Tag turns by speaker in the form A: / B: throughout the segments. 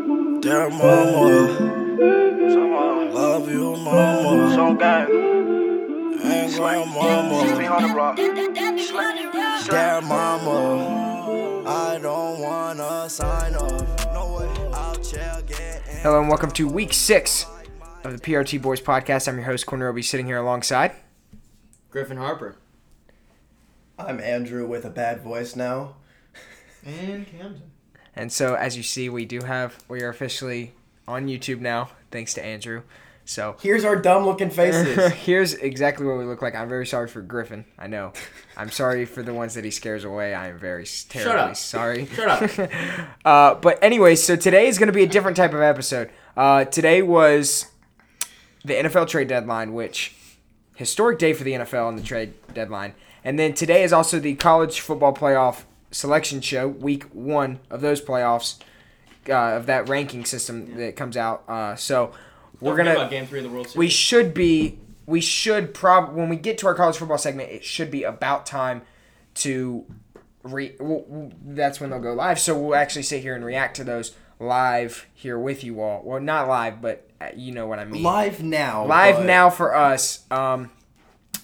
A: that mama. Love you, mama.
B: So gang,
A: And
B: be
A: grandmama.
B: on the block.
A: That mama. I don't wanna sign off. No way. I'll chill, get in.
C: Hello and welcome to week six of the PRT Boys podcast. I'm your host, Corner Obi, sitting here alongside.
D: Griffin Harper.
E: I'm Andrew with a bad voice now.
D: And Camden.
C: And so, as you see, we do have, we are officially on YouTube now, thanks to Andrew. So,
E: Here's our dumb looking faces.
C: here's exactly what we look like. I'm very sorry for Griffin. I know. I'm sorry for the ones that he scares away. I am very s- terribly
D: up.
C: sorry.
D: Shut up.
C: Uh, but anyway, so today is going to be a different type of episode. Uh, today was the NFL trade deadline, which historic day for the NFL and the trade deadline. And then today is also the college football playoff selection show, week one of those playoffs uh, of that ranking system that comes out. Uh, so we're
D: Forget
C: gonna
D: about game three of the World Series.
C: we should be we should prob when we get to our college football segment it should be about time to re w w that's when they'll go live so we'll actually sit here and react to those live here with you all well not live but uh, you know what i mean
E: Live now.
C: Live
E: but-
C: now for us um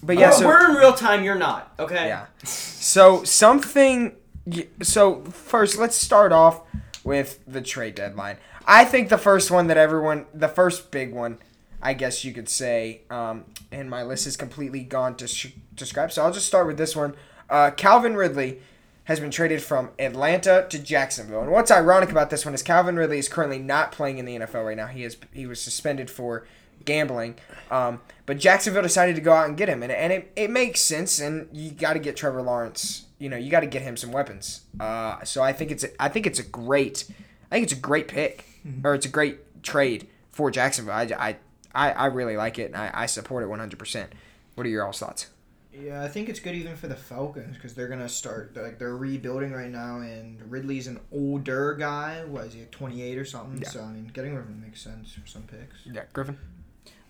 C: but yeah
D: Oh,
C: so
D: we're in real time. You're not. Okay.
C: yeah. So something. y- So first, let's start off with the trade deadline. I think the first one that everyone, the first big one, I guess you could say, um, and my list is completely gone to sh- to scrap. So I'll just start with this one. Uh, Calvin Ridley has been traded from Atlanta to Jacksonville. And what's ironic about this one is Calvin Ridley is currently not playing in the NFL right now. He is he was suspended for gambling. Um, but Jacksonville decided to go out and get him, and, and it, it makes sense. And you got to get Trevor Lawrence. You know, you got to get him some weapons. Uh, so I think it's a, I think it's a great, I think it's a great pick,
F: Mm-hmm.
C: or it's a great trade for Jacksonville. I, I, I, I really like it, and I, I support it one hundred percent. What are your all's thoughts?
F: Yeah, I think it's good even for the Falcons because they're gonna start they're, like they're rebuilding right now, and Ridley's an older guy. What is he, twenty eight or something?
C: Yeah.
F: So I mean, getting rid of him makes sense for some picks.
C: Yeah, Griffin.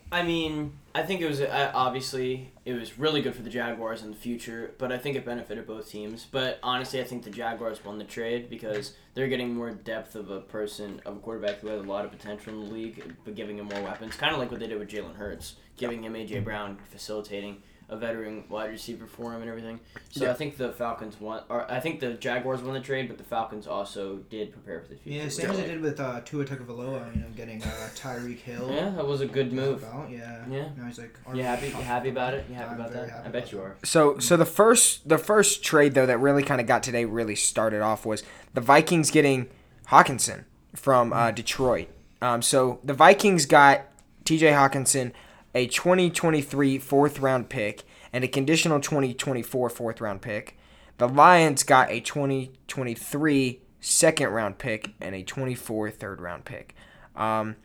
D: I mean, I think it was uh, obviously it was really good for the Jaguars in the future, but I think it benefited both teams. But honestly, I think the Jaguars won the trade because they're getting more depth of a person, of a quarterback who has a lot of potential in the league, but giving him more weapons, kind of like what they did with Jalen Hurts, giving him AJ Brown, facilitating a veteran wide receiver for him and everything. So I think the Falcons won, or I think the Jaguars won the trade, but the Falcons also did prepare for the future.
F: Yeah, same as I did with uh, Tua Tagovailoa. You know, getting uh, Tyreek Hill.
D: Yeah, that was a good move.
F: About, yeah.
D: Yeah.
F: Now he's like.
D: You happy? You happy about it? You happy
F: I'm
D: about
F: very
D: that?
F: happy
D: I
F: about
D: bet you
F: that.
D: are.
C: So so the first the first trade though that really kind of got today really started off was the Vikings getting Hawkinson from uh, Detroit. Um, so the Vikings got T.J. Hawkinson, a 2023 fourth round pick and a conditional 2024 fourth round pick. The Lions got a 2023 second round pick and a 24 third round pick. Um,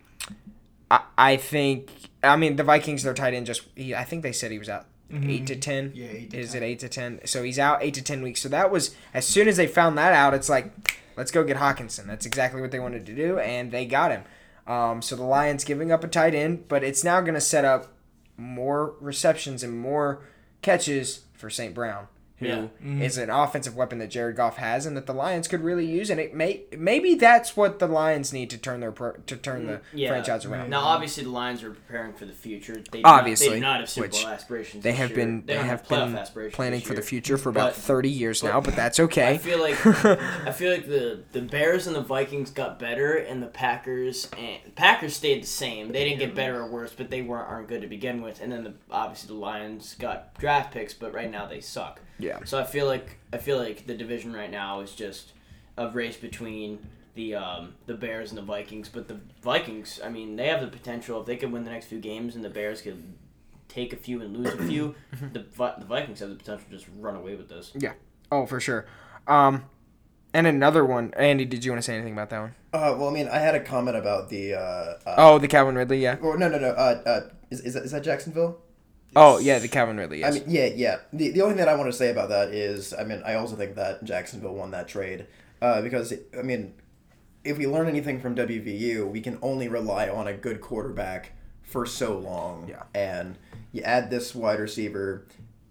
C: I, I think I mean the Vikings their tight end just he, I think they said he was out eight to ten.
F: Mm-hmm. Yeah, eight to
C: is it eight to ten? So he's out eight to ten weeks. So that was as soon as they found that out, it's like let's go get Hawkinson. That's exactly what they wanted to do, and they got him. Um, so the Lions giving up a tight end, but it's now going to set up more receptions and more catches for St. Brown, who is
D: Yeah.
C: an offensive weapon that Jared Goff has and that the Lions could really use. And it may maybe that's what the Lions need to turn their pro, to turn the
D: Mm, Yeah.
C: franchise around.
D: Now, obviously, the Lions are preparing for the future. They do not,
C: Obviously,
D: they do not have Super
C: which
D: Bowl aspirations.
C: They
D: this
C: have
D: year.
C: been they
D: don't
C: have
D: playoff
C: been
D: aspirations
C: planning
D: this
C: for the eh?
D: year.
C: future for about
D: But-
C: 30 years
D: but-
C: now, but that's okay.
D: I feel like I feel like the the Bears and the Vikings got better, and the Packers and Packers stayed the same. They didn't get better or worse, but they weren't aren't good to begin with. And then the obviously the Lions got draft picks, but right now they suck.
C: Yeah.
D: So I feel like I feel like the division right now is just a race between the um, the Bears and the Vikings. But the Vikings, I mean, they have the potential if they could win the next few games, and the Bears could take a few and lose a few. the Vi- the Vikings have the potential to just run away with this.
C: yeah. Oh, for sure. Um and another one. Andy, did you want to say anything about that one?
E: Uh, well, I mean, I had a comment about the. Uh, uh,
C: Oh, the Calvin Ridley, yeah.
E: or no, no, no. Uh, uh, is, is, that, is that Jacksonville?
C: Oh, yeah, the Calvin Ridley.
E: I
C: Yes.
E: mean, yeah, yeah. The, the only thing that I want to say about that is, I mean, I also think that Jacksonville won that trade uh, because, I mean, if we learn anything from WVU, we can only rely on a good quarterback for so long.
C: Yeah.
E: And you add this wide receiver,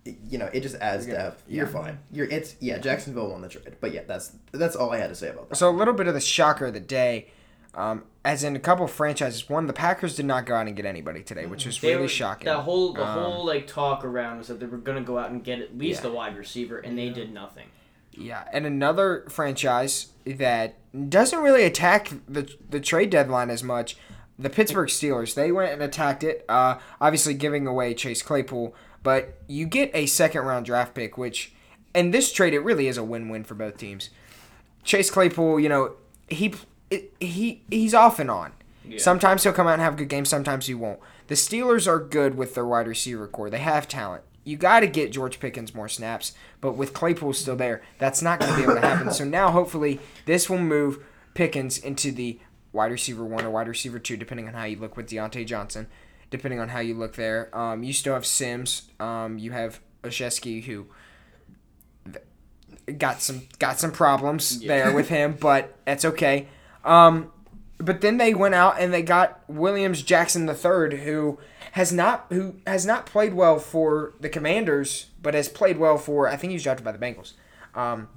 E: y- you know, it just adds depth. You're fine. You're it's yeah. Jacksonville won the trade, but yeah, that's that's all I had to say about that.
C: So a little bit of the shocker of the day. Um, as in a couple franchises, one the Packers did not go out and get anybody today, which was
D: They
C: really
D: were-
C: shocking.
D: That whole the
C: Um,
D: whole like talk around was that they were gonna go out and get at least
C: Yeah.
D: a wide receiver, and they did nothing.
C: Yeah, and another franchise that doesn't really attack the the trade deadline as much, the Pittsburgh Steelers. They went and attacked it, uh, obviously giving away Chase Claypool, but you get a second round draft pick, which in this trade it really is a win win for both teams. Chase Claypool, you know, he it, he he's off and on.
D: Yeah.
C: Sometimes he'll come out and have a good game. Sometimes he won't. The Steelers are good with their wide receiver core. They have talent. You got to get George Pickens more snaps, but with Claypool still there, that's not going to be able to happen. So now, hopefully, this will move Pickens into the wide receiver one or wide receiver two, depending on how you look with Deontay Johnson. Depending on how you look there, um, you still have Sims. Um, you have Oshesky, who got some got some problems there with him, but that's okay. Um, but then they went out and they got Williams Jackson the third, who has not who has not played well for the Commanders, but has played well for I think he was drafted by the Bengals, um,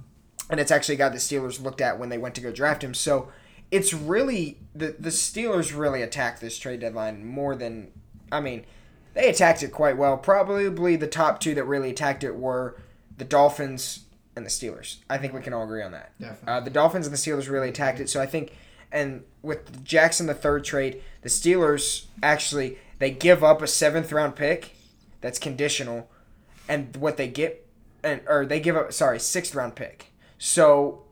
C: and it's actually a guy the Steelers looked at when they went to go draft him. So it's really the the Steelers really attacked this trade deadline more than I mean they attacked it quite well. Probably the top two that really attacked it were the Dolphins and the Steelers. I think we can all agree on that.
F: Definitely.
C: Uh, the Dolphins and the Steelers really attacked it. So I think, and with the Jackson the third trade, the Steelers actually they give up a seventh round pick that's conditional, and what they get, and or they give up sorry sixth round pick. So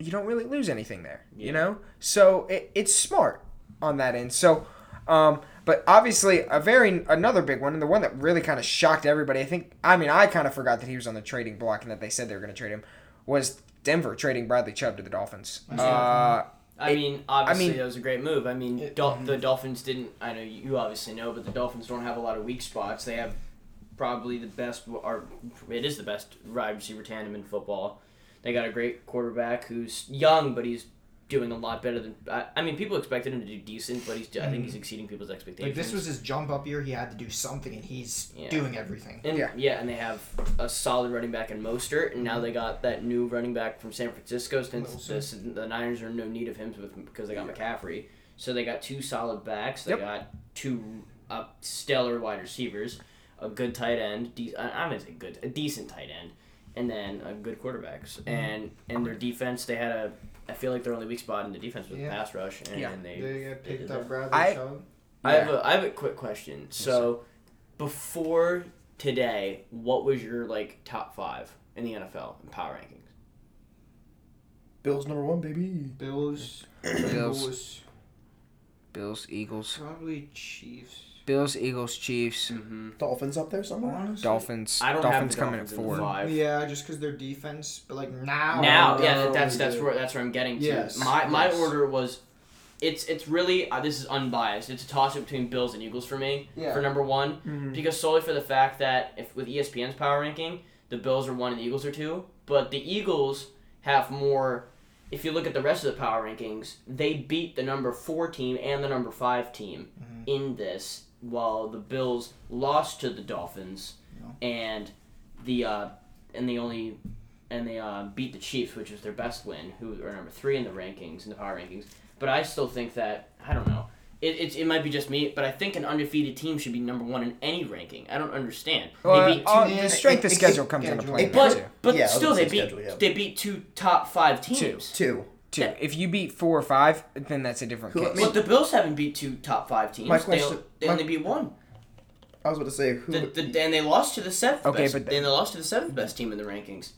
C: you don't really lose anything there, you
D: Yeah.
C: know. So it, it's smart on that end. So, um, but obviously a very another big one, and the one that really kind of shocked everybody. I think I mean I kind of forgot that he was on the trading block and that they said they were going to trade him was Denver trading Bradley Chubb to the Dolphins. Uh,
D: I
C: It-
D: mean, obviously
C: mean-
D: that was a great move. I mean, Dol- the Dolphins didn't. I know you obviously know, but the Dolphins don't have a lot of weak spots. They have probably the best, or it is the best wide receiver tandem in football. They got a great quarterback who's young, but he's doing a lot better than. I, I mean, people expected him to do decent, but he's. I think he's exceeding people's expectations.
F: Like this was his jump up year. He had to do something, and he's
D: Yeah.
F: doing everything.
D: And,
C: Yeah.
D: yeah. and they have a solid running back in Mostert, and now they got that new running back from San Francisco since the, the Niners are in no need of him with, because they got McCaffrey. So they got two solid backs. They
C: Yep.
D: got two uh, stellar wide receivers, a good tight end. De- I- I'm gonna say good, a decent tight end, and then a good quarterbacks.
C: Mm-hmm.
D: And and their defense, they had a. I feel like their only weak spot in the defense was
F: Yeah.
D: pass rush, and,
C: Yeah.
D: they
F: They
D: they did
F: picked
D: that.
F: up Bradley
C: I-
F: Chubb.
D: I have a I have a quick question. So, before today, what was your like top five in the NFL in power rankings?
E: Bills number one, baby.
F: Bills.
C: Bills.
F: Bills.
C: Bills, Eagles,
F: Probably Chiefs.
C: Bills, Eagles, Chiefs,
D: Mm-hmm.
E: Dolphins up there somewhere.
F: Honestly,
C: Dolphins.
D: I don't
C: Dolphins
D: have the
C: coming
D: Dolphins
C: at
D: in the
C: four.
D: five.
F: Yeah, just because their defense, but like now.
D: Now,
F: they're
D: yeah,
F: really
D: that, that's that's
F: good.
D: where that's where I'm getting to.
F: Oh, Yes,
D: My my
F: yes.
D: order was, it's it's really uh, this is unbiased. It's a toss up between Bills and Eagles for me
C: Yeah.
D: for number one because solely for the fact that if with E ESPN's power ranking, the Bills are one and the Eagles are two, but the Eagles have more. If you look at the rest of the power rankings, they beat the number four team and the number five team
E: Mm-hmm.
D: in this, while the Bills lost to the Dolphins and the uh, and they only and they uh, beat the Chiefs, which was their best win, who are number three in the rankings in the power rankings. But I still think that I don't know. It, it, it might be just me, but I think an undefeated team should be number one in any ranking. I don't understand.
C: Well,
D: they beat two,
C: uh,
F: Yeah,
C: the strength
F: it-
C: of
F: it-
C: schedule
F: it-
C: comes into
F: schedule.
C: play.
F: It-
C: there,
D: but
C: too.
D: but
E: Yeah, I was
D: still
E: gonna
D: they
E: say
D: beat
E: schedule, yeah.
D: they beat two top five teams.
E: Two.
C: Two. If you beat four or five, then that's a different
E: Who- I
C: case.
E: mean-
D: But the Bills haven't beat two top five teams.
E: My
D: They-
E: question-
D: they
E: my-
D: only beat one.
E: I was about to say who.
D: The, the, and they lost to the seventh.
C: Okay,
D: best,
C: but the-
D: then they lost to the seventh best team in the rankings.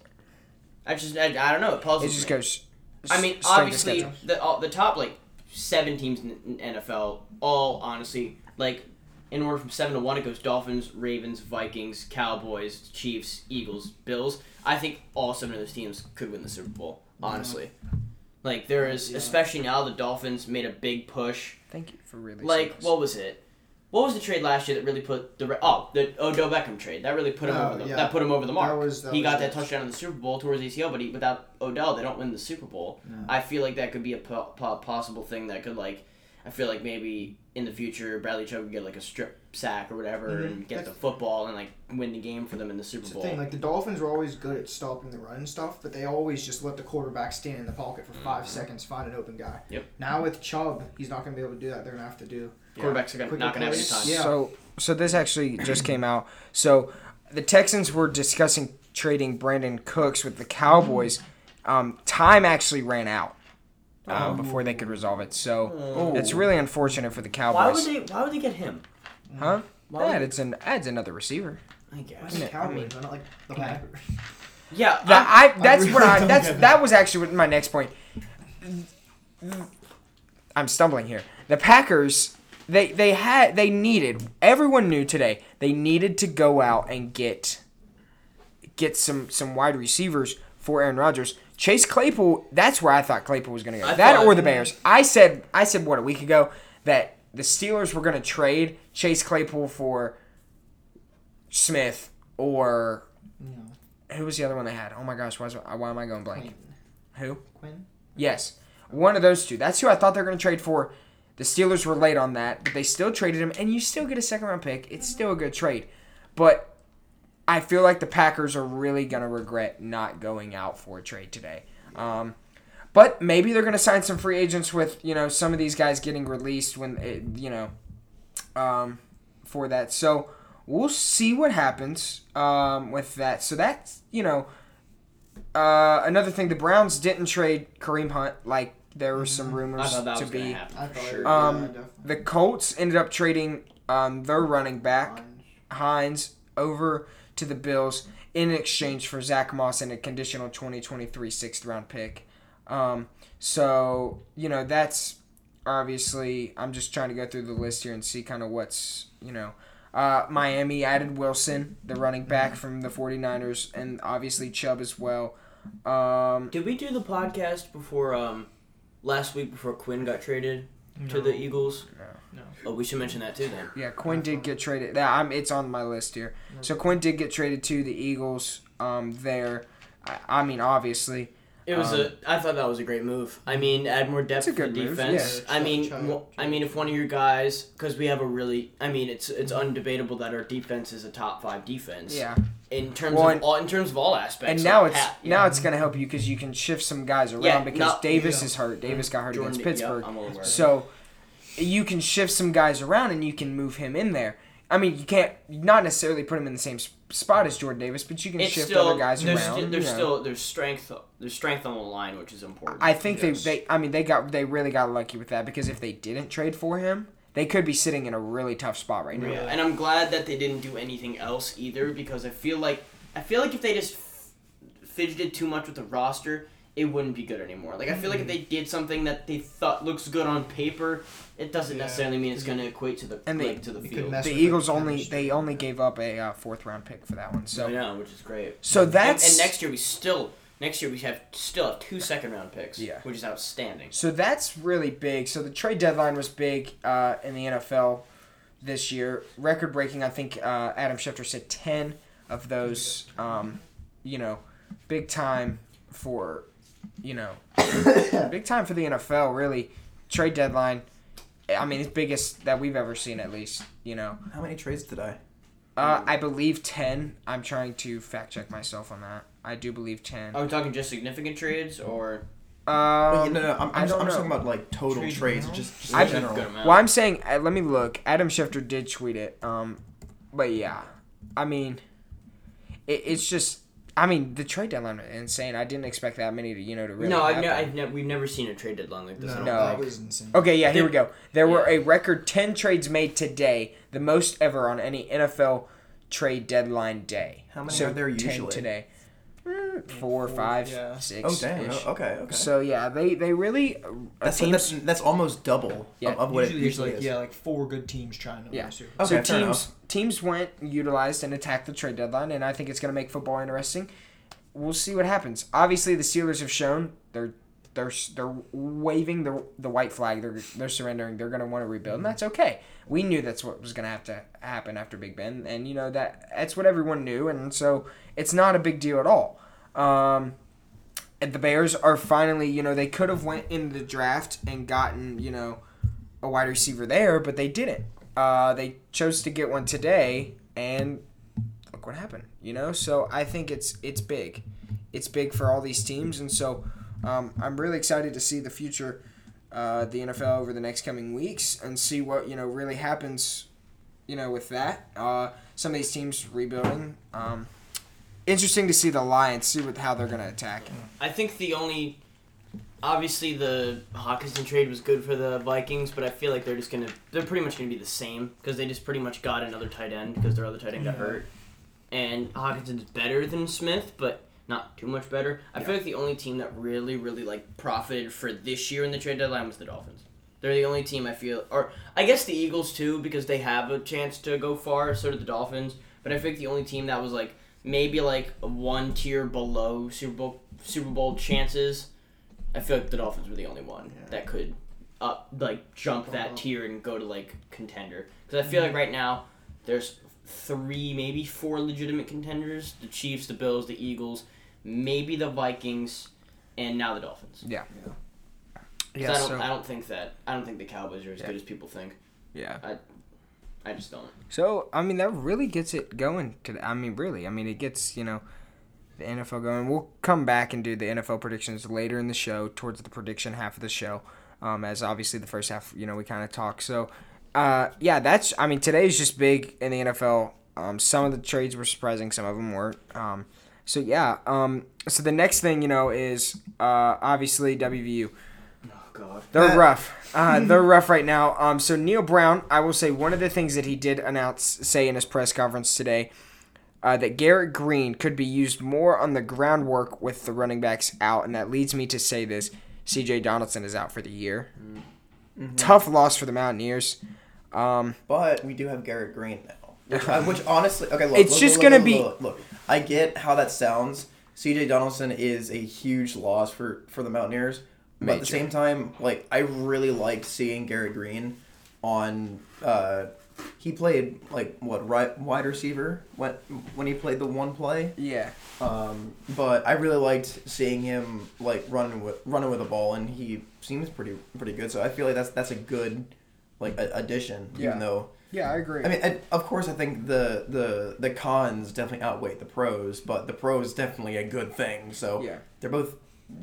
D: I just I, I don't know. It
C: it
D: puzzles
C: just
D: me.
C: goes.
D: I mean,
C: strength of
D: obviously,
C: schedule.
D: the all, the top like seven teams in the NFL, all honestly, like in order from seven to one, it goes Dolphins, Ravens, Vikings, Cowboys, Chiefs, Eagles, Bills. I think all seven of those teams could win the Super Bowl. Honestly, like there is, especially now, the Dolphins made a big push.
C: Thank you for really.
D: Like what was it? What was the trade last year that really put the re- oh the Odell Beckham trade that really put him
F: Oh,
D: over the,
F: yeah.
D: that put him over the mark?
F: That was- that
D: he
F: was
D: got that
F: it.
D: touchdown in the Super Bowl towards ACL, but he, without Odell, they don't win the Super Bowl. I feel like that could be a po- po- possible thing that could like. I feel like maybe in the future Bradley Chubb could get like a strip sack or whatever
F: Mhm.
D: and get
F: That's-
D: the football and like win the game for them in the Super
F: It's the
D: Bowl.
F: thing. Like the Dolphins were always good at stopping the run and stuff, but they always just let the quarterback stand in the pocket for 5 seconds, find an open guy.
D: Mm-hmm. Yep.
F: Now with Chubb, he's not going to be able to do that. They're going to have to do.
D: Quarterbacks are gonna,
F: Quicker
D: not gonna have any
F: plays.
D: time.
F: Yeah.
C: So so this actually just came out. So the Texans were discussing trading Brandon Cooks with the Cowboys. Um, time actually ran out
D: Oh.
C: um, before they could resolve it. So it's really unfortunate for the
D: Why would
C: Cowboys,
D: they? Why would they get him?
C: huh?
D: why would-
C: yeah, it's an adds another receiver.
D: I
F: Why
D: guess.
F: the
C: Yeah, I
F: Cowboys? I don't like the Packers.
D: Yeah.
C: That
D: I'm-
C: I that's
F: really
C: what I
F: don't
C: that's
F: get
C: that was actually what my next point. I'm stumbling here. The Packers they they had they needed everyone knew today they needed to go out and get get some some wide receivers for Aaron Rodgers. Chase Claypool, that's where I thought Claypool was going to go.
D: I
C: that
D: thought-
C: or the Bears. I said I said what a week ago that the Steelers were going to trade Chase Claypool for Smith or
F: No.
C: who was the other one they had? Oh my gosh, why, is, why am I going blank?
F: Quinn.
C: Who?
F: Quinn.
C: Yes, one of those two. That's who I thought they were going to trade for. The Steelers were late on that, but they still traded him, and you still get a second round pick.
D: Mm-hmm.
C: It's still a good trade, but I feel like the Packers are really going to regret not going out for a trade today. Um, but maybe they're going to sign some free agents with you know some of these guys getting released when it, you know um, for that. So we'll see what happens um, with that. So that's you know uh, another thing. The Browns didn't trade Kareem Hunt like there were some rumors
D: Mm-hmm. I thought that
C: to
D: was gonna
C: be.
D: happen.
F: I thought
D: Sure.
C: Um,
F: yeah, definitely.
C: The Colts ended up trading um, their running back Hines over to the Bills in exchange for Zach Moss and a conditional 2023 sixth round pick. Um, so, you know, that's obviously, I'm just trying to go through the list here and see kind of what's, you know, uh, Miami added Wilson, the running back from the 49ers, and obviously Chubb as well. Um,
D: Did we do the podcast before um last week before Quinn got traded to
F: No.
D: the Eagles?
F: No.
D: Oh, we should mention that too then.
C: yeah, Quinn did get traded. That I'm, it's on my list here. So Quinn did get traded to the Eagles. Um, there, I, I mean, obviously,
D: It was
C: Um,
D: a. I thought that was a great move. I mean, add more depth
C: It's a
D: to the
C: good move,
D: defense.
F: yeah.
D: I mean,
F: Chubb,
D: mo- I mean, if one of your guys, because we have a really, I mean, it's it's undebatable that our defense is a top five defense.
C: yeah.
D: In terms
C: Well,
D: of
C: and-
D: all, in terms of all aspects.
C: And
D: like
C: now it's
D: Pat,
C: now it's going to help you because you can shift some guys around
D: Yeah,
C: because
D: not-
C: Davis
F: yeah.
C: is hurt. Davis got hurt
D: Jordan-
C: against
D: yeah,
C: Pittsburgh,
D: I'm aware.
C: so you can shift some guys around and you can move him in there. I mean, you can't not necessarily put him in the same s- spot as Jordan Davis, but you can
D: it's
C: shift
D: still
C: other guys
D: there's
C: around.
D: Still, there's
C: you know.
D: still there's strength there's strength on the line, which is important.
C: I think
E: Yes.
C: they, they I mean they got they really got lucky with that because if they didn't trade for him, they could be sitting in a really tough spot right now.
D: Yeah, and I'm glad that they didn't do anything else either because I feel like I feel like if they just f- fidgeted too much with the roster, it wouldn't be good anymore. Like I feel like if
E: Mm-hmm.
D: they did something that they thought looks good on paper, it doesn't
F: Yeah.
D: necessarily mean it's going to equate to the
C: And they-
D: like, to the
F: You could
D: field.
F: mess-
C: The
F: with
C: Eagles
F: the
C: only
F: chemistry.
C: they only gave up a uh, fourth round pick for that one.
D: I
C: So
D: know, which is great.
C: so
D: And,
C: that's
D: and next year we still next year we have still have two second round picks,
C: Yeah.
D: which is outstanding.
C: So that's really big. So the trade deadline was big uh, in the NFL this year, record breaking. I think uh, Adam Schefter said ten of those. Um, you know, big time for you know, big time for the NFL. Really, trade deadline. I mean, it's biggest that we've ever seen, at least. You know,
E: How many trades did I?
C: uh, I believe ten. I'm trying to fact check myself on that. I do believe ten.
D: Are we talking just significant trades or
E: Well,
C: Um,
E: no, no, I'm,
C: I
E: I'm, just,
C: don't
E: I'm just
C: know.
E: talking about like total
F: Trade
E: trades,
F: now?
E: just, just
C: I-
E: in general.
D: good amount?
C: Well, I'm saying, uh, let me look. Adam Schefter did tweet it. Um, but yeah, I mean, it, it's just, I mean, the trade deadline is insane. I didn't expect that many to, you know, to really.
D: no, I've,
C: happen.
D: ne- I've ne- we've never seen a trade deadline like this. I
F: No,
D: don't
C: No.
F: that
D: think.
F: was insane.
C: Okay, yeah, here we go. There were
D: Yeah.
C: a record 10 trades made today, the most ever on any NFL trade deadline day.
E: How many are there
C: 10
E: usually?
C: today. Mm, Four, five,
F: yeah.
C: six.
E: Oh damn!
C: ish.
E: oh, Okay, okay.
C: So yeah, they they really a
E: that's,
C: team-
E: that's that's almost double
C: Yeah,
E: of, of what
F: usually
E: it
F: there's
E: usually
F: like
E: is.
F: yeah, like four good teams trying to
C: Yeah.
F: win a Super Bowl.
E: Okay,
C: so
E: fair
C: teams
E: enough.
C: teams went utilized and attacked the trade deadline, and I think it's going to make football interesting. We'll see what happens. Obviously, the Steelers have shown they're they're they're waving the the white flag. They're they're surrendering. They're going to want to rebuild, and that's okay. We knew that's what was going to have to happen after Big Ben, and you know that that's what everyone knew, and so it's not a big deal at all. Um, and the Bears are finally, you know, they could have went in the draft and gotten, you know, a wide receiver there, but they didn't. Uh, they chose to get one today, and look what happened. You know, so I think it's it's big, it's big for all these teams, and so um, I'm really excited to see the future, uh, the NFL over the next coming weeks, and see what you know really happens, you know, with that. Uh, some of these teams rebuilding. Um, interesting to see the Lions see what how they're gonna attack.
D: I think the only, obviously the Hawkinson trade was good for the Vikings, but I feel like they're just gonna they're pretty much gonna be the same because they just pretty much got another tight end because their other tight end got hurt, and Hawkinson's better than Smith, but not too much better. I feel like the only team that really really like profited for this year in the trade deadline was the Dolphins. They're the only team I feel, or I guess the Eagles too, because they have a chance to go far. So did the Dolphins, but I think the only team that was like maybe like one tier below Super Bowl Super Bowl chances. I feel like the Dolphins were the only one that could up Mm-hmm. like jump that tier and go to like contender. Because I feel like right now there's three, maybe four legitimate contenders: the Chiefs, the Bills, the Eagles, maybe the Vikings, and now the Dolphins. 'Cause
C: Yeah.
D: I
C: Yeah.
D: don't,
C: So,
D: I don't think that I don't think the Cowboys are as good as people think.
C: yeah.
D: I just don't.
C: So I mean that really gets it going today. I mean really, I mean it gets you know the NFL going. We'll come back and do the NFL predictions later in the show, towards the prediction half of the show, um, as obviously the first half you know we kind of talk. So uh, yeah, that's I mean today is just big in the NFL. Um, some of the trades were surprising, some of them weren't. Um, so yeah, um, so the next thing you know is uh, obviously WVU.
D: Oh God.
C: They're rough. Uh, they're rough right now. Um, so Neil Brown, I will say one of the things that he did announce, say in his press conference today, uh, that Garrett Green could be used more on the groundwork with the running backs out, and that leads me to say this: C.J. Donaldson is out for the year. Tough loss for the Mountaineers. Um,
E: But we do have Garrett Green now, which, uh, which honestly, okay, look,
C: It's
E: look,
C: just
E: look,
C: gonna
E: look,
C: be-
E: Look, look, I get how that sounds. C.J. Donaldson is a huge loss for for the Mountaineers, but at
C: Major.
E: the same time, like I really liked seeing Garrett Green on. Uh, he played like what right wide receiver when when he played the one play.
C: yeah,
E: Um, but I really liked seeing him like running with running with the ball, and he seems pretty pretty good. So I feel like that's that's a good like a- addition,
C: Yeah.
E: even though
C: yeah, I agree.
E: I mean, I, of course, I think the, the the cons definitely outweigh the pros, but the pros definitely a good thing. So
C: Yeah.
E: they're both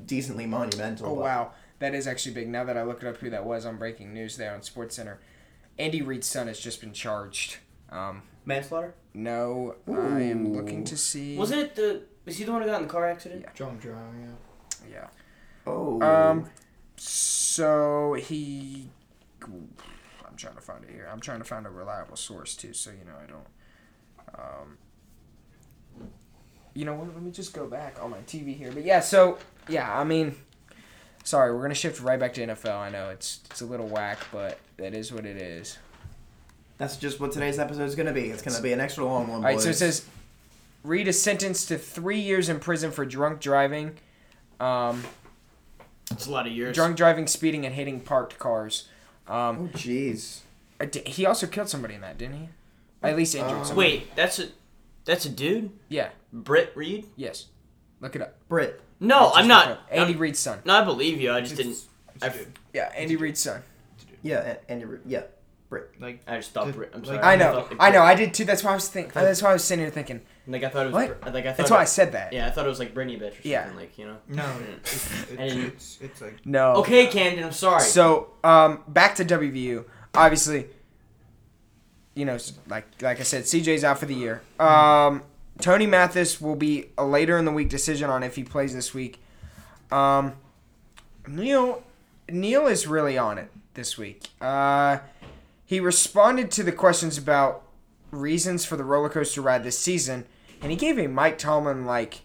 E: decently monumental.
C: Oh
E: but-
C: wow, that is actually big. Now that I looked up who that was on breaking news there on Sports Center, Andy Reid's son has just been charged. Um,
D: Manslaughter.
C: no, I am looking to see.
D: Wasn't it the? Was he the one who got in the car accident?
C: Yeah.
F: John Brown, yeah.
C: Yeah.
E: Oh,
C: Um, so he, I'm trying to find it here. I'm trying to find a reliable source too, so you know I don't. Um, you know what? Let me just go back on my TV here. But yeah, so yeah, I mean, sorry, we're gonna shift right back to NFL. I know it's it's a little whack, but that is what it is.
E: that's just what today's episode is gonna be. It's gonna be an extra long one.
C: All right, so it
E: boys.
C: says Reed is sentenced to three years in prison for drunk driving. Um,
D: It's a lot of years.
C: drunk driving, speeding, and hitting parked cars. Um,
E: Oh, jeez.
C: Uh, di- He also killed somebody in that, didn't he? At least injured
E: Uh,
C: somebody.
D: Wait, that's a that's a dude?
C: Yeah.
D: Britt Reed?
C: Yes. Look it up.
E: Britt.
D: No,
C: Just
D: I'm
C: look
D: not.
C: it up. Andy
D: I'm-
C: Reid's son.
D: no, I believe you. I just didn't. I, f-
C: Yeah, Andy Reid's son.
E: Yeah, and, and you're, yeah, Britt.
F: Like
D: I just thought
F: Did-
D: Britt. I'm
F: like-
D: sorry.
C: I know.
D: thought it-
C: I know. I did too. That's why I was thinking. That's why I was sitting here thinking.
D: Like I thought it was.
C: What?
D: Br- Like I thought.
C: That's why I
D: it-
C: said that.
D: Yeah, I thought it was like Brittany bitch or something.
C: Yeah.
D: Like you know.
F: no, it's, it's,
D: didn't-
F: it's, it's like
C: No.
D: Okay, Camden. I'm sorry.
C: So, um, back to WVU. Obviously, you know, s- like like I said, CJ's out for the year. Um, Tony Mathis will be a later in the week decision on if he plays this week. Um, Neil Neil is really on it this week. Uh, he responded to the questions about reasons for the roller coaster ride this season, and he gave a Mike Tomlin like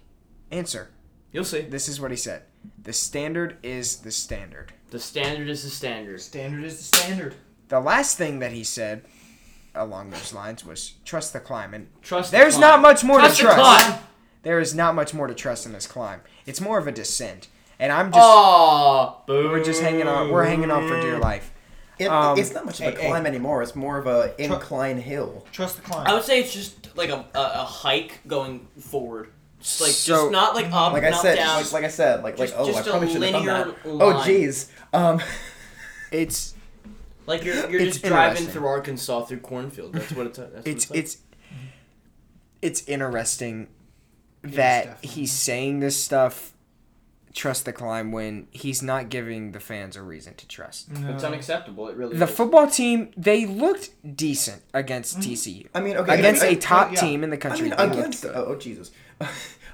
C: answer.
D: You'll see.
C: This is what he said: "The standard is the standard."
D: The standard is the standard.
F: standard is the standard.
C: The last thing that he said along those lines was trust the climb. And
D: Trust. the
C: there's
D: climb.
C: not much more
D: Trust
C: to
D: the
C: trust.
D: climb.
C: There is not much more to trust in this climb. It's more of a descent. And I'm just
D: Oh, boo.
C: we're just hanging on we're hanging on for dear
E: Mm.
C: life.
E: It,
C: Um,
E: it's not much of a
F: hey, hey.
E: climb anymore. It's more of a incline hill.
F: Trust the
D: I
F: climb.
D: would say it's just like a, a, a hike going forward. Just like
C: So-
D: just not like up,
E: Like I
D: not
E: said,
D: down.
E: like, like I said, like
D: Oh, Just-
E: like oh,
D: just
E: I
D: a
E: probably should have done that.
D: linear
E: Oh,
D: line.
E: jeez. Um,
C: It's
D: Like you're you're
C: It's
D: just driving
C: interesting.
D: through Arkansas through cornfield. That's what it's. That's what
C: it's
D: it's, like.
C: it's it's interesting
F: is
C: that
F: definitely.
C: he's saying this stuff trust the climb when he's not giving the fans a reason to trust
E: Mm.
D: It's unacceptable. It really.
C: the
D: is.
C: football team they looked decent against tcu
E: Mm-hmm. I mean, okay,
C: against
E: I-
C: a top
F: yeah.
C: team in the
E: I
C: country
E: mean,
C: they looked
E: against
C: good.
E: oh, oh, Jesus,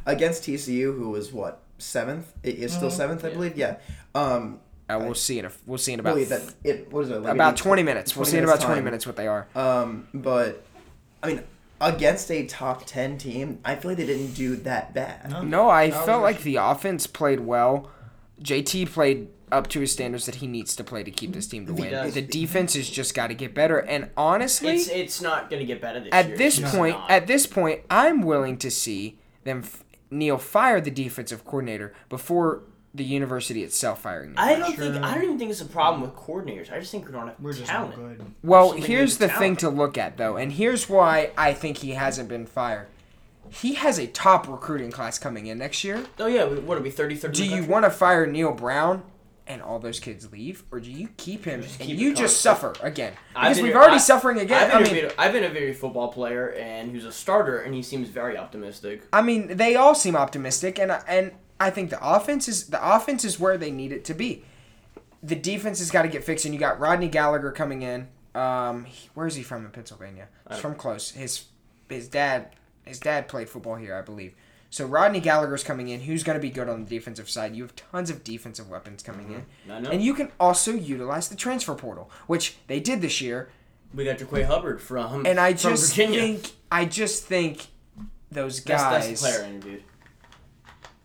E: against TCU, who was what seventh? It is
C: Mm-hmm.
E: still seventh, I
D: Yeah.
E: believe. Yeah. Um,
C: Uh, we'll see in a, we'll see in about
E: believe that it. What is it? like
C: about
E: maybe
C: 20 minutes we'll
E: 20
C: see in about
E: minutes
C: 20
E: time.
C: minutes what they are
E: Um, but I mean, against a top ten team, I feel like they didn't do that bad.
F: No.
C: no i
F: That was
C: felt like
F: actually-
C: the offense played well jt played up to his standards that he needs to play to keep this team to
E: He
C: win
D: does.
C: the defense has just got to get better and honestly
D: It's it's not gonna get better this year.
C: at this
D: It's just
C: point,
D: not.
C: at this point, I'm willing to see them f- Neil fire the defensive coordinator before the university itself firing him.
D: I don't
F: Sure.
D: think I don't even think it's a problem with coordinators. I just think we don't have
F: We're just not
D: talent.
F: good.
C: well,
D: something
C: here's
D: with
C: the
D: talent.
C: thing to look at though, and here's why I think he hasn't been fired. He has a top recruiting class coming in next year.
D: Oh yeah, we- what are we thirty third?
C: Do you want to fire Neil Brown? And all those kids leave, or do you keep him
D: Just
C: and
D: keep
C: you
D: it
C: just suffer
D: constant.
C: again?
D: I've
C: Because
D: been
C: we've
D: here-
C: already
D: I-
C: suffering again. I
D: I've,
C: mean,
D: interviewed, I've interviewed a football player and who's a starter, and he seems very optimistic.
C: I mean, they all seem optimistic, and I- and I think the offense is the offense is where they need it to be. The defense has got to get fixed, and you got Rodney Gallagher coming in. Um, he- where is he from in Pennsylvania? He's from close. His his dad his dad played football here, I believe. So Rodney Gallagher's coming in. Who's going to be good on the defensive side? You have tons of defensive weapons coming
D: I
C: in,
D: know.
C: and you can also utilize the transfer portal, which they did this year.
D: We got Jaquay Hubbard from
C: And I
D: from
C: just
D: Virginia.
C: think I just think those
D: That's-
C: guys.
D: that's the player I interviewed.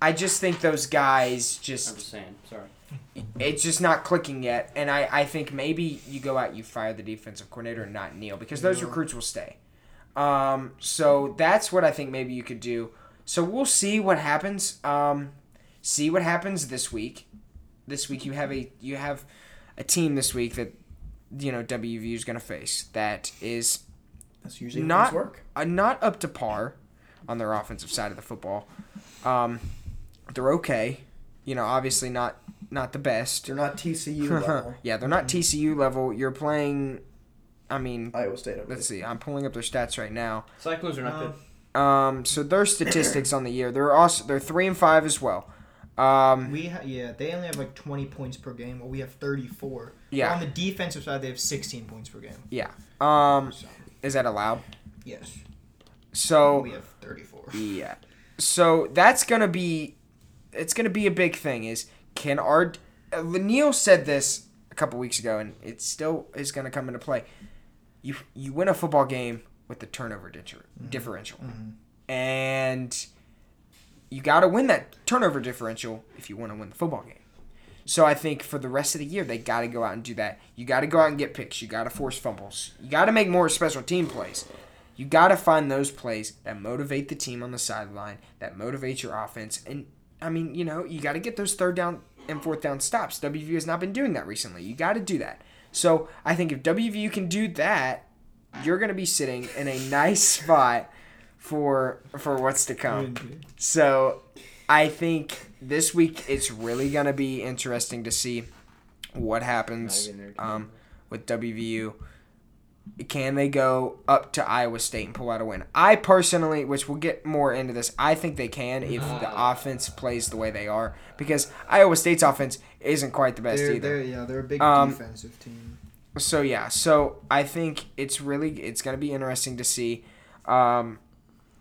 C: I just think those guys
D: I'm just
C: just
D: saying. Sorry.
C: it's just not clicking yet. And I, I think maybe you go out, you fire the defensive coordinator and not Neil, because those
F: Yeah.
C: recruits will stay. Um, so that's what I think maybe you could do. So we'll see what happens. Um, see what happens this week. This week you have a you have a team this week that you know WVU is going to face that is
E: That's usually not
C: Not-
E: work.
C: uh, not up to par on their offensive side of the football. Um, they're okay, you know. Obviously, not not the best.
E: They're not TCU level.
C: yeah, they're not TCU level. You're playing. I mean,
E: Iowa State. I
C: let's
E: believe.
C: see. I'm pulling up their stats right now.
D: Cyclones are not
F: No.
D: good.
C: Um, so their statistics on the year, they're also they're three and five as well. Um,
F: We ha- yeah, they only have like 20 points per game, while we have 34.
C: Yeah.
F: On the defensive side, they have 16 points per game.
C: um,
F: So,
C: is that allowed?
F: yes,
C: So Oh.
F: we have 34.
C: Yeah. So that's gonna be, it's gonna be a big thing. Is can our uh, Neil said this a couple weeks ago, and it still is gonna come into play. You you win a football game with the turnover differ, differential, and you got to win that turnover differential if you want to win the football game. So I think for the rest of the year they got to go out and do that. You got to go out and get picks. You got to force fumbles. You got to make more special team plays. You got to find those plays that motivate the team on the sideline, that motivate your offense. And, I mean, you know, you got to get those third down and fourth down stops. WVU has not been doing that recently. You got to do that. So I think if WVU can do that, you're going to be sitting in a nice spot for for what's to come. So I think this week it's really going to be interesting to see what happens
D: Not even there.
C: um, with WVU. Can they go up to Iowa State and pull out a win? I personally, which we'll get more into this, I think they can if the offense plays the way they are because Iowa State's offense isn't quite the best
F: They're,
C: either.
F: they're, yeah, they're a big
C: Um,
F: defensive team.
C: So yeah, so I think it's really it's gonna be interesting to see. Um,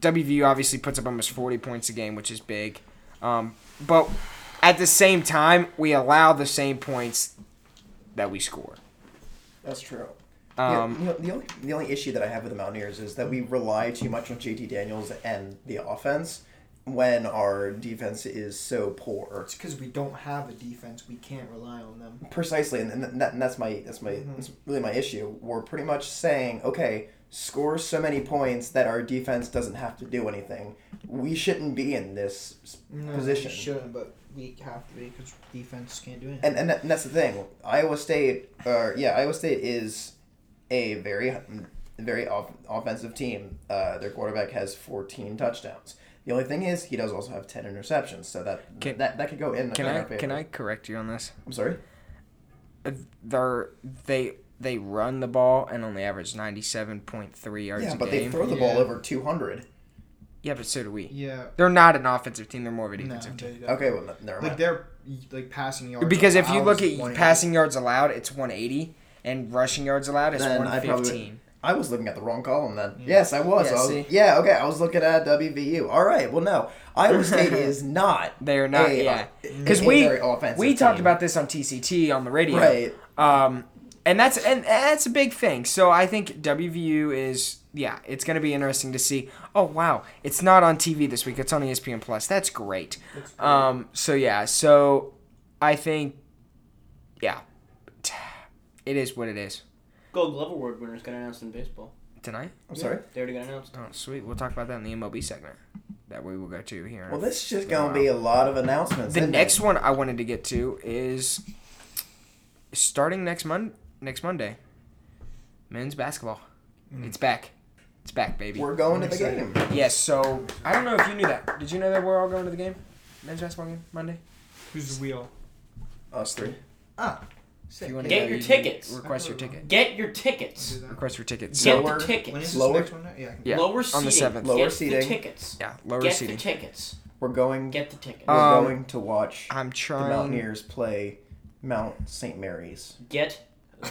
C: WVU obviously puts up almost forty points a game, which is big, um, but at the same time we allow the same points that we score.
E: That's true.
C: Um,
E: you know, the only the only issue that I have with the Mountaineers is that we rely too much on JT Daniels and the offense when our defense is so poor.
F: It's because we don't have a defense. We can't rely on them.
E: Precisely, and, and, that, and that's my that's my
F: Mm-hmm.
E: that's really my issue. We're pretty much saying, okay, score so many points that our defense doesn't have to do anything. We shouldn't be in this s-
F: No,
E: position.
F: We shouldn't, but we have to be because defense can't do anything.
E: and and, that, and that's the thing. Iowa State, or yeah, Iowa State is a very um, very off, offensive team. Uh, their quarterback has 14 touchdowns. The only thing is, he does also have 10 interceptions. So that
C: Can-
E: that, that could go in.
C: Can
E: in
C: I
E: our favor.
C: can I correct you on this?
E: I'm sorry.
C: They're they they run the ball and only average ninety seven point three yards
E: Yeah,
C: a
E: but they
C: game.
E: throw the
F: Yeah.
E: ball over 200.
C: yeah, but so do we.
F: Yeah.
C: They're not an offensive team. They're more of a
F: No,
C: defensive
F: they
C: team.
F: don't.
E: Okay, well, n- never
F: Like
E: mind.
F: they're like passing yards.
C: Because if you
F: allowed
C: look
F: is
C: at
F: 180.
C: passing yards allowed, it's one eighty, and rushing yards allowed is
E: Then
C: one
E: I probably-
C: fifteen.
E: I was looking at the wrong column then. Yes, I was.
C: Yeah,
E: I was- Yeah,
C: see?
E: okay, I was looking at WVU. All right, well, no. Iowa State is not.
C: They are not,
E: a-
C: yeah.
E: a-
C: Because
E: a
C: we
E: very offensive
C: we talked
E: team.
C: about this on TCT on the radio,
E: Right.
C: Um, and that's and that's a big thing. So I think WVU is yeah, it's going to be interesting to see. Oh wow, it's not on TV this week. It's on E ESPN Plus. That's great. Um, so yeah, so I think yeah, it is what it is
D: Gold Glove Award winner is got announced in baseball.
C: tonight.
E: I'm sorry.
D: They already got announced.
C: Oh sweet, we'll talk about that in the MLB segment that we will go to here.
E: Well, uh, this is just going to be a lot of announcements.
C: The
E: isn't
C: next
E: it?
C: one I wanted to get to is starting next mon next Monday. Men's basketball. It's back. It's back, baby.
E: We're going to the
F: Excited.
E: game.
C: yes, so I don't know if you knew that. Did you know that we're all going to the game? Men's basketball game Monday.
F: who's the wheel?
E: Us three.
F: Ah,
C: If
F: sick.
C: you want
D: Get
C: go, you
D: your
C: can
D: tickets.
C: Request your ticket.
D: Get your tickets.
C: Request your ticket.
E: Yeah.
C: So
D: Get
E: Lower-
D: the
F: When is
D: tickets.
F: this
E: Lower-
F: next one? Yeah. I can-
C: Yeah,
D: Lower
C: on the
D: seating.
C: seventh.
E: Lower
D: Get
E: seating.
D: The tickets.
C: yeah, lower
D: Get
C: seating.
D: the tickets.
E: We're going.
D: Get the tickets.
E: we're
C: Um,
E: going to watch
C: I'm
E: the
C: trying.
E: Mountaineers play Mount St. Mary's.
D: Get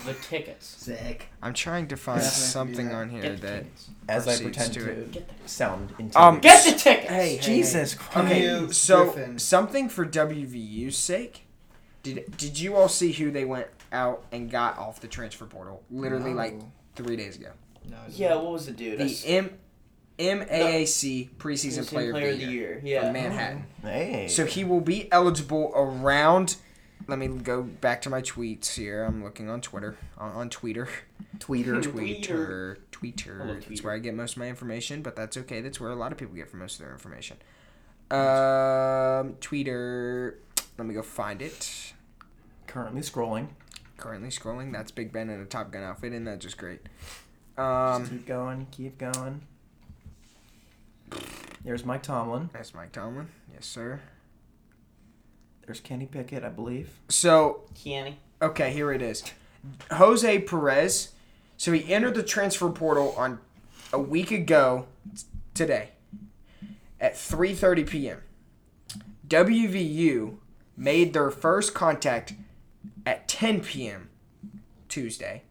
D: the tickets.
F: Sick.
C: I'm trying to find
F: Definitely have to do
C: something
F: that.
C: on here
D: Get the
C: that.
D: tickets.
E: As I
C: Proceeds
E: pretend
C: to
E: to,
D: Get the
E: sound intelligent.
C: Um,
D: Get the tickets.
C: Hey, hey,
E: Jesus Christ.
F: Okay.
C: You-
F: Hey,
C: so
F: Griffin.
C: something for WVU's sake. Did did you all see who they went out and got off the transfer portal? Literally
F: No.
C: like three days ago.
F: No, I
D: Yeah,
F: didn't.
D: what was the dude? I
C: The
D: s-
C: M MAAC preseason
D: Preseason
C: player, of the year
D: Yeah.
C: from Manhattan.
E: Hey.
C: So he will be eligible around. Let me go back to my tweets here. I'm looking on Twitter, on, on Twitter,
E: tweeter.
C: Twitter,
D: I
C: Twitter.
D: love
C: That's
D: Twitter.
C: where I get most of my information, but that's okay. That's where a lot of people get for most of their information. Um, Twitter. Let me go find it.
E: Currently scrolling.
C: currently scrolling. That's Big Ben in a Top Gun outfit, and that's just great. Um,
E: keep going. Keep going. There's Mike Tomlin.
C: that's Mike Tomlin. Yes, sir.
E: There's Kenny Pickett, I believe.
C: So,
D: Keanu.
C: okay, here it is. Jose Perez. So he entered the transfer portal on a week ago t- today at 3:30 p.m. WVU made their first contact at 10 p.m. Tuesday.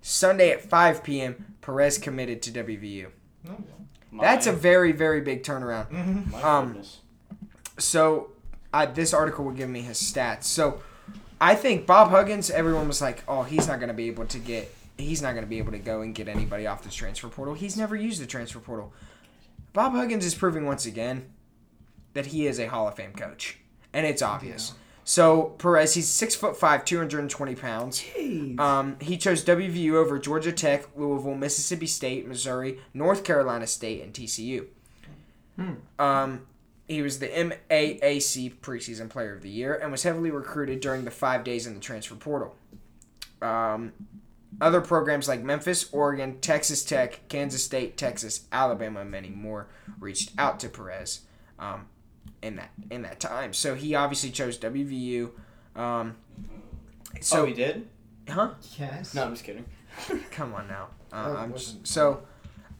C: Sunday at 5 p.m. Perez committed to WVU.
F: No.
C: That's a very very big turnaround.
D: My
C: um,
D: goodness.
C: so I, this article would give me his stats. So I think Bob Huggins, everyone was like, oh, he's not going to be able to get, he's not going to be able to go and get anybody off this transfer portal. He's never used the transfer portal. Bob Huggins is proving once again that he is a Hall of Fame coach, and it's obvious. So Perez, he's six foot five, two hundred and twenty pounds. Um, he chose WVU over Georgia Tech, Louisville, Mississippi State, Missouri, North Carolina State, and TCU.
D: Hmm.
C: Um, he was the MAAC preseason player of the year and was heavily recruited during the five days in the transfer portal. Um, other programs like Memphis, Oregon, Texas Tech, Kansas State, Texas, Alabama, and many more reached out to Perez um, in that in that time. So he obviously chose WVU. Um, so
D: oh, he did?
C: huh?
F: Yes.
D: No, I'm just kidding.
C: Come on now. Uh,
F: Oh, it
C: I'm
F: wasn't.
C: just, so,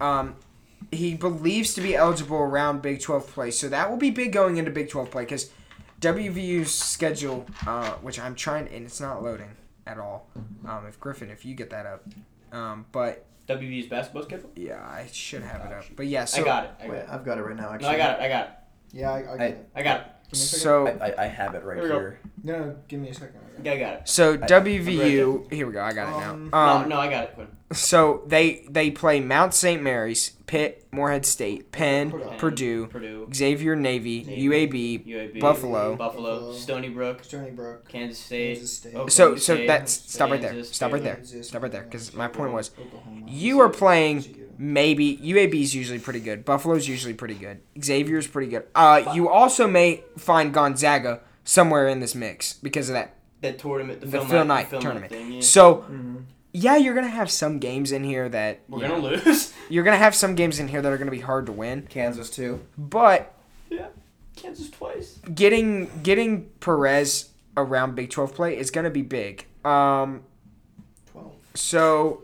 C: um, he believes to be eligible around Big 12 play. So that will be big going into Big 12 play because WVU's schedule, uh, which I'm trying, and it's not loading at all. Um, if Griffin, if you get that up. Um, but
D: WV's basketball schedule?
C: yeah, I should have it up. But yeah, so
D: I got it. I got
E: Wait,
D: it.
E: I've got it right now,
D: No,
E: actually.
D: I got it. I got it.
F: Yeah, I, I,
E: I-
F: get it.
D: I got it.
F: Give me a second.
C: so
E: I, I, I have it right
D: Here we go.
E: here.
F: No, no, give me a second. I got it.
D: Yeah, I got it.
C: so
E: I-
C: WVU. Here we go. I got it now.
F: Um,
C: Um,
D: no, no, I got it. Quinn.
C: So they they play Mount St. Mary's, Pitt, Moorhead State, Penn, Purdue,
F: Purdue.
D: Purdue,
C: Xavier, Navy,
D: Navy.
C: UAB.
D: UAB,
C: Buffalo.
D: Buffalo,
F: Buffalo.
D: Stony Brook,
F: Stony Brook.
D: Kansas State.
F: Kansas State.
D: Oklahoma
C: So so
D: State,
C: that's stop right there.
D: Kansas
C: Stop right
D: State.
C: there. Stop right there. Because my point was
F: Oklahoma.
C: you are playing maybe UAB's usually pretty good. Buffalo's usually pretty good. Xavier's pretty good. Uh, you also may find Gonzaga somewhere in this mix because of that
D: That tournament, the,
C: the
D: Phil,
C: Phil
D: Knight,
C: Knight
D: Phil
C: tournament.
D: Thing, yeah.
C: So
E: Mhm.
C: yeah, you're gonna have some games in here that
D: We're
C: you
D: gonna
C: know,
D: lose.
C: you're gonna have some games in here that are gonna be hard to win.
E: Kansas, too.
C: But
D: yeah, Kansas twice.
C: getting getting Perez around Big 12 play is going to be big. Um,
F: Twelve.
C: So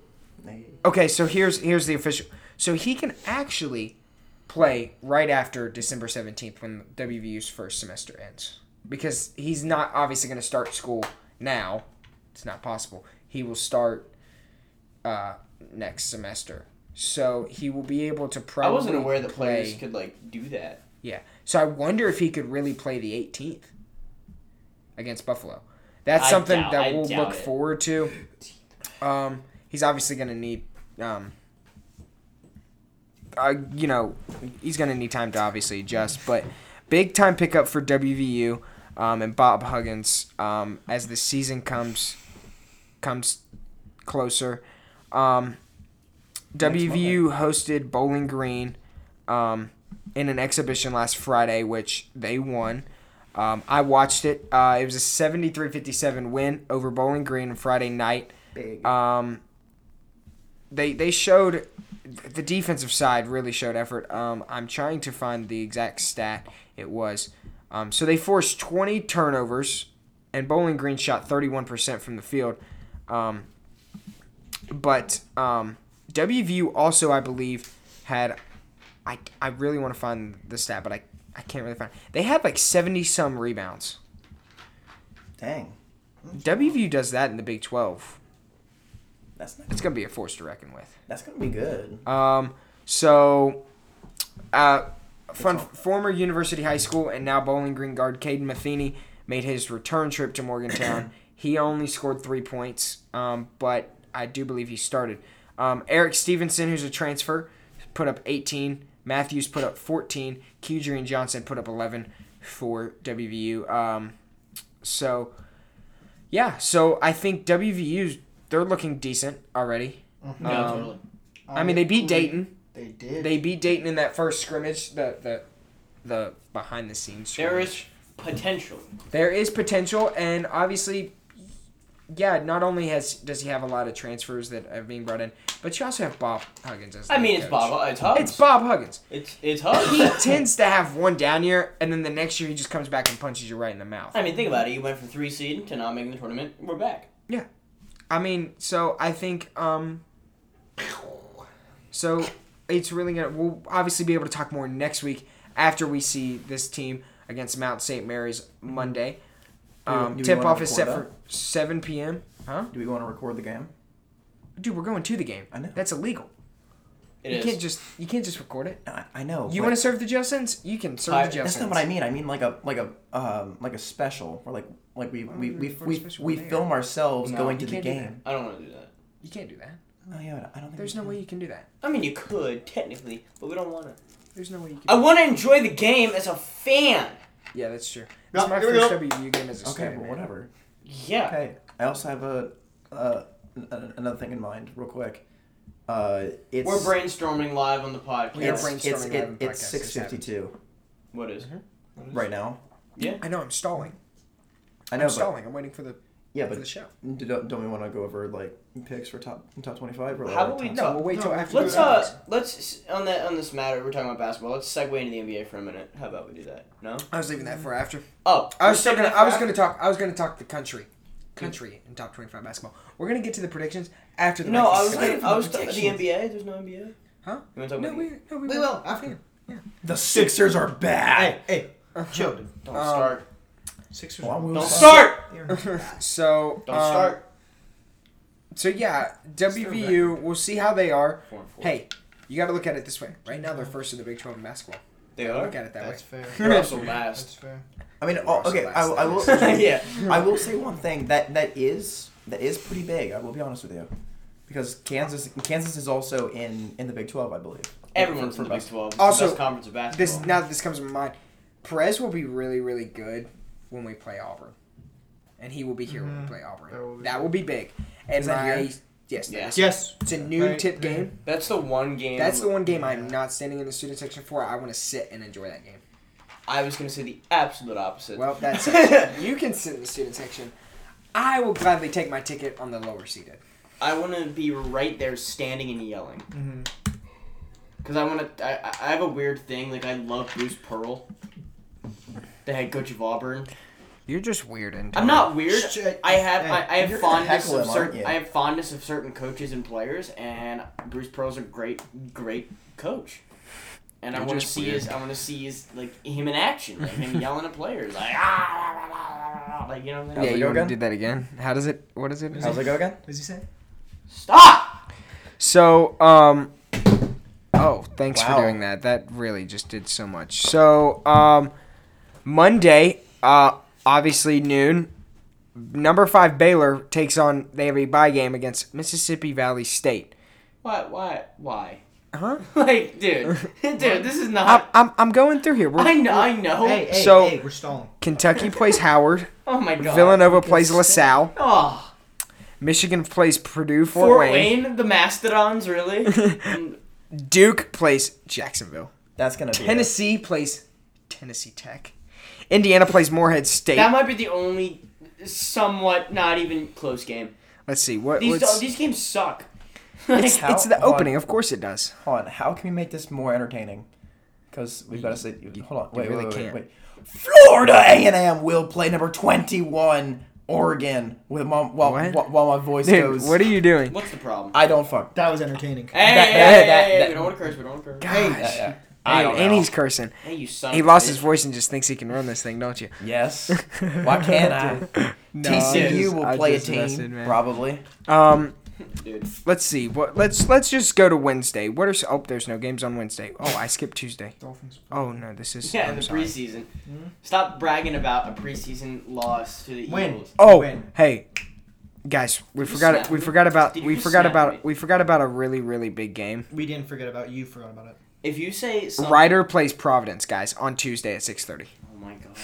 C: okay, so here's here's the official. So he can actually play right after December seventeenth when WVU's first semester ends because he's not obviously going to start school now. It's not possible. He will start uh, next semester, so he will be able to
D: I
C: probably.
D: wasn't aware that
C: play-
D: players could like do that.
C: yeah. So I wonder if he could really play the 18th against Buffalo. That's
D: I
C: something
D: doubt-
C: that
D: I
C: we'll
D: doubt
C: look
D: it.
C: forward to. Um, he's obviously going to need, um, uh, you know, he's going to need time to obviously adjust. But big time pickup for WVU um, and Bob Huggins um, as the season comes comes closer. Um, WVU hosted Bowling Green um, in an exhibition last Friday, which they won. Um, I watched it. Uh, it was a 73-57 win over Bowling Green Friday night.
F: Big.
C: Um, they they showed the defensive side really showed effort. Um, I'm trying to find the exact stat. It was um, so they forced 20 turnovers, and Bowling Green shot 31% from the field. Um, but um, WVU also, I believe, had I, I really want to find the stat, but I, I can't really find. They had like 70 some rebounds.
E: Dang,
C: WVU does that in the Big 12.
E: that's not,
C: It's going to be a force to reckon with.
E: that's gonna be good.
C: Um, so, uh, fun, former University High School and now Bowling Green guard Caden Matheny made his return trip to Morgantown. he only scored three points, um, but I do believe he started. Um, Eric Stevenson, who's a transfer, put up 18. Matthews put up 14. Kedrian Johnson put up 11 for WVU. Um, so, yeah, so I think WVU's they're looking decent already.
D: No,
C: Um,
D: totally.
C: I mean, they beat Dayton.
F: Mm-hmm. They did.
C: They beat Dayton in that first scrimmage, the the the behind the scenes.
D: There
C: scrimmage.
D: is potential.
C: there is potential, and obviously, yeah. Not only has does he have a lot of transfers that are being brought in, but you also have Bob Huggins as.
D: I
C: the
D: mean, it's
C: coach.
D: Bob. It's Hubs.
C: It's Bob Huggins.
D: It's it's
C: He
D: Hubs.
C: tends to have one down year, and then the next year he just comes back and punches you right in the mouth.
D: I mean, think about it. You went from three seed to not making the tournament. We're back.
C: I mean, so I think, um, so it's really gonna. We'll obviously be able to talk more next week after we see this team against Mount St. Mary's Monday.
E: Do we-
C: Um,
E: do we
C: tip
E: wanna
C: off is set
E: record
C: for seven p.m. Huh?
E: Do we want to record the game?
C: Dude, we're going to the game.
E: I know.
C: That's illegal.
D: It
C: you
D: is.
C: can't just you can't just record it.
E: I, I know.
C: You
E: but
C: want to serve the jail sentence? You can serve
D: I-
C: the jail
E: That's not
C: sentence.
E: what I mean. I mean like a like a um like a special or like like we we
C: would we
E: we
C: record a
E: we,
C: special
E: we
C: there?
E: film ourselves
D: No,
E: going to
C: you
E: the
C: can't do
E: game.
D: I don't want to do that.
C: You can't do that.
E: Oh yeah, I don't think
C: There's
E: we
C: no
E: can.
C: way you can do that.
D: I mean, you could technically, but we don't want to.
C: There's no way you can.
D: I
C: Do
D: want to enjoy the game as a fan.
C: that. Yeah, that's true.
F: No,
C: It's my
F: here we go.
C: first WU game as a
E: Okay,
C: student.
E: well,
C: man.
E: whatever.
D: Yeah.
E: Okay, I also have a uh an- an- another thing in mind, real quick. Uh, it's
D: We're brainstorming live on the podcast.
C: We are
E: it's, it's,
C: brainstorming live
E: it,
C: on the
E: it's
C: podcast.
E: six
C: This
E: fifty two
D: What is?
C: Mm-hmm.
E: right now.
C: I know I'm stalling.
E: I
C: I'm
E: know, but,
C: stalling. I'm waiting for the
E: yeah,
C: for the
E: but
C: show.
E: d- don't, don't we want to go over like picks for top top twenty five or
D: How
E: like,
D: about we
E: top-
C: No, we'll wait till
F: No,
C: after.
D: Let's
C: the
D: uh,
C: Olympics.
D: let's s- on that on this matter. We're talking about basketball. Let's segue into the NBA for a minute. How about we do that? No.
C: I was leaving that for after.
D: Oh,
C: I was
D: we're
C: still
D: saving
C: gonna.
D: that for
C: I was
D: after?
C: gonna talk. I was gonna talk the country, country in top twenty-five basketball. We're gonna get to the predictions after the.
D: No, I was
C: rankings.
D: gonna, I was talking about the
C: Predictions.
D: NBA. There's no NBA.
C: Huh?
D: You want to talk
C: No,
D: about?
C: we,
D: the-
C: no, we,
F: We will after.
E: The Sixers are
F: Hey,
E: bad.
F: hey, chill, dude.
D: Don't
C: Um,
D: start.
F: Sixers.
E: Well, we
D: Don't
E: will
D: start.
F: They're not bad.
C: So
D: Don't
C: um,
D: start.
C: So yeah, WVU. We'll see how they are.
D: Four and four.
C: Hey, you got to look at it this way. Right now, they're first in the Big Twelve in basketball.
D: they
C: Look
D: are.
C: at it that
F: That's
C: way.
F: fair.
D: They're also
F: That's
D: last.
F: fair.
E: I mean, oh, okay. I, I will.
D: yeah.
E: I will say one thing that that is that is pretty big. I will be honest with you, because Kansas Kansas is also in in the Big Twelve, I believe.
D: Everyone's in the Big
E: basketball.
D: 12. It's
C: Also,
D: the best conference of basketball.
C: This now that this comes to my mind, Perez will be really really good when we play Auburn, and he will be here
D: Mm-hmm.
C: when we
F: Mhm.
C: play Auburn.
F: That will be
C: That will be big. And
E: Is that
C: my
E: here?
C: yes,
D: Yeah.
F: Yes.
C: it's a noon
F: Right,
C: tip
F: right.
C: game.
D: That's the one game.
C: That's the one game I'm
F: Yeah.
C: not standing in the student section for. I want to sit and enjoy that game.
D: I was gonna say the absolute opposite.
C: Well, that's it. you can sit in the student section. I will gladly take my ticket on the lower seated.
D: I want to be right there, standing and yelling,
F: Mm-hmm.
D: because I want to. I, I I have a weird thing. Like I love Bruce Pearl, the head coach of Auburn.
C: You're just weird and
D: I'm not weird.
F: Sh-
D: I have I, I
E: You're
D: have fondness
E: heckle
D: of
E: him, aren't
D: certain
E: you?
D: I have fondness of certain coaches and players, and Bruce Pearl's a great great coach. And I
C: You're
D: want to
C: just
D: see his I want to see his like him in action, like him yelling at players, like ah, la, la, la, la, la," like you know what I
C: Yeah,
D: mean.
E: it
C: you
E: go
C: want to
E: again?
C: do that again? How does it? What is it?
E: How's it go again?
F: What does he say?
D: Stop.
C: So, um, oh, thanks
E: Wow.
C: for doing that. That really just did so much. So, um, Monday, uh, obviously noon. Number five Baylor takes on. They have a bye game against Mississippi Valley State.
D: What? Why? Why?
C: Huh?
D: Like, dude, dude, this is
C: I'm,
D: not.
C: Uh-huh. I'm, I'm going through here. We're,
D: I know. I know.
F: Hey, hey,
C: Oh, So-
F: hey, we're stalling.
C: Kentucky plays Howard.
D: oh my god.
C: Villanova plays LaSalle.
D: Oh,
C: Michigan plays Purdue. Fort,
D: Fort,
C: Wayne.
D: Wayne, the mastodons, really? Mm,
C: Duke plays Jacksonville.
E: That's gonna be it.
C: Tennessee plays Tennessee Tech. Indiana plays Moorhead State.
D: that might be the only somewhat not even close game.
C: Let's see what
D: These
C: what's,
D: these games suck.
C: It's,
E: How-
C: it's the
E: hold on.
C: opening, of course it does.
E: Hold on. How can we make this more entertaining? Because we've got to say. Hold on. Wait,
C: really
E: wait, wait,
C: can't.
E: wait, wait. Florida A and M will play number twenty-one Oregon with my, while,
C: What?
E: while while my voice
C: Dude,
E: goes.
C: what are you doing?
D: What's the problem?
E: I don't fuck.
F: That was entertaining.
D: hey,
E: that- that-
D: hey, hey,
E: that-
D: hey,
E: that-
D: we don't want to curse. We don't want to curse.
E: Yeah,
F: Hey,
E: yeah. uh, I
C: Hey,
E: don't
C: and
E: know.
C: he's cursing.
D: Hey, you son.
C: He
D: of a
C: lost
D: bitch.
C: his voice and just thinks he can run this thing, don't you?
E: Yes. Why can't I?
C: No,
E: TCU
C: I just-
E: will
C: I
E: play a
C: just
E: team
C: messed, man.
E: probably.
C: Um,
D: Dude,
C: let's see. What? Let's let's just go to Wednesday. What are? s- Oh, there's no games on Wednesday. Oh, I skipped Tuesday.
F: Dolphins.
C: Oh no, this is.
D: yeah, in
C: I'm
D: the
C: sorry. Hmm?
D: preseason. Stop bragging about a preseason loss to the
F: When?
D: Eagles.
C: Oh,
F: When?
C: hey, guys, we
D: You
C: forgot.
D: snapped
C: We
D: me.
C: forgot about.
D: Did
C: We
D: you
C: forgot
D: snap
C: about.
D: me?
C: We forgot about a really really big game.
F: We didn't forget about you. Forgot about it.
D: If you say something,
C: Ryder plays Providence, guys, on Tuesday at six thirty.
D: Oh my god.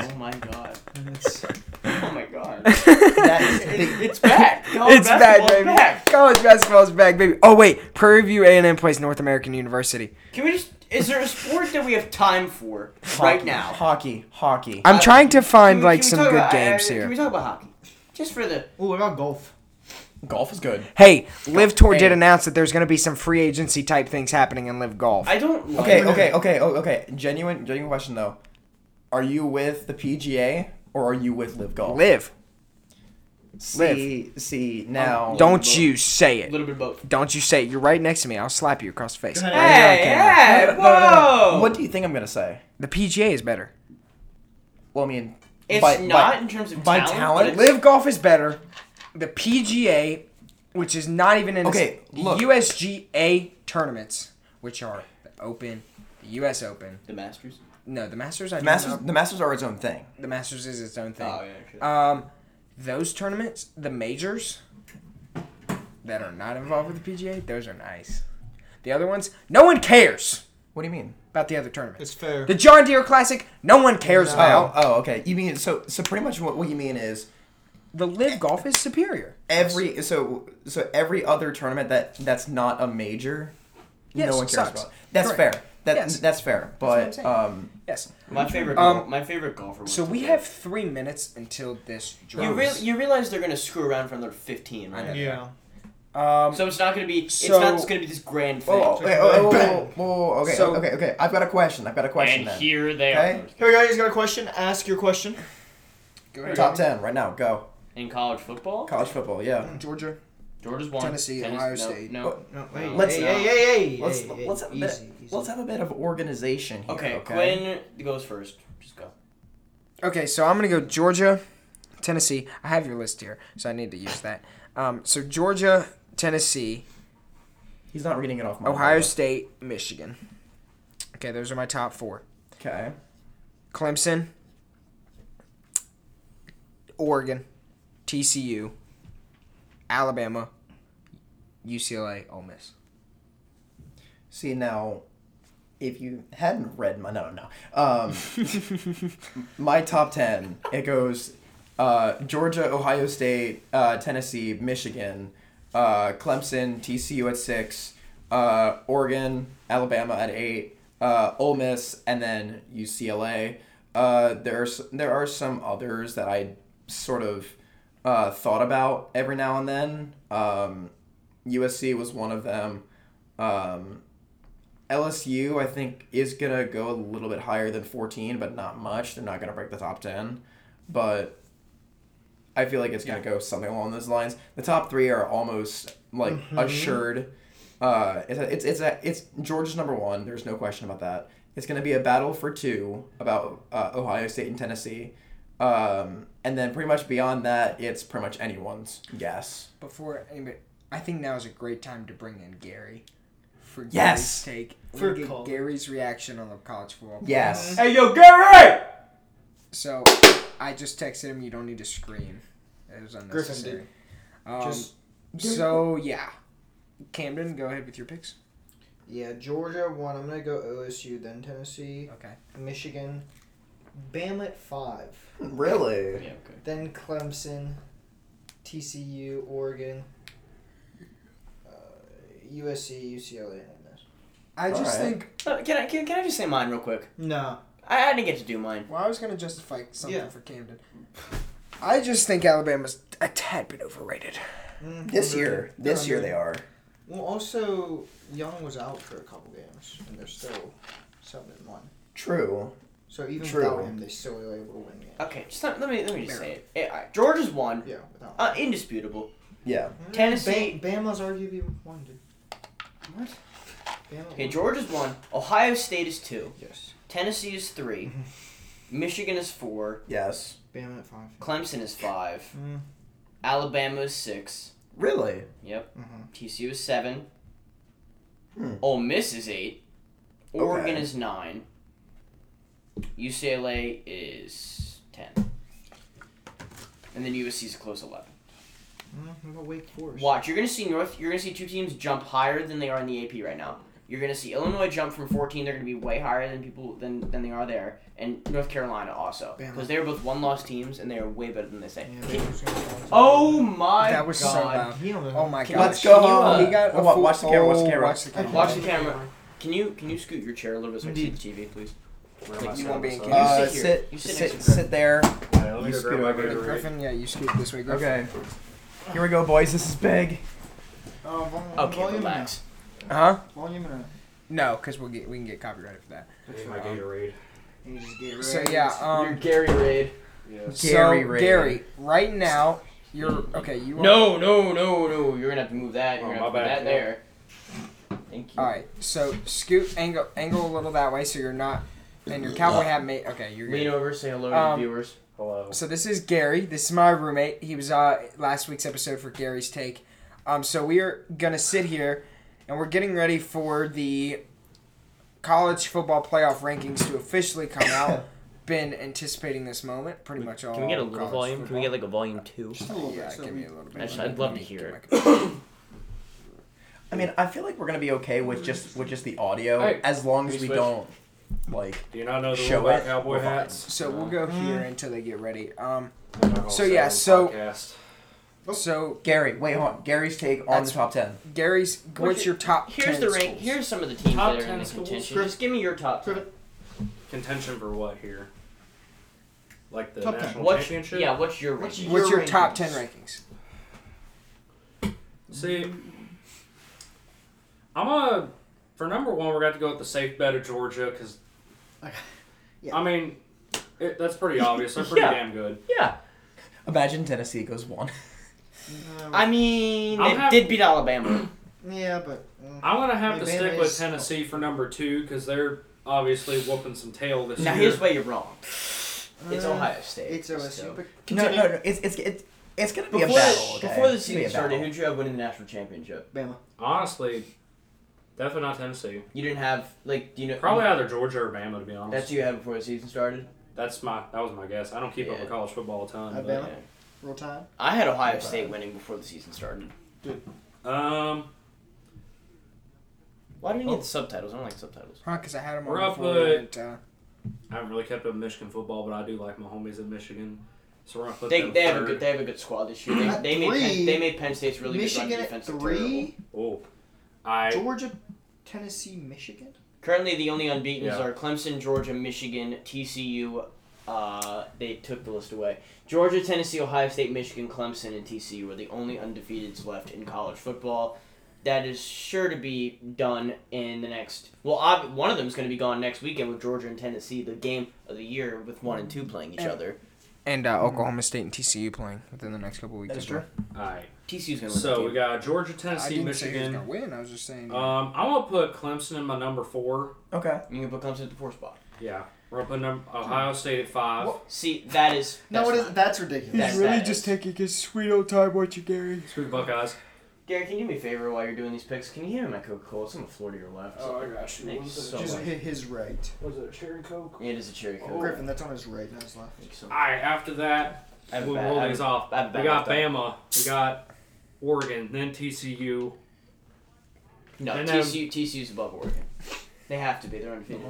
D: Oh my god.
F: That's,
D: Oh my god.
E: That's
D: It-
E: big.
D: it's back. College
C: it's back,
D: basketball's
C: baby. College basketball's back, baby. Oh wait, Prairie View A&M plays North American University.
D: Can we just? Is there a sport that we have time for right now?
E: Hockey. Hockey.
C: I'm
D: Uh,
C: trying to
D: Can
C: find
D: we-
C: like
D: can we
C: some
D: talk
C: good
D: about- uh,
C: games
D: Can
C: here.
D: we talk about hockey? Just for the
F: oh, what about golf?
E: Golf is good.
C: Hey, Live Tour did
E: Hey.
C: announce that there's going to be some free agency type things happening in Live Golf.
D: I don't. like-
E: Okay, okay, okay, oh, okay. Genuine, genuine question though. Are you with the PGA or are you with Live Golf?
C: Live.
E: See, see
D: Oh,
E: now.
C: Um, Don't you say
D: A
C: it.
D: little bit of both.
C: Don't you say it. You're right next to me. I'll slap you across the face.
F: Go ahead.
D: Hey, hey,
E: No, no,
D: whoa!
E: no, no, no. What do you think I'm gonna say?
C: The PGA is better.
E: Well, I mean,
D: It's
E: by-
D: not
E: by-
D: in terms of
E: by
D: talent.
E: talent,
D: but it's-
C: Live Golf is better. The PGA, which is not even in
E: Okay,
C: the
E: look.
C: USGA tournaments, which are the Open, the U.S. Open.
D: the Masters.
C: No, the Masters. I
E: the
C: do
E: masters.
C: know-
E: The masters are its own thing.
C: The Masters is its own thing.
D: Oh, yeah, sure.
C: Um, those tournaments, the majors that are not involved with the PGA, those are nice. The other ones, no one cares
E: What do you mean?
C: about the other tournaments.
F: It's fair.
C: The John Deere Classic, no one cares
E: Oh,
C: about.
E: oh, okay. You mean so? So pretty much what, what you mean is
C: The Live Golf is superior.
E: every so so every other tournament that that's not a major.
C: Yes,
E: no one cares
C: sucks.
E: about. That's
C: Correct.
E: fair. That,
C: Yes.
E: That's fair.
C: what
E: But
C: I'm saying.
E: um,
C: Yes.
D: My favorite.
C: Um,
D: gol- my favorite golfer.
C: So
D: went
C: we
D: to
C: have three minutes until this drops.
D: You real, you realize they're gonna screw around for another fifteen, right?
F: yeah.
C: um,
D: So it's not gonna be. It's
C: So-
D: not just gonna be this grand thing.
E: oh, oh, wait, oh, oh, oh, oh, oh, okay,
C: So-
E: okay, okay. I've got a question. I've got a question.
D: and
E: then.
D: here they
E: Okay.
F: Hey guys, got a question? Ask your question.
C: go ahead.
E: Top ten right now. Go
D: are in college football.
E: college football. Yeah.
F: Mm,
C: Georgia.
D: Georgia's one.
C: Tennessee,
D: Tennes-
C: Ohio
D: no,
C: State.
D: No,
E: Oh,
F: No,
D: hey,
E: Let's-
D: hey,
F: hey,
D: hey,
F: hey, hey,
E: Let's let's have a bit, let's have a bit of organization here.
D: Okay,
E: Okay,
D: Quinn goes first. Just go.
C: Okay, so I'm gonna go Georgia, Tennessee. I have your list here, so I need to use that. Um, so Georgia, Tennessee,
E: He's not reading it off my.
C: Ohio
E: Bible.
C: State, Michigan. Okay, those are my top four.
E: Okay.
C: Clemson, Oregon, TCU, Alabama, UCLA, Ole Miss.
E: See now, if you hadn't read my no no, um, my top ten it goes, uh, Georgia, Ohio State, uh, Tennessee, Michigan, uh, Clemson, TCU at six, uh, Oregon, Alabama at eight, uh, Ole Miss, and then UCLA. Uh, there's there are some others that I sort of uh, thought about every now and then. Um, USC was one of them. Um, LSU, I think, is going to go a little bit higher than 14, but not much. They're not going to break the top 10. But I feel like it's going to go something along those lines. The top three are almost like assured. Uh, it's, a, it's, it's, a, it's Georgia's number one. There's no question about that. It's going to be a battle for two about uh, Ohio State and Tennessee. Um, and then pretty much beyond that, it's pretty much anyone's guess.
C: Before anybody, I think now is a great time to bring in Gary for
E: Yes!
C: Gary's take. We
D: For
C: get
D: Cole.
C: Gary's reaction on the college football.
E: Yes.
C: Hey, yo, Gary! So I just texted him. You don't need to scream. It was unnecessary. Um,
F: Just-
C: so yeah, Camden, go ahead with your picks.
F: Yeah, Georgia at one. I'm gonna go OSU, then Tennessee,
C: Okay.
F: Michigan, Bama at five,
E: Really?
D: Yeah, okay.
F: then Clemson, TCU, Oregon, uh, USC, UCLA, and I miss.
C: I just
E: Alright.
C: think
D: Uh, can I can, can I just say mine real quick?
F: No,
D: I, I didn't get to do mine.
C: well, I was gonna justify something
F: Yeah.
C: for Camden. I just think Alabama's a tad bit overrated.
F: Mm,
E: This
F: overrated.
E: year. This year they are.
F: Well, also Young was out for a couple games, and they're still seven and one.
E: True.
F: So even
E: True.
F: without him, they still were able to win games.
D: Okay, just let, let me let me just say it. Eh, all right, Georgia's one,
F: Yeah, without.
D: uh, indisputable.
E: Yeah.
F: Mm,
D: Tennessee-
F: Ba- Bama's arguably one, dude.
D: What?
F: Bama.
D: Okay, Georgia's one. Ohio State is two.
F: Yes,
D: Tennessee is three.
E: Mm-hmm.
D: Michigan is four.
E: Yes.
F: Bama at five.
D: Clemson is five.
F: Mm.
D: Alabama is six.
E: Really?
D: Yep.
F: Mhm.
D: TCU is seven.
E: Hmm.
D: Ole Miss is eight. Oregon
E: Okay.
D: is nine. UCLA is ten. And then USC is a close eleven.
F: Mm, what about Wake Forest?
D: Watch, you're gonna see North. You're gonna see two teams jump higher than they are in the AP right now. You're gonna see Illinois jump from 14. They're gonna be way higher than people than, than they are there, and North Carolina also
F: Bama.
D: because they're both one loss teams and they are way better than they say.
F: Yeah, Baker's gonna fall to-
D: Oh my
C: that was so
D: god!
C: loud.
F: He don't know.
C: Oh my god.
E: Let's go home.
C: He got a
E: Oh, wa-
C: full-
E: watch the camera, watch the
C: oh,
E: camera.
C: Watch the camera.
D: Watch the camera. Can you can you scoot your chair a little bit so I can
F: Indeed.
D: see the TV, please?
C: Like, you won't be in camera.
E: Uh,
D: sit here.
E: sit,
D: You sit
E: sit,
D: next to
E: sit there. You scoot over.
C: Hey, Griffin, yeah, you scoot this way, Griffin.
E: Okay. Here we go, boys. This is big.
F: Uh, volume,
D: Okay,
F: volume
D: relax.
C: Huh?
F: Up. Volume it up.
C: No, because we'll get we can get copyrighted for that.
B: my Gatorade.
F: And you just get rid
C: So
F: of it.
C: yeah, um,
D: Gary Raid.
B: Yeah.
C: so
E: Gary Ray.
C: Gary, right now you're okay. You are,
D: No, no, no, no! You're gonna have to move that. You're
B: Oh,
D: gonna have to
B: my
D: put
B: bad.
D: that there. Thank you.
C: All right, so scoot angle angle a little that way so you're not and your cowboy hat mate. Okay, you're
D: Lean
C: good.
D: over. Say hello
C: Um,
D: to the viewers. oh.
B: Hello.
C: So this is Gary. This is my roommate. He was uh last week's episode for Gary's take. Um, so we are gonna sit here and we're getting ready for the college football playoff rankings to officially come out. Been anticipating this moment pretty much all.
D: Can we get a little
C: college
D: volume? Can
C: football.
D: we get like a volume two?
F: Just a little bit,
C: Yeah,
F: so
C: give
F: we-
C: me a little bit.
D: Actually, I'd
C: Let
D: love
C: me
D: to
C: get
D: hear
C: my
D: it.
C: computer.
E: I mean, I feel like we're gonna be okay with just with just the audio,
B: Hey.
E: as long
B: Can
E: as
B: we
E: we
B: switch?
E: don't like.
B: Do you not know the
E: Show
B: rule about
E: it.
B: cowboy
E: We're fine.
B: hats?
C: So we'll go here
D: Mm.
C: until they get ready. Um,
B: They're not gonna
C: So,
B: say
C: yeah,
B: on the
C: so-
B: podcast.
D: Oh.
C: so
E: Gary, wait, hold on. Gary's take on
C: That's-
E: the top ten.
C: Gary's, what's,
D: What's
C: your top?
D: Here's
C: 10
D: the rank.
C: schools?
D: Here's some of the teams
B: Top
D: that are in
B: 10
D: the
B: schools.
D: contention.
B: Sure.
D: Just give me your top.
B: Sure. Contention for what here? Like the
F: Top ten.
B: national
D: What's
B: championship?
D: yeah? What's your rank?
F: What's
C: What's your,
F: your
C: top
F: rankings.
C: ten rankings?
B: See, I'm a for number one. We're going to go with the safe bet of Georgia because,
F: Yeah.
B: I mean, it, that's pretty obvious. They're pretty
D: Yeah.
B: damn good.
D: Yeah.
E: Imagine Tennessee goes one.
F: No,
D: I mean,
B: I'm
D: they
B: happy-
D: did beat Alabama.
F: uh, yeah, but mm,
B: I'm gonna have
F: Like,
B: to
F: Bama
B: stick with
F: is-
B: Tennessee for number two because they're obviously whooping some tail this
D: now
B: year.
D: here's where you're wrong. It's
F: uh,
D: Ohio State.
F: It's OSU,
D: so-
F: but
E: No, no,
F: continue.
E: no. It's it's it's, it's gonna be
D: Before,
E: a battle. Okay?
D: before the
E: It's gonna be a
D: season
E: battle.
D: started, who'd you have winning the national championship?
F: Bama.
B: Honestly, definitely not Tennessee.
D: You didn't have like do you know?
B: Probably either Georgia or Bama, to be honest.
D: That's who you had before the season started.
B: That's my that was my guess. I don't keep up
D: Yeah.
B: with college football a
F: I
B: ton.
F: bet.
B: But,
F: Bama? Roll Tide.
D: I had Ohio State winning before the season started.
B: um,
D: Why do we need the subtitles? I don't like subtitles.
C: Huh? Because I had them
B: We're
C: on
B: up
C: before. we
B: with-
C: went, uh,
B: I haven't really kept up with Michigan football, but I do like my homies at Michigan. So we're gonna put
D: They,
B: them
D: they have a
B: third.
D: good they have a good squad this year. They,
F: At
D: they made Penn,
F: three,
D: they made Penn State's really good
F: Michigan
D: run
F: at
D: defense look terrible.
F: three.
B: oh, I
F: Georgia, Tennessee, Michigan.
D: Currently, the only unbeaten
B: Yeah.
D: are Clemson, Georgia, Michigan, TCU. Uh, they took the list away. Georgia, Tennessee, Ohio State, Michigan, Clemson, and TCU are the only undefeateds left in college football. that is sure to be done in the next. Well, ob- one of them is going to be gone next weekend with Georgia and Tennessee, the game of the year with one and two playing each other.
C: And uh, Oklahoma State and TCU playing within the next couple weeks.
E: That is
C: as well.
B: All right.
D: TCU's going to win.
B: So we
D: got
B: got Georgia,
C: I
B: Tennessee,
C: didn't say who's
B: Michigan.
C: gonna win. I was just saying.
B: Um, I'm gonna put Clemson in my number four.
E: Okay.
D: you can put Clemson at the four spot.
B: Yeah, we're gonna put number, Ohio State at five.
F: What?
D: See, that is
F: No,
D: that's
F: it is,
D: fine.
F: that's ridiculous.
D: That's really that just is.
C: taking his sweet old time, aren't you, Gary?
B: Screw the Buckeyes.
D: Gary, can you do me a favor while you're doing these picks? Can you hand me my Coca Cola? It's on the floor to your left.
F: Oh,
B: I got
D: you. Thank you so
F: Just
D: much. Oh.
F: hit his right.
B: Was it a cherry coke?
D: It is a cherry Coke.
F: Griffin, that's on his right, not his left.
D: Thank you so
B: All
D: much.
B: right. After that,
D: I have a
B: we'll
D: bad-
B: roll
D: I have
B: these
D: a-
B: off.
D: I have a bad
B: We got
D: left eye.
B: Bama. We got Oregon. Then TCU.
D: No,
B: And um, then-
D: TCU, TCU's above Oregon. They have to be. They're undefeated.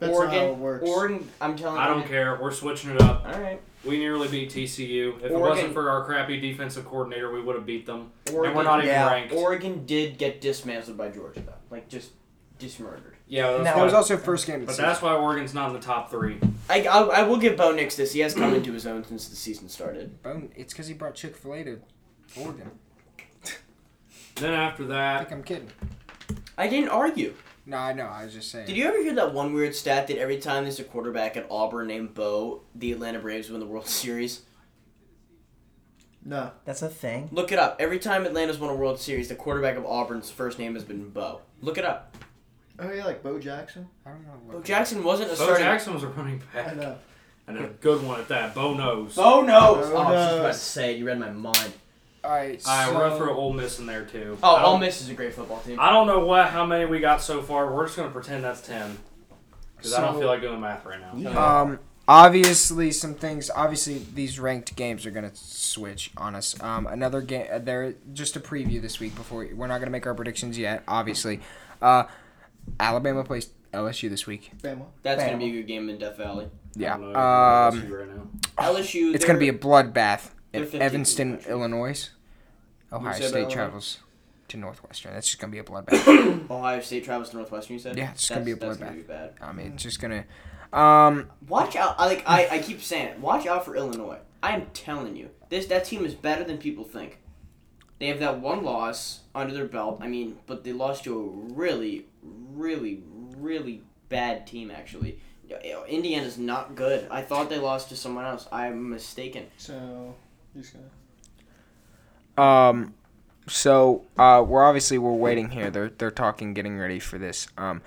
F: That's
D: Oregon,
F: not how it works.
D: Oregon, I'm telling you.
B: I don't care. We're switching it up.
D: All right.
B: We nearly beat TCU. If it
D: Oregon-
B: wasn't for our crappy defensive coordinator, we would have beat them. and we're
D: Oregon-
B: not even
E: yeah,
B: ranked.
D: Oregon did get dismantled by Georgia, though. Like, just, just murdered.
B: yeah, that's
E: Now-
C: That
B: why-
C: was also first game. Of the
B: but
C: season.
B: that's why Oregon's not in the top three.
D: I, I, I will give Bo Nix this. He has come into his own since the season started.
C: Boom. It's because he brought Chick Fil A to Oregon.
B: Then after
C: I
B: that,
C: think I'm kidding.
D: I didn't argue.
C: No, I know. I was just saying.
D: Did you ever hear that one weird stat that every time there's a quarterback at Auburn named Bo, the Atlanta Braves win the World Series?
F: No.
E: That's a thing.
D: Look it up. Every time Atlanta's won a World Series, the quarterback of Auburn's first name has been Bo. Look it up.
F: Oh, yeah, like Bo Jackson?
C: I don't know. What
D: Bo Jackson wasn't a
B: Bo
D: starting.
B: Jackson was a running
F: I
B: back,
F: know.
B: and a good one at that. Bo knows.
D: Bo knows.
F: Bo
D: oh, I was just about to
F: knows.
D: say it. You read my mind.
C: All right.
B: All right,
C: so,
B: we're gonna throw Ole Miss in there too.
D: Oh,
B: I don't-
D: Ole Miss is a great football team.
B: I don't know what how many we got so far. We're just gonna pretend that's ten because I don't
C: So-
B: feel like doing math right now.
C: Um, obviously, some things. Obviously, these ranked games are gonna switch on us. Um, another game. There, just a preview this week before we're not gonna make our predictions yet. Obviously, uh, Alabama plays LSU this week.
F: Bama.
B: Oh,
D: That's
E: Bama.
D: going to be a good game in Death Valley.
C: Yeah.
B: I don't know if
C: Um,
B: it's right now.
D: LSU.
C: it's gonna be a bloodbath.
D: they're
C: If
D: 15th in the
C: Evanston,
D: country.
C: Illinois, Ohio
F: You said
C: State
F: Illinois?
C: travels to Northwestern. That's just gonna be a bloodbath.
D: Ohio State travels to Northwestern. You said.
C: Yeah, it's gonna
D: That's-
C: be a
D: that's gonna
C: bloodbath.
D: be bad.
C: I mean, it's just gonna. Um,
D: Watch out! I like I, I keep saying it. Watch out for Illinois. I am telling you, this that team is better than people think. They have that one loss under their belt. I mean, but they lost to a really, really, really bad team. Actually, Indiana's not good. I thought they lost to someone else. I'm mistaken.
F: So, he's gonna.
C: Um, so uh, we're obviously we're waiting here. They're they're talking, getting ready for this um,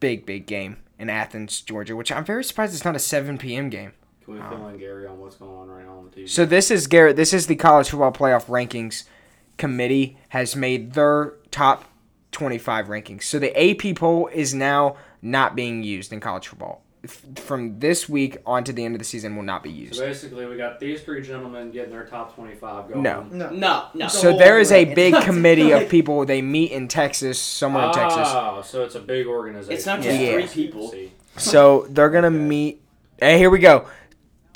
C: big big game in Athens, Georgia. Which I'm very surprised it's not a 7 p.m. game.
B: Can we fill in Gary on what's going on right now on the TV?
C: So this is Garrett. This is the college football playoff rankings committee has made their top 25 rankings. So the AP poll is now not being used in college football. F- From this week on to the end of the season, will not be used.
B: So basically, we got these three gentlemen getting their top 25 going.
C: No.
F: No.
D: No, no.
F: It's
C: So
F: whole
C: there is a
F: ranking.
C: big committee of people. They meet in Texas, somewhere in Texas.
B: Oh, so it's a big organization.
D: It's not just
C: Yeah.
D: three people.
B: See,
C: So they're gonna meet. Hey, here we go.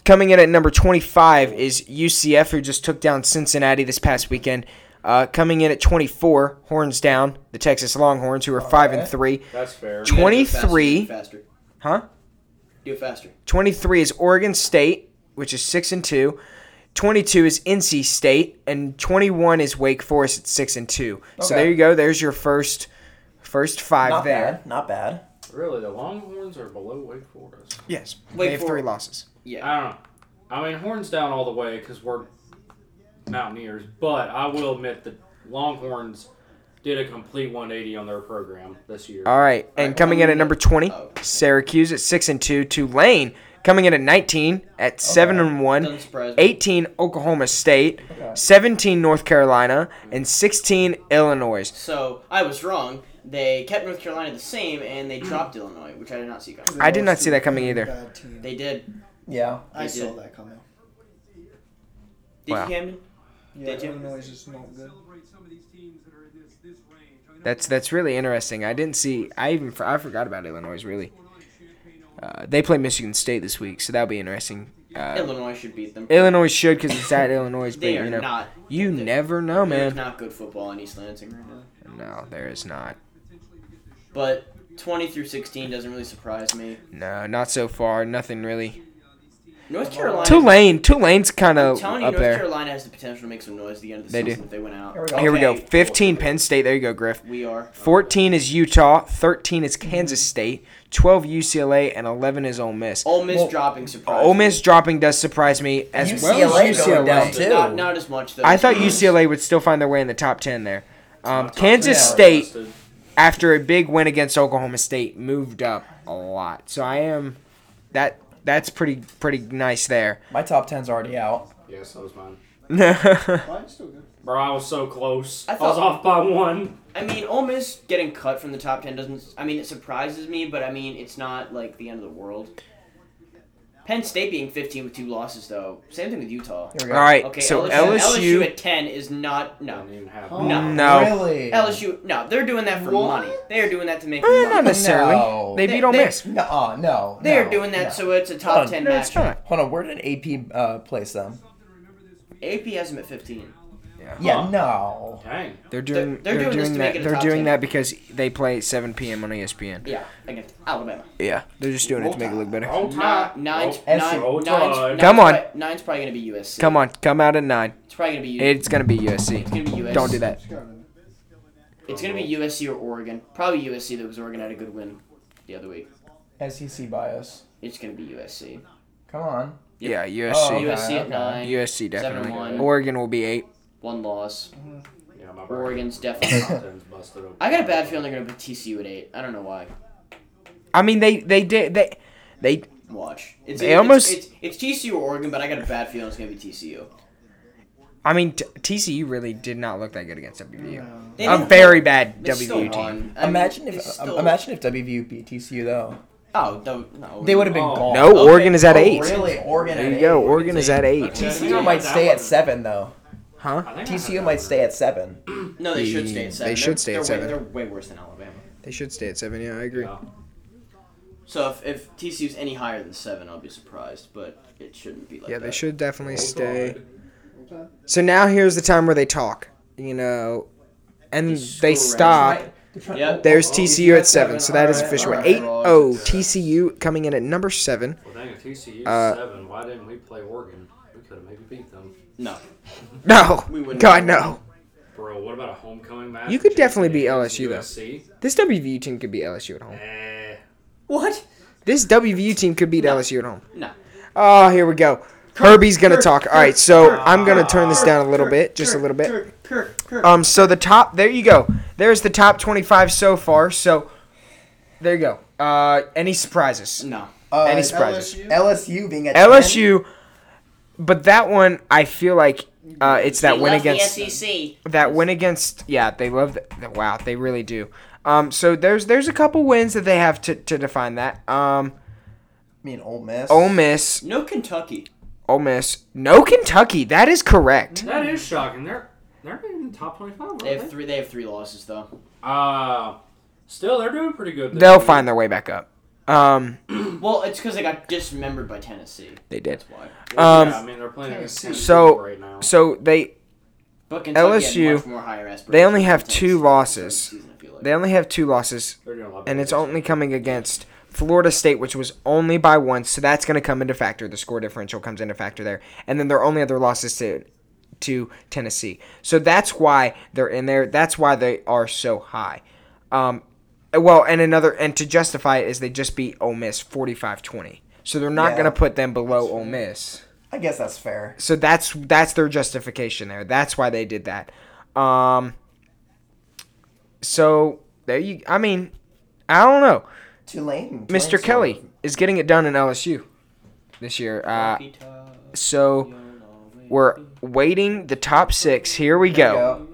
C: Coming in at number 25 is UCF, who just took down Cincinnati this past weekend. Uh, coming in at 24, horns down, the Texas Longhorns, who are five and three.
B: that's fair.
D: You gotta do it faster,
C: 23.
D: do it Faster.
C: Huh?
D: Do it faster.
C: 23 is Oregon State, which is six and two. 22 is NC State, and 21 is Wake Forest at six and two. So
E: Okay.
C: there you go. There's your first first five
E: Not
C: there.
E: bad. Not bad.
B: Really, the Longhorns are below Wake Forest.
C: Yes,
D: Wake
C: they have three
D: Forest.
C: losses.
D: Yeah.
B: I don't know. I mean, horns down all the way because we're Mountaineers, but I will admit the Longhorns did a complete 180 on their program this year.
C: All right, and
D: right,
C: coming in at
D: um,
C: number twenty,
D: oh.
C: Syracuse at six and two. Tulane coming in at nineteen at seven and one.
D: Doesn't surprise me.
C: Eighteen Oklahoma State, seventeen North Carolina, and sixteen Illinois.
D: So I was wrong. They kept North Carolina the same, and they dropped Illinois, which I did not see coming.
C: I did not
F: Lost
C: see
F: to
C: that coming
F: a
C: either.
F: bad team.
D: They did.
E: Yeah.
F: I
D: they
F: saw
D: did.
F: that coming.
D: Did
C: Wow.
D: you, Camden?
F: Yeah,
D: Did you?
F: Illinois is not good.
G: celebrate some of these teams that are in this, this range. I know
C: That's that's really interesting. I didn't see. I even for- I forgot about Illinois. Really, uh, they play Michigan State this week, so that'll be interesting. Uh,
D: Illinois should beat them.
C: Illinois should because it's at Illinois, but
D: They are
C: you know,
D: not.
C: you never know,
D: There's
C: Oh, man.
D: not good football in East Lansing right now.
C: No, there is not.
D: But 20 through 16 doesn't really surprise me.
C: No, not so far. Nothing really.
D: North Carolina.
C: Tulane, Tulane's kind
D: I'm
C: of
D: telling you,
C: up
D: North
C: there.
D: Carolina has the potential to make some noise at the end of the
C: They
D: season
C: do.
D: if they went out.
C: Here we go.
D: Okay,
C: 15
D: well,
C: Penn State. There you go, Griff.
D: We are
C: 14 is Utah, 13 is Kansas State, 12 UCLA, and 11 is Ole Miss.
D: Ole Miss
E: Well,
D: dropping surprise.
C: Ole Miss dropping does surprise me as well.
E: UCLA
C: as
E: going down
C: UCLA.
E: too.
D: Not, not as much though.
C: I thought UCLA would still find their way in the top 10 there. Um,
B: Top
C: Kansas
B: ten.
C: State, after a big win against Oklahoma State, moved up a lot. So I am that that's pretty pretty nice there.
E: My top ten's already out.
B: Yes, that was mine.
C: yeah,
B: Bro, I was so close.
D: I
B: I, was
D: thought-
B: off by one.
D: I mean, Ole Miss getting cut from the top ten doesn't. I mean, it surprises me, but I mean, it's not like the end of the world. Penn State being 15 with two losses, though. Same thing with Utah.
E: Here we go.
C: All right,
D: Okay,
C: so
D: LSU,
C: LSU
D: at 10 is not. No.
B: Didn't even have
D: Oh. No.
C: No.
E: Really?
D: LSU, no, they're doing that for money. They are doing that to make
C: Eh,
D: money.
C: not necessarily.
E: No.
C: They
D: They-
C: beat Ole
D: they-
C: Miss.
E: No, uh, no.
D: They are
E: no,
D: doing that
E: no.
D: so it's a top
E: Oh,
D: 10
C: No,
D: match.
C: it's not.
E: Hold on, where did AP uh, place them?
D: AP has them at 15.
E: Yeah, no.
B: Dang.
C: They're doing they're,
D: they're doing this
C: doing
D: to
C: that
D: make it a
C: they're
D: top
C: doing
D: team.
C: that because they play at 7 p.m. on E ESPN.
D: Yeah, against Alabama.
C: Yeah, they're just doing it to make it look better.
B: Roll
D: Nine,
B: Tide.
D: nine's,
B: Roll-
D: nine,
B: Roll
D: nine's,
B: Tide.
D: nine's,
C: Come on.
D: probably- Nine's probably going to be USC.
C: Come on, come out at nine.
D: It's probably going to be U-
C: It's gonna be USC.
D: It's going to be USC.
C: Don't do that.
D: It's going to be USC or Oregon. Probably USC, though, because Oregon had a good win the other week.
E: SEC E bias.
D: It's going to be USC.
E: Come on.
C: Yeah,
E: Oh,
C: USC.
E: okay,
D: USC at
E: okay.
D: 9.
C: USC
D: Seven
C: definitely.
D: and one.
C: Oregon will be eight.
D: One loss.
B: Yeah, my brain.
D: Oregon's definitely.
B: Top ten's busted open.
D: I got a bad feeling they're going to put TCU at 8. I don't know why.
C: I mean, they they did they they
D: Watch. It's,
C: They
D: it's-
C: almost-
D: It's, it's, TCU or Oregon, but I got a bad feeling it's going to be TCU.
C: I mean, t- TCU really did not look that good against WVU.
D: They
C: A
D: didn't-
C: very bad
D: they still
C: WVU team.
D: won. I mean,
E: Imagine
D: they
E: if
D: still-
E: imagine if WVU beat TCU though.
D: Oh, no. no
E: They would have been
B: Oh.
E: gone.
C: No,
D: Okay.
C: Oregon is at
E: Oh,
C: eight.
E: Really, Oregon.
C: There
E: at
C: you go.
E: eight.
C: Oregon is at eight.
B: Okay.
E: TCU might stay at seven though.
C: Huh?
B: I think I had
E: TCU
B: that
E: might
B: one.
E: stay at seven.
D: No, they should
C: They-
D: stay
C: they
D: at seven.
C: should
D: They're-
C: stay
D: they're
C: at
D: way-
C: seven.
D: They're way worse than Alabama.
C: They should stay at seven. Yeah, I agree.
B: Yeah.
D: So if, if TCU's any higher than seven, I'll be surprised. But it shouldn't be like
C: Yeah, they
D: that.
C: should definitely
B: Roll
C: stay.
B: Tide.
C: So now here's the time where they talk. You know, and they stop.
D: Yep.
C: There's
B: Oh,
C: TCU at
E: seven.
C: seven, so that is
E: Alright,
C: official.
E: alright.
C: Eight oh, zero TCU coming in at number seven.
B: Well, dang, if TCU's
C: Uh,
B: seven. Why didn't we play Oregon? We could have maybe beat them.
D: No,
C: No,
D: we wouldn't.
C: God no.
B: Bro, what about a homecoming match?
C: You could
B: with Jason
C: definitely beat
B: Daniels
C: LSU,
B: and
C: though.
B: USC?
C: This WVU team could beat LSU at home.
B: Eh.
D: What?
C: This WVU team could beat
D: No.
C: LSU at home.
D: No.
C: Oh, here we go. Herbie's gonna talk. All right, so I'm gonna turn this down a little bit, just a little bit. Um, so the top, there you go. There's the top 25 so far. So there you go. Uh, any surprises?
D: No.
E: Uh,
C: Any surprises?
E: LSU being at
C: LSU, but that one I feel like uh, it's that
D: They
C: win
D: left
C: against
D: the E SEC.
C: that win against. Yeah, they love. The, wow, they really do. Um, so there's there's a couple wins that they have to, to define that. Um,
E: 10. I mean, Ole Miss.
C: Ole Miss,
D: No Kentucky.
C: Ole Miss, no Kentucky. That is correct.
B: That is shocking. They're they're not even top twenty-five. Are
D: They
B: they?
D: have three. They have three losses though.
B: Uh, still they're doing pretty good. this
C: They'll
B: year.
C: find their way back up. Um,
D: Well, it's because they got dismembered by Tennessee.
C: they did.
D: That's why.
B: Well,
C: Um,
B: yeah, I mean they're playing against Tennessee
C: So-
B: right now.
C: So they
D: But Kentucky LSU.
C: LSU,
D: Had much more higher aspirations
C: they only have
D: than Tennessee
C: two
D: at the start of the
C: losses.
D: season, I feel like.
C: They only have two losses,
B: They're doing a lot
C: and
B: better
C: it's
B: this
C: only coming against Florida State, which was only by one, so that's going to come into factor. The score differential comes into factor there, and then their only other losses to to Tennessee. So that's why they're in there. That's why they are so high. Um, well, and another and to justify it is they just beat Ole Miss 45-20. So they're not
E: Yeah.
C: going to put them below Ole Miss.
E: I guess that's fair.
C: So that's that's their justification there. That's why they did that. Um So there you I mean, I don't know.
E: Tulane. Tulane's
C: Mr.
E: still-
C: Kelly is getting it done in LSU this year. Uh so uh, we're waiting the top 6. Here we go.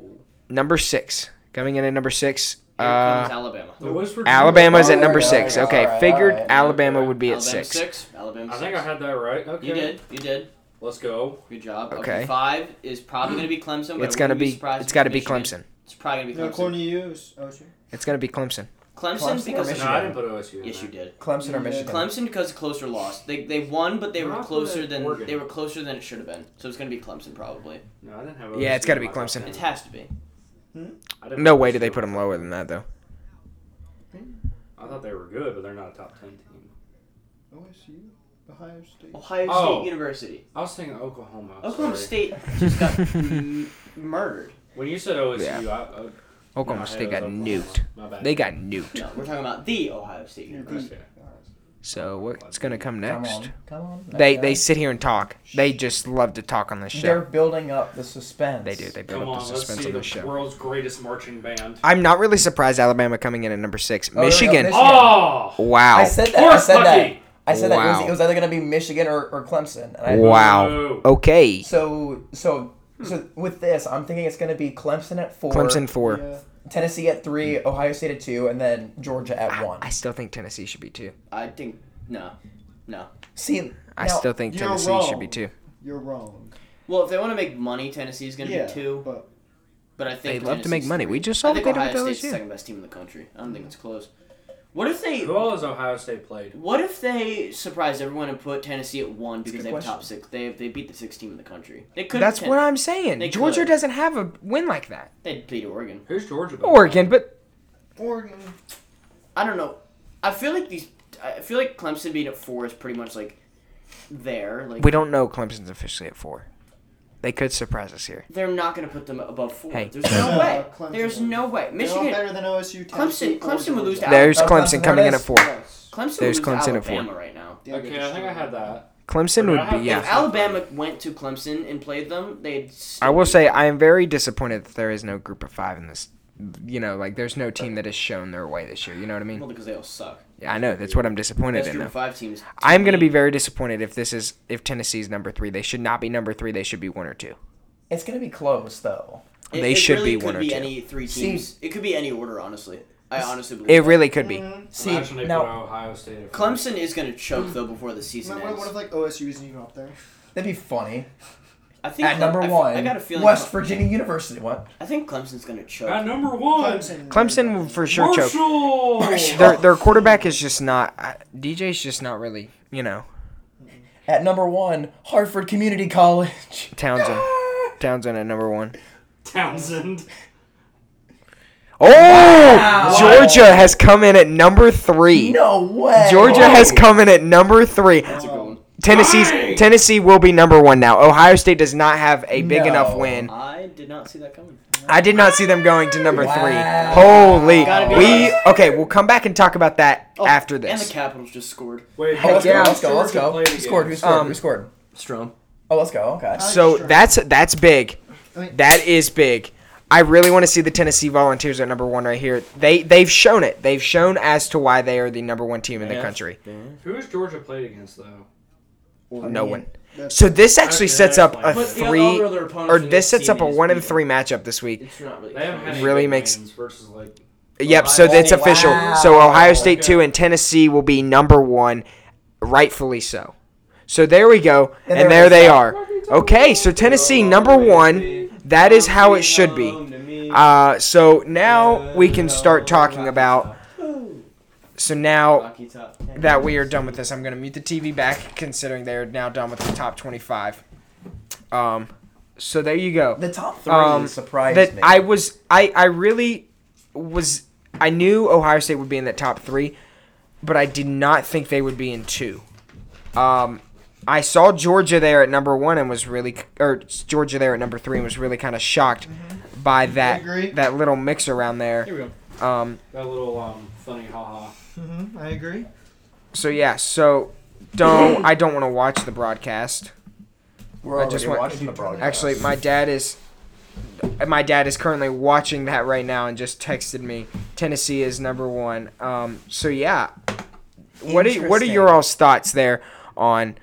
E: Go.
C: Number 6. Coming in at number 6.
D: Here
C: Uh
D: comes Alabama.
B: The West Virginia-
C: Alabama's at
E: Oh,
C: number
E: yeah,
C: 6.
E: yeah,
C: Okay,
E: alright,
C: figured
E: alright.
C: Alabama would be at
D: Alabama
C: 6.
D: Alabama
B: I
D: six.
B: think I had that right. Okay.
D: You did. You did.
B: Let's go.
D: Good job. Okay.
C: Okay.
D: Five is probably going to be Clemson. But
C: It's
D: I
C: going to
D: wouldn't
C: be
D: surprised
C: it's
D: if
C: got to be
D: Michigan-
C: Clemson.
D: It's probably going to be Clemson.
C: It's going to be Clemson.
D: Clemson,
E: Clemson or
D: because
B: No,
E: Michigan?
B: I didn't put OSU. In
D: yes, you
B: there.
D: did.
E: Clemson or Michigan?
D: Clemson because closer loss. They, they won, but they
B: They're
D: were
B: not
D: closer
B: playing
D: than
B: Oregon.
D: they were closer than it should have been. So it's going to be Clemson probably.
B: No, I didn't have. OSU
C: Yeah, it's gotta
B: in
C: be
B: my top
C: Clemson.
B: ten.
D: It has to be.
B: I didn't
C: No
B: have
C: way do
B: OSU.
C: they put them lower than that though.
B: I thought they were good, but they're not a top ten team.
F: OSU? Ohio State.
D: Ohio
B: Oh.
D: State University.
B: I was thinking Oklahoma.
D: Oklahoma
B: sorry.
D: State just got m- murdered.
B: When you said OSU, I, I,
C: Oklahoma
B: my
C: State
B: head
C: got
B: was Oklahoma.
C: nuked.
B: My bad.
C: They got nuked.
D: No, we're talking about the Ohio State University.
B: Okay.
D: Oh.
C: So what's gonna come
E: Come
C: next?
E: on, come on.
C: They
E: Let's
C: they
E: go.
C: sit here and talk. They just love to talk on this
E: They're
C: show.
E: building up the suspense.
C: They do. They build
B: Come
C: up the
B: on, let's
C: suspense
B: see
C: on
B: the
C: this show.
B: world's greatest marching band.
C: I'm not really surprised Alabama coming in at number six.
E: no, no,
C: Michigan.
E: Michigan.
B: Oh,
E: I said that. I
C: Wow.
E: said that.
B: Horse
E: I said that. It was,
C: Wow.
E: it was either going to be Michigan or, or Clemson. And I
C: Wow.
B: Boo.
C: Okay.
E: So so so with this, I'm thinking it's going to be Clemson at four,
C: Clemson four.
E: Tennessee at three, Ohio State at two, and then Georgia at one.
C: I still think Tennessee should be two.
D: I think no, no.
E: See,
C: I
E: now, uh,
C: still think
H: you're
C: Tennessee should be
H: wrong.
C: two.
H: You're wrong.
D: Well, if they want to make money, Tennessee's gonna
H: Yeah,
D: be two.
H: but
D: But I
C: They
D: think
C: love to make
D: Tennessee's
C: money.
D: three.
C: We just saw
D: I
C: what
D: think
C: they did
D: Ohio
C: with
D: State's
C: LSU.
D: second best team in the country. I don't think it's close. What if they?
B: who all has Ohio State played?
D: What if they surprised everyone and put Tennessee at one because
E: a
D: they
E: good
D: have top six? They they beat the sixth team in the country. They could.
C: That's what
D: I.
C: I'm saying.
D: They
C: Georgia
D: could.
C: doesn't have a win like that.
D: They'd beat Oregon.
B: Who's Georgia? been
C: Oregon, but
F: Oregon.
D: I don't know. I feel like these. I feel like Clemson being at four is pretty much like there. Like
C: we don't know Clemson's officially at four. They could surprise us here.
D: they're not going to put them above four.
C: Hey.
D: There's no
H: No,
D: way.
H: Clemson
D: There's
H: would.
D: no way.
H: they're all
D: Michigan.
H: better than OSU. Tennessee,
D: Clemson.
H: or
D: Clemson would lose to
H: Georgia.
C: There's
E: Oh,
C: Clemson
E: Clemson,
C: coming in
E: there
C: at
E: is.
C: four.
H: Yes.
D: Clemson would
C: There's
D: lose to
C: Clemson at four.
D: Alabama right now.
H: They'll get
B: Okay, I think I
H: destroyed.
B: had that.
C: Clemson
B: But I
C: would
B: have
C: be
B: to-
D: If
C: yeah.
D: Alabama went to Clemson and played them, they'd. Still
C: I will say I am very disappointed that there is no group of five in this. You know, like there's no team that has shown their way this year. You know what I
D: Well,
C: mean?
D: because they all suck.
C: Yeah, I know. That's what I'm disappointed
D: Best
C: in
D: group
C: though.
D: of five teams.
C: I'm gonna be very disappointed if this is if Tennessee's number three. They should not be number three. They should be one or two.
E: it's going to be close though.
D: It-
C: they
D: it
C: should
D: really
C: be
D: could
C: one or
D: be
C: two.
D: Any three teams. It could be any order, honestly. I honestly believe.
C: It
D: that.
C: really could be.
F: Mm-hmm.
E: See,
B: Imagine they put
E: now
B: Ohio State at four.
D: Clemson is going to choke though before the season
H: What, what if
D: ends.
H: like OSU isn't even up there?
E: that'd be funny.
D: I think
E: At
D: Cle-
E: number
D: I f-
E: one,
D: I got a feeling.
E: West Virginia University. What?
D: I think Clemson's going to choke.
B: At number one,
C: Clemson will for sure choke.
B: Marshall.
C: Their their quarterback is just not uh, I- DJ's just not really you know
E: At number one, Hartford Community College.
C: Townsend Townsend at number one.
B: Townsend.
C: Oh, Georgia has come in at number three.
E: No way. Oh,
C: Georgia has come in at number three.
D: That's a good one.
C: Tennessee's
B: Nice.
C: Tennessee will be number one now. Ohio State does not have a big
E: No.
C: enough win.
D: I did not see that coming.
C: I did not see them going to number
E: Wow.
C: three.
D: Gotta
C: Holy,
D: be
C: we okay. We'll come back and talk about that
D: Oh,
C: after
D: And
C: this.
D: the Capitals just scored.
B: Wait,
E: Oh, let's
C: Yeah.
E: go. Let's go. Let's
B: Georgia
E: go.
B: played
E: Who scored? Who
B: again.
E: scored?
C: Um,
E: Who scored?
D: Strom.
E: Oh, let's go. Okay.
C: So that's that's big.
F: I mean-
C: That is big. I really want to see the Tennessee Volunteers at number one right here. They they've shown it. They've shown as to why they are the number one team in the
D: Yeah.
C: country.
B: Who has Georgia played against though?
C: No one.
H: That's-
C: So this actually
B: Okay,
C: sets up a
B: that's fine.
D: But the
C: three,
D: other- other opponents
C: or
D: in
C: this sets
D: team
C: up a
D: is
C: one and
D: beating.
C: three matchup this week.
D: It's not really.
B: They haven't had any
C: Really
B: big
C: makes-
B: wins versus like
C: Yep. So that's official. So
E: Wow.
C: Ohio State
B: Okay.
C: two and Tennessee will be number one, rightfully so. So there we go, and, there they are. Okay, so Tennessee number one. That is how it should be. Uh, so now we can start talking about. So now
D: Rocky Top.
C: that we are done with this, I'm going to mute the TV back, considering they are now done with the top 25. Um, so there you go.
E: the top three
C: Um,
E: surprised
C: That
E: me.
C: I was, I, I really was, I knew Ohio State would be in that top three, but I did not think they would be in two. Um, I saw Georgia there at number one and was really, or Georgia there at number three and was really kind of shocked by that
F: agree.
C: that little mix around there.
D: Here we go.
C: Um,
B: that little um funny haha.
F: Mm-hmm, I agree.
C: so yeah, so don't I don't want to watch the broadcast.
E: We're
C: I just
E: already
C: want-
E: watching the broadcast.
C: Actually, my dad is my dad is currently watching that right now and just texted me Tennessee is number 1. Um so yeah. What are what are
E: Interesting.
C: your all's thoughts there on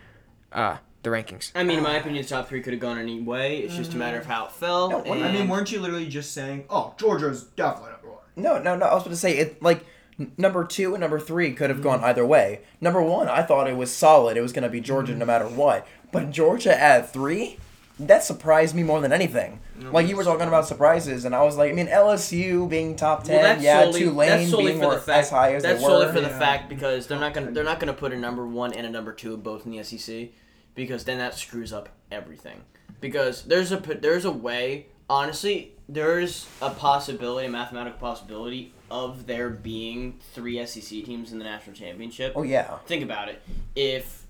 C: uh the rankings?
D: I mean, in my opinion, the top three could have gone any way. It's just a matter of how it fell.
E: No, what-
F: I mean,
D: and-
F: weren't you literally just saying, "Oh, Georgia's definitely number one"?
E: No, no, no. I was about to say it like n- number two and number three could have
D: Mm.
E: gone either way. Number one, I thought it was solid. It was going to be Georgia
D: Mm.
E: no matter what. But Georgia at three, that surprised me more than anything. like you were talking about surprises, and I was like, I mean LSU being top ten,
D: Well, that's
E: yeah,
D: solely, that's
E: Tulane
D: solely
E: being
D: for
E: wor-
D: the fact,
E: as high as
D: that's
E: they
D: solely
E: were.
D: for the
F: yeah.
D: fact because they're not gonna they're not gonna put a number one and a number two both in the SEC because then that screws up everything because there's a p- there's a way honestly there's a possibility a mathematical possibility of there E being three SEC teams in the national championship
E: oh yeah,
D: think about it. If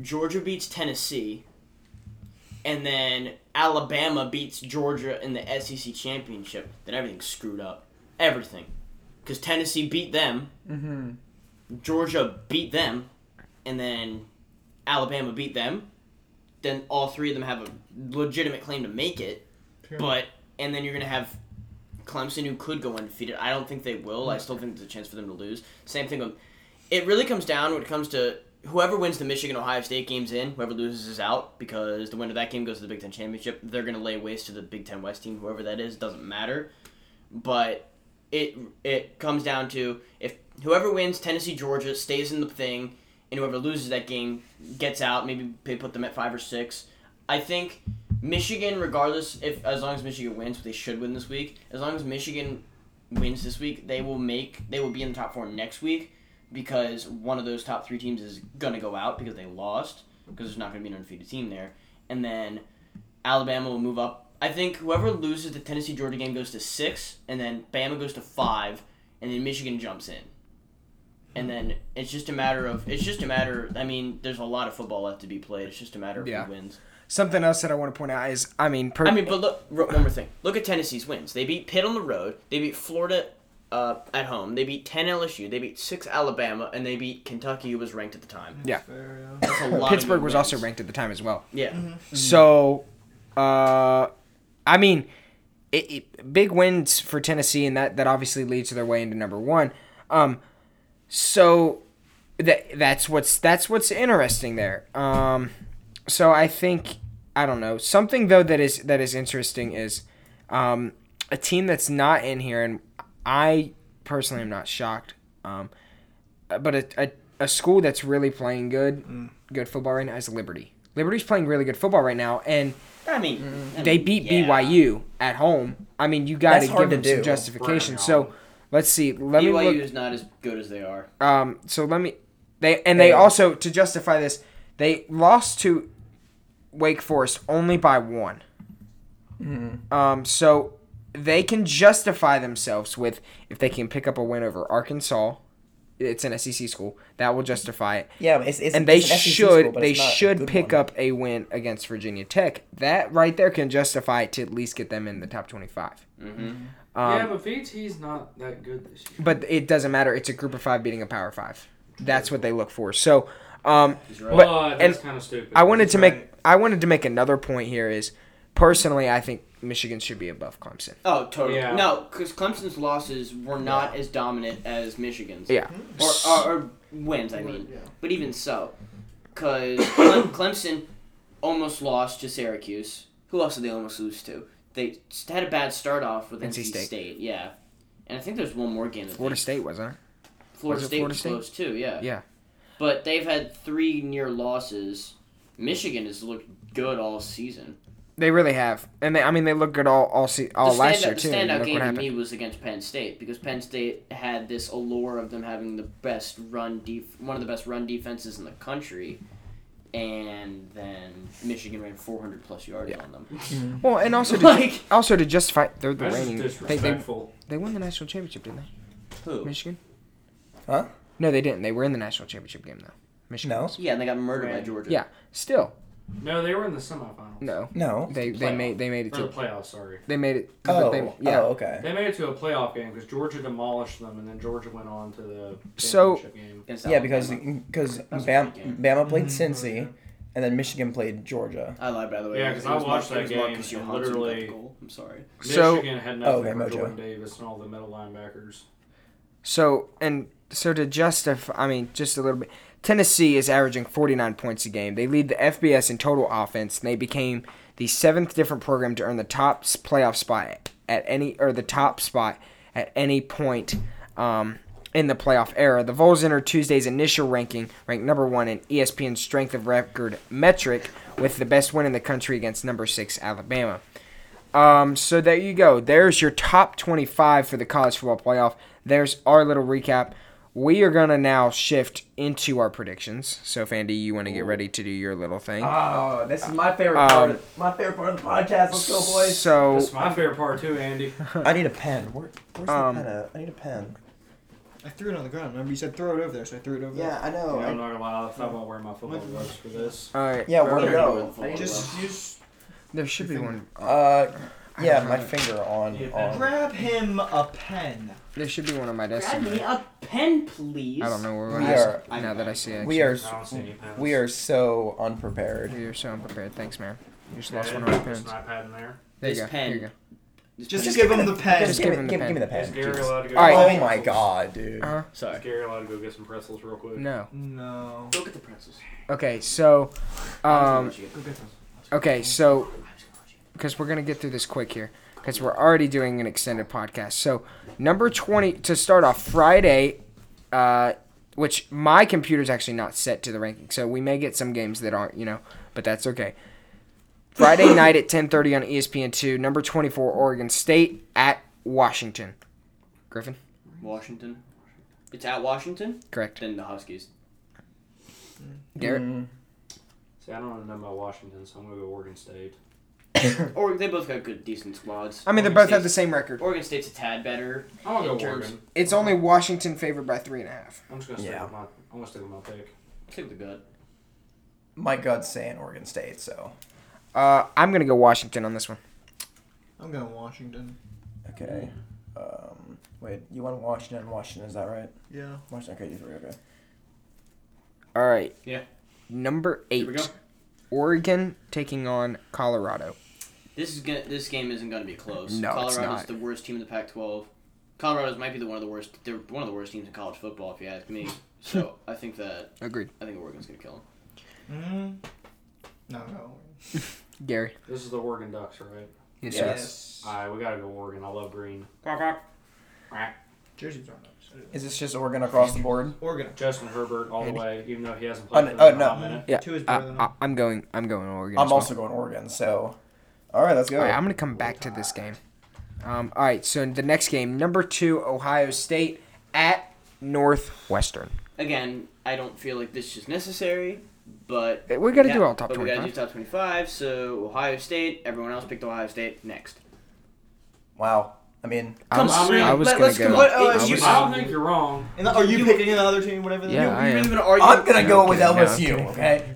D: Georgia beats Tennessee, and then Alabama beats Georgia in the SEC championship, then everything's screwed up. Everything. Because Tennessee beat them,
C: Mm-hmm.
D: Georgia beat them, and then Alabama beat them. Then all three of them have a legitimate claim to make it. But and then you're gonna have Clemson who could go undefeated. I don't think they will. I still think there's a chance for them to lose. Same thing with it really comes down when it comes to whoever wins the Michigan Ohio State games in, whoever loses is out because the winner of that game goes to the Big Ten championship. They're gonna lay waste to the Big Ten West team, whoever that is, doesn't matter. But it it comes down to if whoever wins Tennessee Georgia stays in the thing, and whoever loses that game gets out. Maybe they put them at five or six. I think Michigan, regardless, if as long as Michigan wins, but they should win this week. As long as Michigan wins this week, they will make they will be in the top four next week because one of those top three teams is gonna go out because they lost because there's not gonna be an undefeated team there, and then Alabama will move up. I think whoever loses the Tennessee Georgia game goes to six, and then Bama goes to five, and then Michigan jumps in. And then it's just a matter of it's just a matter. I mean, there's a lot of football left to be played. It's just a matter of
C: Yeah.
D: who wins.
C: Something else that I want to point out is, I mean, per-
D: I mean, but look, ro- one more thing. Look at Tennessee's wins. They beat Pitt on the road. They beat Florida uh, at home. They beat 10 LSU. They beat 6 Alabama. And they beat Kentucky, who was ranked at the time.
C: Yeah.
D: That's a lot of
C: Pittsburgh
D: good
C: was also
D: wins.
C: ranked at the time as well.
D: Yeah.
C: So, uh, I mean, it, it, big wins for Tennessee, and that that obviously leads their way into number one. Um, so that that's what's that's what's interesting there. Um, so I think I don't know something though that is that is interesting is um, a team that's not in here, and I personally am not shocked. Um, but a, a, a school that's really playing good, good football right now is Liberty. Liberty's playing really good football right now, and
D: I mean, I
C: they
D: mean,
C: beat
D: yeah.
C: BYU at home. I mean, you got to
E: That's
C: give
E: hard
C: them
E: to
C: some
E: do.
C: justification.
B: Brown.
C: So let's see. Let me
D: BYU
C: look.
D: is not as good as they are.
C: Um, so let me. They and they
E: Yeah.
C: also to justify this, they lost to Wake Forest only by one.
E: Mm-hmm.
C: Um, so they can justify themselves with if they can pick up a win over Arkansas. It's an SEC school that will justify it
E: Yeah, but it's, it's
C: and they
E: it's an SEC
C: should
E: school, but
C: they
E: it's not a
C: should
E: good
C: pick
E: one.
C: up a win against Virginia Tech. That right there can justify to at least get them in the top twenty five. Um,
B: Mm-hmm. yeah, but VT's not that good this year.
C: But it doesn't matter. It's a group of five beating a power five. That's what they look for. So, um,
B: But, that's kind of stupid.
C: I wanted to make I wanted to make another point here is personally I think Michigan should be above Clemson.
D: Oh, totally.
B: Yeah.
D: No, because Clemson's losses were not as dominant as Michigan's.
C: Yeah.
D: Or, or, or wins, I mean. But even so, because Clem- Clemson almost lost to Syracuse. Who else did they almost lose to? They s- had a bad start off with
C: NC
D: NC,
C: State.
D: State. yeah. And I think there's one more game. that they-
C: Florida State wasn't. it?
D: Florida
C: was it
D: State
C: Florida
D: was
C: State?
D: close too, yeah.
C: Yeah.
D: But they've had three near losses. Michigan has looked good all season.
C: They really have, and they I mean they look good all all se- all
D: the
C: Oh, last
D: standout,
C: year
D: the
C: too. and
D: standout
C: look
D: game
C: what
D: to
C: happened.
D: me was against Penn State because Penn State had this allure of them having the best run def- one of the best run defenses in the country, and then Michigan ran 400 plus yards on them.
C: Well, and also to,
D: Like-
C: also to justify they're the
B: That's just
C: reigning they, they
B: disrespectful.
C: they won the national championship, didn't they?
D: Who?
C: Michigan?
E: Huh?
C: No, they didn't. They were in the national championship game though. Michigan.
E: No,
C: was.
D: Yeah, and they got murdered by Georgia.
C: Yeah. Still.
B: No, they were in the semifinals.
C: No.
E: no.
C: They they
D: Playoff.
C: made they made it
B: Or the
C: to
B: playoffs, sorry.
C: they made it. but
E: Oh,
C: they- yeah.
E: oh, okay.
B: They made it to a playoff game because Georgia demolished them, and then Georgia went on to the
C: So-
B: championship game.
D: Against
E: Yeah, because
D: Alabama.
E: because
D: That's a
E: Bam,
D: good game.
E: Bama played
D: Mm-hmm.
E: Cincy, and then Michigan played Georgia.
D: I lied by the way.
B: Yeah,
D: It was-
B: 'cause I
D: it was
B: watched
D: Mar- it
B: that
D: was
B: game,
D: Marcus
B: and
D: Johansson who got
B: literally-
D: the goal. I'm sorry.
C: So-
B: Michigan had nothing
E: okay,
B: for
E: Mojo.
B: Jordan Davis and all the middle linebackers.
C: So and so to justify, I mean, just a little bit. Tennessee is averaging 49 points a game. They lead the FBS in total offense, and they became the seventh different program to earn the top s- playoff spot at any or the top spot at any point um, in the playoff era. The Vols entered Tuesday's initial ranking, ranked number one in E ESPN's strength of record metric, with the best win in the country against number six Alabama. Um, so there you go. There's your top 25 for the college football playoff. There's our little recap. We are gonna now shift into our predictions. So, if Andy, you want to get ready to do your little thing?
E: Oh, this is my favorite
C: part
E: Of, my favorite part of the podcast. Let's go, boys.
C: So,
B: That's my favorite part too, Andy.
E: I need a pen. Where, where's
C: Um,
E: the pen? At? I need a pen.
F: I threw it on the ground. Remember, you said throw it over there, so I threw it over
E: Yeah, I
B: You
E: know.
B: know,
E: I-
B: I'm not gonna lie, I won't wear my football gloves for this.
C: All right.
E: yeah, where to
D: Already
E: go?
D: went
F: there.
D: full
F: Just use.
C: There should be one.
E: Uh,
C: I
E: yeah,
C: don't
E: my
C: know.
E: finger on
D: Yeah.
E: on.
F: Grab him a pen.
C: There should be one on my desk.
D: Grab me
C: somewhere.
D: a pen, please.
C: I don't know where
E: We
C: it is
E: are-
C: now that I see it.
E: We are
B: I don't see any pens.
E: we are so unprepared.
C: We are so unprepared. Thanks, man. You just
B: Yeah,
C: lost one of my
B: there's
C: pens.
B: an iPad in there.
C: There you
D: This
C: go.
D: pen.
C: Here you go.
F: Just, give him the pen.
C: Just give him the
E: give,
C: pen.
E: me the pen.
B: Is
E: Uh,
B: Gary allowed to go?
C: All right.
E: Oh
C: Alright.
E: my god, dude.
C: Uh-huh.
B: Is
D: Sorry.
B: Gary allowed to go get some pretzels real quick?
C: No.
F: No.
D: Go get the pretzels.
C: Okay, so, um,
D: Go get them.
C: okay, so, because we're gonna get through this quick here, because we're already doing an extended podcast. So, number twenty to start off Friday, uh, which my computer's actually not set to the ranking, so we may get some games that aren't, you know, but that's okay. Friday night at ten thirty on E ESPN two, number twenty four Oregon State at Washington. Griffin,
D: Washington. It's at Washington.
C: correct.
D: Then the Huskies.
C: Garrett,
E: Mm,
B: See, I don't know about Washington, so I'm gonna go Oregon State.
C: Hmm.
D: Or they both got good, decent squads.
I: I mean, they
D: Oregon
I: both have the
D: State's-
I: same record.
D: Oregon State's a tad better.
B: I'm gonna
D: In
B: go
D: terms-
B: Oregon.
I: It's only Washington favored by three and a half.
B: I'm just gonna stick
E: Yeah.
B: with my. I'm gonna stick with my pick.
D: Take the gut.
E: my gut's saying Oregon State, so
C: uh, I'm gonna go Washington on this one.
F: I'm going Washington.
E: okay. Um, wait, you want Washington? and Washington, is that right?
F: Yeah.
E: Washington, okay, you three, okay.
C: All right.
D: Yeah.
C: Number
D: Here we go.
C: eight, Oregon taking on Colorado.
D: This is gonna, this game isn't going to be close.
C: No, it's
D: Colorado's
C: not.
D: the worst team in the Pac-12. Colorado's might be the one of the worst. They're one of the worst teams in college football, if you ask me. So I think that
C: Agreed.
D: I think Oregon's going to kill them.
F: Mm. No, no.
C: Gary.
B: This is the Oregon Ducks, right?
C: Yes,
E: sir. Yes.
F: Yes.
B: All right, we gotta go Oregon. I love green.
F: Jerseys aren't up. so-
E: Is this just Oregon across the board?
F: Oregon.
B: Justin Herbert all the way, even though he hasn't
E: Oh,
B: played
E: no-
B: for them
E: oh,
B: in
E: no.
B: a minute.
C: Yeah.
F: Two is better than
C: I, I, I'm going. I'm going Oregon. as
E: I'm
C: well.
E: also going Oregon, so. Alright, let's go.
C: All right. I'm gonna come back to this game. Um, all right. So the next game, number two, Ohio State at Northwestern.
D: Again, I don't feel like this is necessary, but
C: Eh, We gotta
D: Yeah,
C: do all top
D: but We gotta
C: twenty-five.
D: do top twenty-five. So Ohio State. Everyone else picked Ohio State next.
E: Wow. I mean,
C: I was,
D: Come on,
C: I
D: man.
C: was
D: Let-
C: gonna
D: let's
C: go.
D: go. What-
C: I
D: oh,
C: was-
D: you-
B: I don't think you're wrong.
F: And are you, picking another team, whatever?
C: Yeah,
D: you,
C: I
D: you
C: am.
D: really gonna argue?
E: I'm gonna go
C: I'm
E: with
C: kidding, no, I'm
E: LSU,
C: kidding.
E: okay?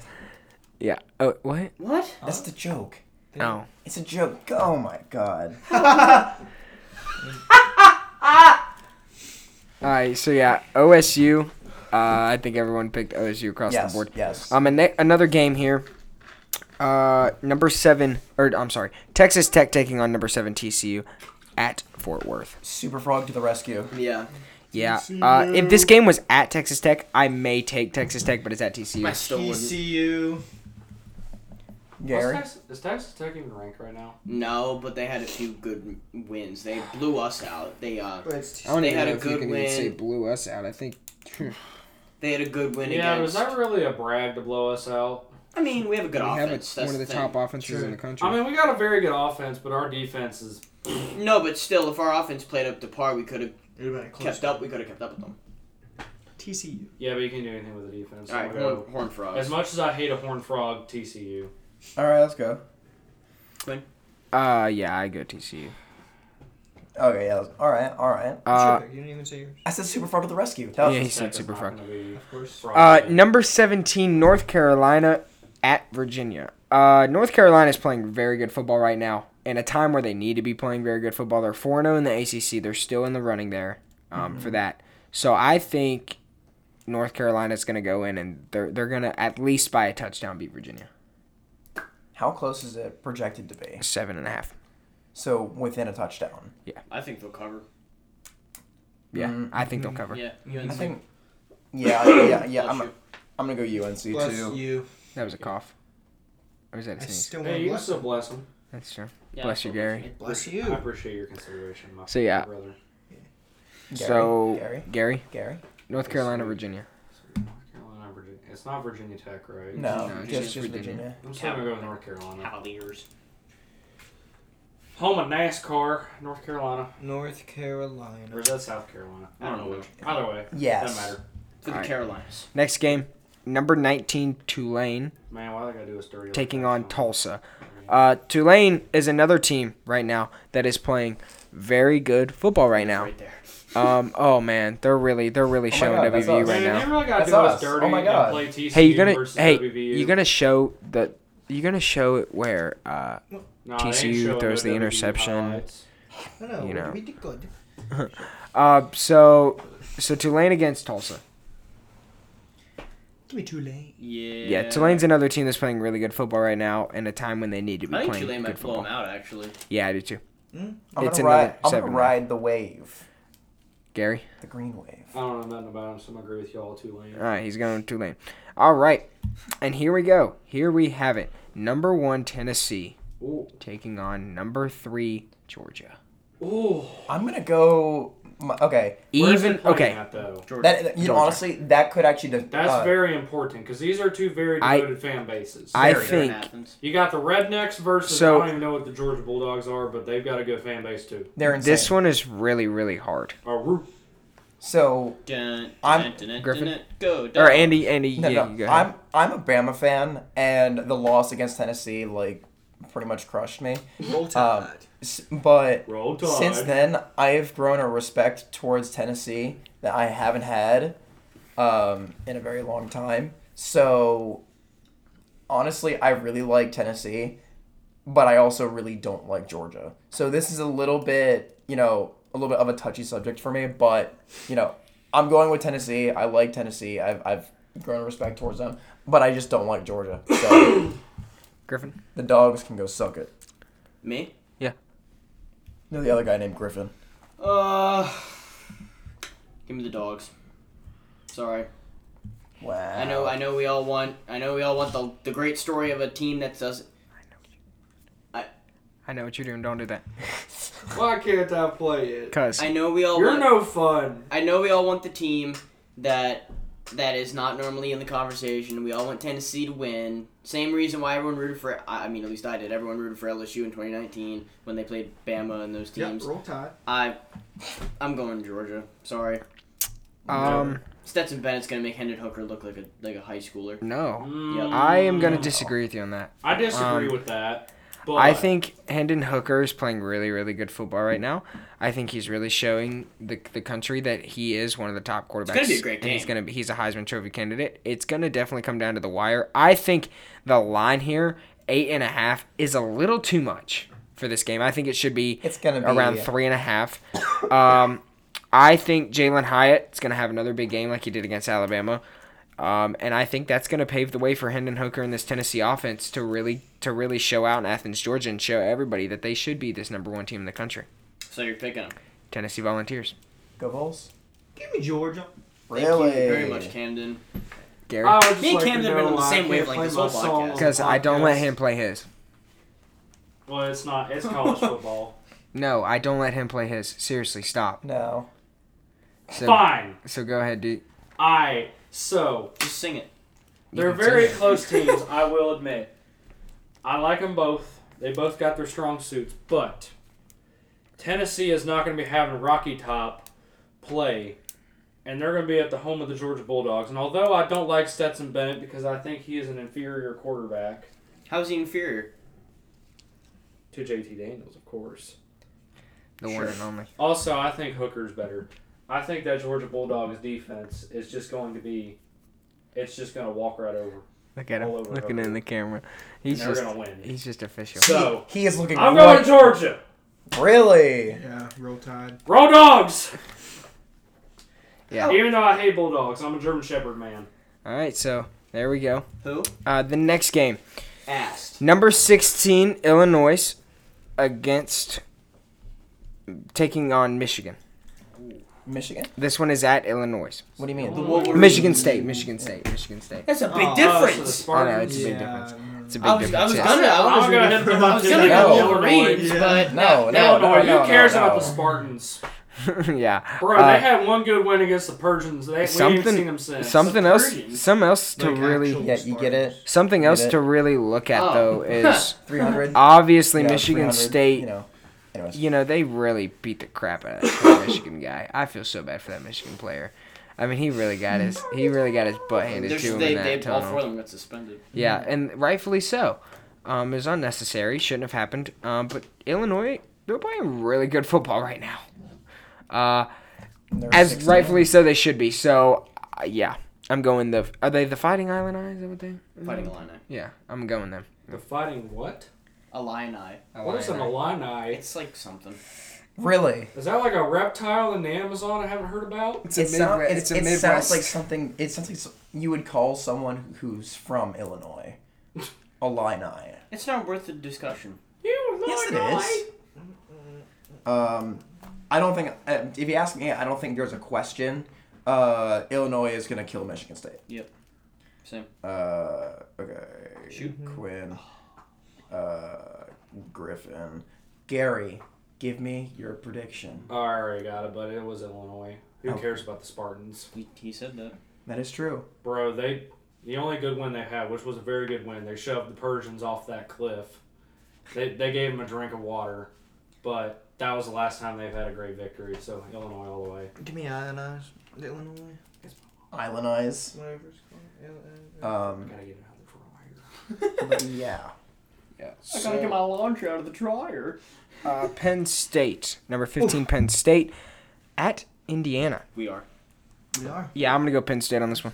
C: yeah. Oh, what?
D: What?
E: That's the joke.
C: No.
E: It's a joke. Oh my god.
C: All right. So yeah, OSU. Uh, I think everyone picked OSU across
E: yes.
C: the board.
E: Yes.
C: Um, and they, another game here. Uh, number seven, or I'm sorry, Texas Tech taking on number seven TCU at Fort Worth.
E: Super Frog to the rescue.
D: Yeah,
C: Yeah. Uh, if this game was at Texas Tech, I may take Texas Tech, but it's at
D: I
C: TCU.
D: still wouldn't.
F: TCU.
B: Is
E: Gary.
B: Texas, is Texas Tech even ranked right now?
D: No, but they had a few good wins. They blew us out. They uh,
F: But it's
C: I don't
D: They
C: even
D: had
C: know
D: a
C: if you
D: good
C: can even say
D: win.
C: blew us out. I think.
D: they had a good win
B: yeah,
D: against.
B: was that really a brag to blow us out?
D: I mean, we have a good
C: we have a,
D: offense.
C: one
D: That's
C: of the
D: thing.
C: top offenses
F: True.
C: in the country.
B: I mean, we got a very good offense, but our defense is.
D: No, but still, if our offense played up to par, we could have
F: It would have been a close.
D: kept up. We could have kept up with them.
F: TCU.
B: Yeah, but you can do anything with a defense.
D: All right,
B: I'm gonna
D: horn, horn
B: go- As
D: frogs.
B: much as I hate a horn frog, TCU.
E: Alright, let's go.
C: uh, yeah, I go TCU.
E: Okay, yeah. let's- Alright, alright.
C: Uh,
F: Sure, you didn't even say yours.
E: I said Super Frog to the rescue. That was
C: Yeah,
E: yeah,
C: he said
B: Tech is
C: super
B: not
C: frog.
B: gonna be frog
C: uh,
B: again.
C: number seventeen, North Carolina at Virginia. Uh, North Carolina is playing very good football right now. In a time where they need to be playing very good football, they're four zero in the ACC. They're still in the running there um, for that. So I think North Carolina's going to go in and they're they're going to at least by a touchdown beat Virginia
E: How close is it projected to be?
C: seven and a half.
E: So within a touchdown.
D: I think they'll cover.
C: Yeah,
E: Mm.
C: I think they'll cover.
D: Yeah,
E: I
D: UNC.
F: Mm-hmm.
E: think. Yeah, yeah, yeah.
D: Bless
E: I'm,
D: you.
E: I'm gonna go UNC
F: Bless
E: too.
F: you.
C: That was a cough. Or was that a
F: I
C: sneeze?
F: still
B: Hey, you can
F: want
B: still
F: to
B: bless him.
C: That's true.
D: Yeah,
C: Bless you,
D: I'll bless
C: Gary.
F: bless
B: I
F: you.
B: appreciate your consideration, my
C: So, yeah.
B: brother.
E: Gary,
C: so
E: Gary,
C: Gary,
E: Gary.
C: North Carolina, Virginia.
B: North Carolina, Virginia. It's not Virginia Tech, right?
E: No,
C: No,
E: just
C: just
E: just
C: Virginia.
E: Virginia.
B: I'm still gonna go with North Carolina.
D: Cavaliers.
B: Home of NASCAR, North Carolina,
F: North Carolina.
B: or is that South Carolina? I
D: I
B: don't
D: don't
B: know
D: know
B: which. Either way, doesn't
E: Mm-hmm. Yes.
B: matter.
D: To the
C: Alright.
D: Carolinas.
C: Next game, number nineteen, Tulane.
B: Man, why they gotta do a dirty? like
C: taking
B: that?
C: on Tulsa. Uh, Tulane is another team right now that is playing very good football right now.
D: Right there.
C: Um, oh man, they're really they're really
D: Oh
E: my
C: showing
E: God, that's
C: WVU
E: us.
C: right
B: Man,
C: now.
B: they really gotta
E: That's
B: do us
E: us.
B: dirty
E: Oh my
B: and
E: God.
B: play TCU
C: Hey, you're gonna
B: versus
C: hey
B: WVU.
C: you're gonna show the you're gonna show it where uh
B: Nah, they ain't
C: TCU
B: showing
C: throws
B: no
C: the
B: WVU
C: interception.
B: highlights.
F: I know.
C: You know.
F: We did good.
C: uh so so Tulane against Tulsa.
F: Give me Tulane.
D: Yeah.
C: Yeah, Tulane's another team that's playing really good football right now in a time when they need to be
D: I think
C: playing
D: Tulane
C: good
D: might blow
C: football.
D: them out actually.
C: Yeah, I do too.
F: Hmm?
E: I'm
C: It's
E: gonna ride.
C: another
E: I'm gonna
C: seven.
E: ride the wave,
C: Gary.
E: the green wave.
B: I don't know nothing about him, so I'm gonna agree with y'all too late.
C: All right, he's going to Tulane. All right, and here we go. Here we have it. Number one Tennessee
B: Ooh.
C: taking on number three Georgia.
B: Ooh.
E: I'm gonna go. My, okay,
B: Where's
C: Even
B: the plane
C: okay,
B: at, though?
E: that you know,
C: Georgia.
E: honestly, that could actually. de-
B: That's
E: uh,
B: very important because these are two very
C: I-
B: devoted fan bases.
C: I
D: They're in
C: think
D: Athens.
B: you got the Rednecks versus
C: So-
B: I don't even know what the Georgia Bulldogs are, but they've got a good fan base too.
E: They're insane.
C: this one is really really hard.
B: Or Ru-
E: So
D: Dun,
E: I'm-
D: dun, dun, dun,
C: Griffin?
D: dun, Go.
C: Or
D: Dun.
C: Andy, Andy,
E: no,
C: yeah,
E: no,
C: you go ahead.
E: I'm I'm a Bama fan, and the loss against Tennessee like pretty much crushed me.
F: Roll
E: Um,
F: Tide.
E: s- but
B: Roll Tide.
E: since then, I have grown a respect towards Tennessee that I haven't had um, in a very long time. So honestly, I really like Tennessee, but I also really don't like Georgia. So this is a little bit, you know, a little bit of a touchy subject for me. But you know, I'm going with Tennessee. I like Tennessee. I've I've grown a respect towards them, but I just don't like Georgia. So
C: Griffin.
E: the dogs can go suck it.
D: Me?
E: No, the other guy named Griffin.
D: Uh. Give me the dogs. Sorry.
E: Wow.
D: I know. I know. We all want. I know. We all want the the great story of a team that does.
C: I know what you're doing. Don't do that.
B: Why can't I play it?
C: Cause
D: I know. We all.
B: You're
D: want,
B: no fun.
D: I know. We all want the team that that is not normally in the conversation. We all want Tennessee to win. Same reason why everyone rooted for. I I mean, at least I did. Everyone rooted for LSU in 2019 when they played Bama and those
F: Yep,
D: teams.
F: roll tide.
D: I. I'm going to Georgia. Sorry.
C: um
D: Stetson Bennett's gonna make Hendon Hooker look like a like a high schooler.
C: no,
B: Mm,
C: I am gonna disagree with you on that.
B: I disagree
C: um,
B: with that. But
C: I think Hendon Hooker is playing really, really good football right now. I think he's really showing the, the country that he is one of the top quarterbacks.
D: gonna be a great
C: and He's
D: game.
C: gonna be, he's a Heisman Trophy candidate. It's gonna definitely come down to the wire. I think the line here, eight and a half, is a little too much for this game. I think it should be
E: It's gonna be
C: around three and a half. Um, I think Jalen Hyatt is gonna have another big game like he did against Alabama. Um, and I think that's going to pave the way for Hendon Hooker and this Tennessee offense to really to really show out in Athens, Georgia, and show everybody that they should be this number one team in the country.
D: So you're picking him.
C: Tennessee Volunteers.
E: Go Bulls.
F: Give me Georgia.
D: Thank you very much, Camden.
C: Gary,
B: I would just
D: Me and
B: like
D: Camden
B: to
D: have been
B: know
D: on the
B: why I
D: same
B: can't
D: wavelength
B: play
D: this whole
B: my song on the
D: podcast.
C: because I don't let
B: podcast.
C: him play his.
B: Well, it's not. It's college football.
C: No, I don't let him play his. Seriously, stop.
E: No.
C: So,
B: Fine.
C: so go ahead, dude.
B: I so
D: Just sing it.
C: You
B: They're
C: can say
B: very
C: that.
B: close teams, I will admit. I like them both. They both got their strong suits, but Tennessee is not going to be having Rocky Top play, and they're going to be at the home of the Georgia Bulldogs. And although I don't like Stetson Bennett because I think he is an inferior quarterback
D: How's he inferior?
B: to JT Daniels, of course.
C: The one
D: Sure.
C: and only.
B: Also, I think Hooker's better. I think that Georgia Bulldogs defense is just going to be, it's just going to walk right over.
C: Look at him
B: All over
C: looking
B: Hooker.
C: in the camera.
B: And
C: He's
B: they're
C: just
B: going to win.
C: he's just official.
B: So
E: He is looking.
B: I'm
E: right-
B: going to Georgia.
E: Really?
F: Yeah, roll tide.
B: Roll dogs.
C: Yeah.
B: Even though I hate bulldogs, I'm a German Shepherd man.
C: All right, so there we go.
D: Who?
C: Uh, the next game.
D: Asked.
C: Number 16, Illinois against taking on Michigan.
E: Michigan?
C: This one is at Illinois.
E: What do you mean?
C: Michigan State, Michigan State, Michigan State.
D: That's a big
F: Oh,
B: Oh, so the
D: difference.
C: I know,
B: Spartans.
C: it's a big
F: Yeah, um,
C: difference.
F: no.
C: It's a big
D: I was,
C: difference.
D: I was
C: yes.
D: gonna, I was,
B: I'm gonna hit them
D: I was
B: up
D: gonna
B: too.
D: go
E: No.
D: Wolverines,
F: Yeah.
D: but
E: No,
B: Illinois,
E: no, no, no,
B: who cares
E: no,
B: about
E: no.
B: the Spartans?
C: yeah.
B: Bro,
C: Uh,
B: they had one good win against the Persians. They, we ain't
C: something-
B: seen them since.
C: something else,
D: Persians.
C: some else to
F: Like actual
C: really,
E: Yeah, you get it.
C: something
E: Get
C: else
E: it?
C: to really look at
D: Oh.
C: though is
E: 300.
C: obviously
E: Yeah,
C: Michigan
E: 300,
C: State.
E: You know. Anyways.
C: you know they really beat the crap out of that poor Michigan guy. I feel so bad for that Michigan player. I mean, he really got his he really got his butt handed
D: There's-
C: to him
D: they,
C: in that
D: they, all
C: tunnel.
D: four of them got suspended.
C: Yeah, and rightfully so. Um, it was unnecessary. Shouldn't have happened. Um, but Illinois, they're playing really good football right now. Uh,
E: They're
C: as
E: 16.
C: rightfully so they should be. So uh, yeah, I'm going the. Are they the Fighting Island Eye? Is that what they?
D: Fighting Illini.
C: Yeah, I'm going them.
B: The fighting what?
D: Illini.
B: What is an Illini?
D: It's like something.
E: oh. Really?
B: Is that like a reptile in the Amazon I haven't heard about?
J: It's a
E: It, sound,
J: Midwest.
E: it,
J: It's a
E: it sounds
J: Midwest.
E: like something. It sounds like s- you would call someone who's from Illinois. Illini.
D: It's not worth the discussion.
B: You
E: Yes, it is. Um, I don't think. Uh, if you ask me, I don't think there's a question. Uh, Illinois is gonna kill Michigan State.
D: Yep. Same.
E: Uh, okay.
D: Shoot.
E: Quinn. Uh, Griffin. Gary, give me your prediction.
B: I already got it, but it was Illinois. Who
E: Oh.
B: cares about the Spartans?
D: He, he said that.
E: That is true.
B: Bro, they the only good win they had, which was a very good win, they shoved the Persians off that cliff. They they gave them a drink of water, but that was the last time they've had a great victory. So Illinois all the way.
F: Give me Illinois, Illinois,
E: Islanize.
F: whatever it's called. Il-
B: I
E: Um,
B: gotta get it out of the drawer here.
E: but yeah.
J: So,
D: my laundry out of the dryer.
C: Uh, Penn State, number 15, Penn State, at Indiana.
D: We are.
F: Il- We are.
C: Yeah, I'm gonna go Penn State on this one.